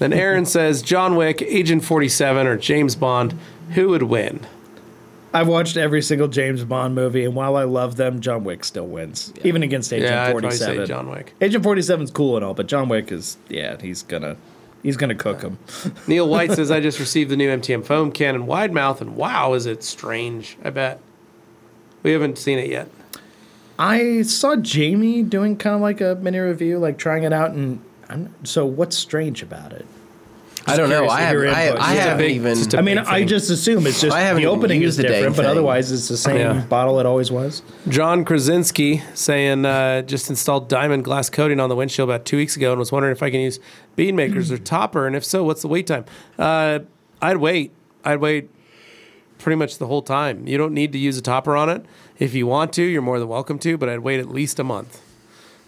Then Aaron says John Wick, Agent 47, or James Bond, who would win?
I've watched every single James Bond movie, and while I love them, John Wick still wins, even against Agent
Yeah, I'd probably say
47.
John Wick.
Agent 47's cool and all, but John Wick is, yeah, he's gonna, he's gonna cook him.
Neil White says, I just received the new MTM foam cannon wide mouth, and wow, is it strange? I bet. We haven't seen it yet.
I saw Jamie doing kind of like a mini review, like trying it out, and I'm, so what's strange about it?
I don't know.
curious
I
to hear your
haven't. I,
input.
I
It's a
haven't
big-
even.
just a
I mean,
big
I
thing.
just assume it's just
I haven't
the opening
even
is
used the dang
different, but
thing.
otherwise it's the same
Yeah.
bottle it always was.
John Krasinski saying, uh, just installed diamond glass coating on the windshield about two weeks ago and was wondering if I can use bean makers or topper, and if so, what's the wait time? Uh, I'd wait. I'd wait pretty much the whole time. You don't need to use a topper on it. If you want to, you're more than welcome to, but I'd wait at least a month.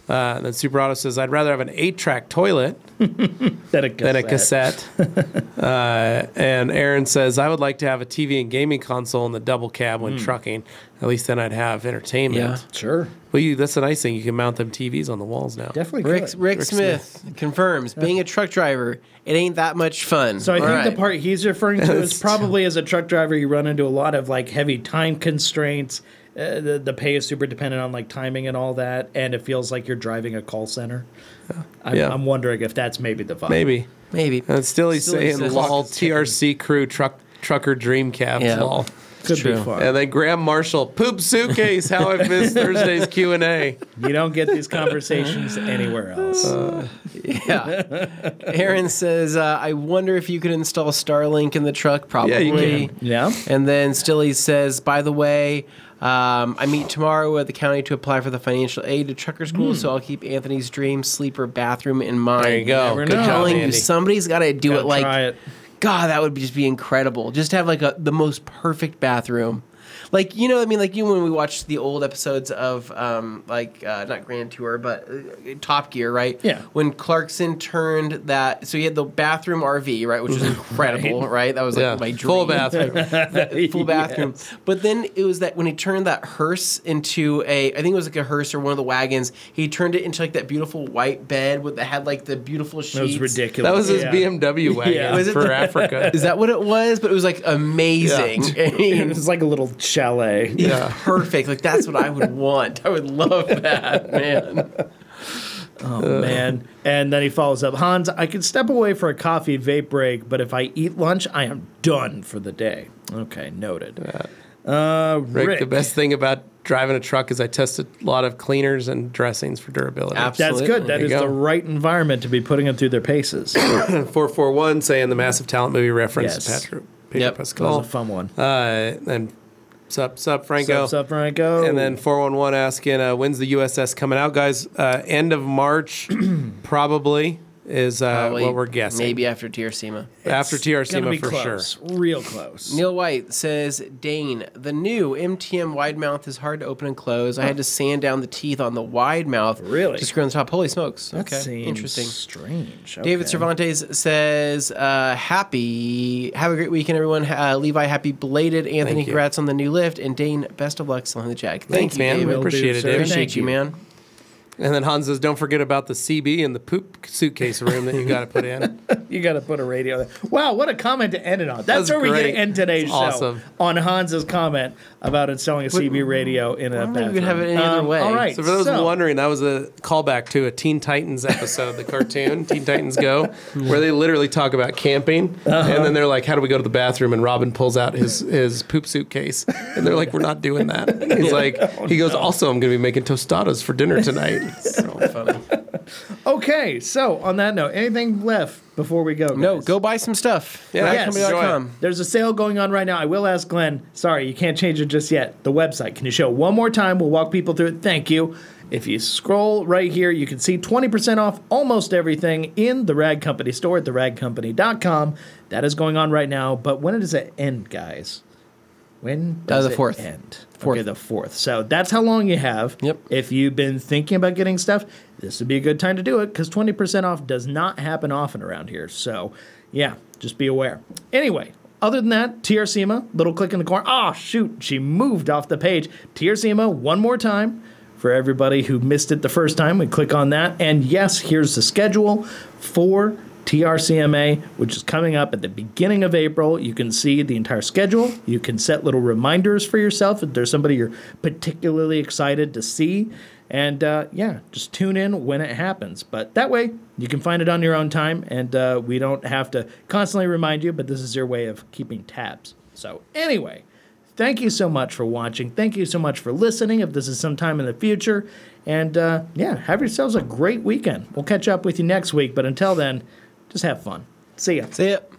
Uh, and then Super Auto says, I'd rather have an eight track toilet
Then a
than
cassette.
a cassette. uh, and Aaron says, I would like to have a TV and gaming console in the double cab when trucking. At least then I'd have entertainment.
Hmm. Yeah.
Sure,
Well, you, that's a nice thing. You can mount them TVs on the walls now.
definitely.
Rick,
could.
Rick,
Rick
Smith, confirms being a truck driver, it ain't that much fun.
So I
All
think the
right.
part he's referring to is probably as a truck driver, you run into a lot of like heavy time constraints. Uh, the, the pay is super dependent on like timing and all that, and it feels like you're driving a call center. I'm,
Yeah.
I'm wondering if that's maybe the vibe.
Maybe.
maybe.
And still he's
Still
saying
exists.
lol TRC crew truck trucker dream cab
Yeah.
lol.
could
true.
be fun.
And then Graham Marshall poop suitcase. How I missed Thursday's Q and A.
You don't get these conversations anywhere else.
Uh, Yeah. Aaron says, uh, I wonder if you could install Starlink in the truck. Probably.
you
yeah.
And then Stilly says, by the way, um, I meet tomorrow at the county to apply for the financial aid to trucker school,
Hmm.
so I'll keep Anthony's dream sleeper bathroom in mind.
There you go.
never
Good
know.
job,
Telling you,
Andy.
somebody's got to do
Gotta
it like
try it.
God, that would be- just be incredible. Just have like a, the most perfect bathroom. Like you know, what I mean, like you when we watched the old episodes of um, like uh, not Grand Tour, but uh, Top Gear, right?
Yeah.
When Clarkson turned that, so he had the bathroom RV, right, which was incredible, right. That was like
Yeah.
my dream
Full bathroom.
full bathroom. But then it was that when he turned that hearse into a, I think it was like a hearse or one of the wagons. He turned it into like that beautiful white bed with that had like the beautiful sheets.
That was ridiculous.
That was his
Yeah.
BMW wagon
Yeah. Was
it
for
the-
Africa.
Is that what it was? But it was like amazing. I
It
mean,
was like a little chalet.
Yeah.
perfect. Like that's what I would want. I would love that, man.
Oh, man. And then he follows up Hans, I can step away for a coffee vape break, but if I eat lunch, I am done for the day. Okay, noted. Uh, Rick,
Rick, the best thing about driving a truck is I tested a lot of cleaners and dressings for durability.
Absolutely.
That's good. That
There
is
you go.
the right environment to be putting them through their paces. that
Four four one saying the massive talent movie reference
Yes.
Patrick Pedro
Yep.
was
Pascal.
a fun one.
Uh, and sup sup Franco.
Sup, sup, Franco.
And then 411 asking, uh, when's the USS coming out, guys? Uh, end of March, probably, is uh,
Probably
what we're guessing.
Maybe after Tirsima.
After
Gonna
TRC
be
for
close.
sure.
Real close.
Neil White says, Dane, the new MTM wide mouth is hard to open and close. I had to sand down the teeth on the wide mouth.
Really?
To screw on the top. Holy smokes.
That
okay.
seems
Interesting.
Strange.
David
Okay.
Cervantes says, uh, happy, have a great weekend, everyone. Uh, Levi, happy belated. Anthony,
you.
congrats on the new lift. And Dane, best of luck selling the jack. Thank
Thanks,
you,
man.
David.
We
Will do,
appreciate it,
sir.
David.
Thank
Appreciate you,
you.
man.
And then Hans says, don't forget about the CB and the poop suitcase room that you got to put in.
You got to put a radio there. Wow, what a comment to end it on. That's,
That's
where we get
great.
to end today's
That's
show
awesome.
on Hans's comment about installing a CB radio in a bathroom.
don't
Um,
think we could have it any other way.
All right.
So for those wondering, that was a callback to a Teen Titans episode, the cartoon Teen Titans Go, where they literally talk about camping, and then they're like, "How do we go to the bathroom?" And Robin pulls out his his poop suitcase, and they're like, "We're not doing that." He's like, he goes, "Also, I'm going to be making tostadas for dinner tonight." So funny.
that. Okay, so on that note, anything left before we go?
No,
guys?
go buy some stuff.
Yeah,
Yes.
RadCompany.com.
There's a sale going on right now. I will ask Glenn. Sorry, you can't change it just yet. The website. Can you show it one more time? We'll walk people through it. Thank you. If you scroll right here, you can see 20% off almost everything in the Rag Company store at theragcompany.com. That is going on right now. But when does it end, guys? When does
Uh, the
it
fourth.
end?
Fourth.
Okay, the fourth. So that's how long you have.
Yep.
If you've been thinking about getting stuff, this would be a good time to do it because 20% off does not happen often around here. So yeah, just be aware. Anyway, other than that, TRCMA, little click in the corner. Ah, shoot, she moved off the page. TRCMA, one more time. For everybody who missed it the first time, we click on that. And yes, here's the schedule for TRCMA, which is coming up at the beginning of April. You can see the entire schedule. You can set little reminders for yourself if there's somebody you're particularly excited to see. And uh, yeah, just tune in when it happens. But that way, you can find it on your own time, and uh, we don't have to constantly remind you, but this is your way of keeping tabs. So, anyway. Thank you so much for watching. Thank you so much for listening. If this is sometime in the future, and uh, yeah, have yourselves a great weekend. We'll catch up with you next week, but until then, just have fun. See ya.
See ya.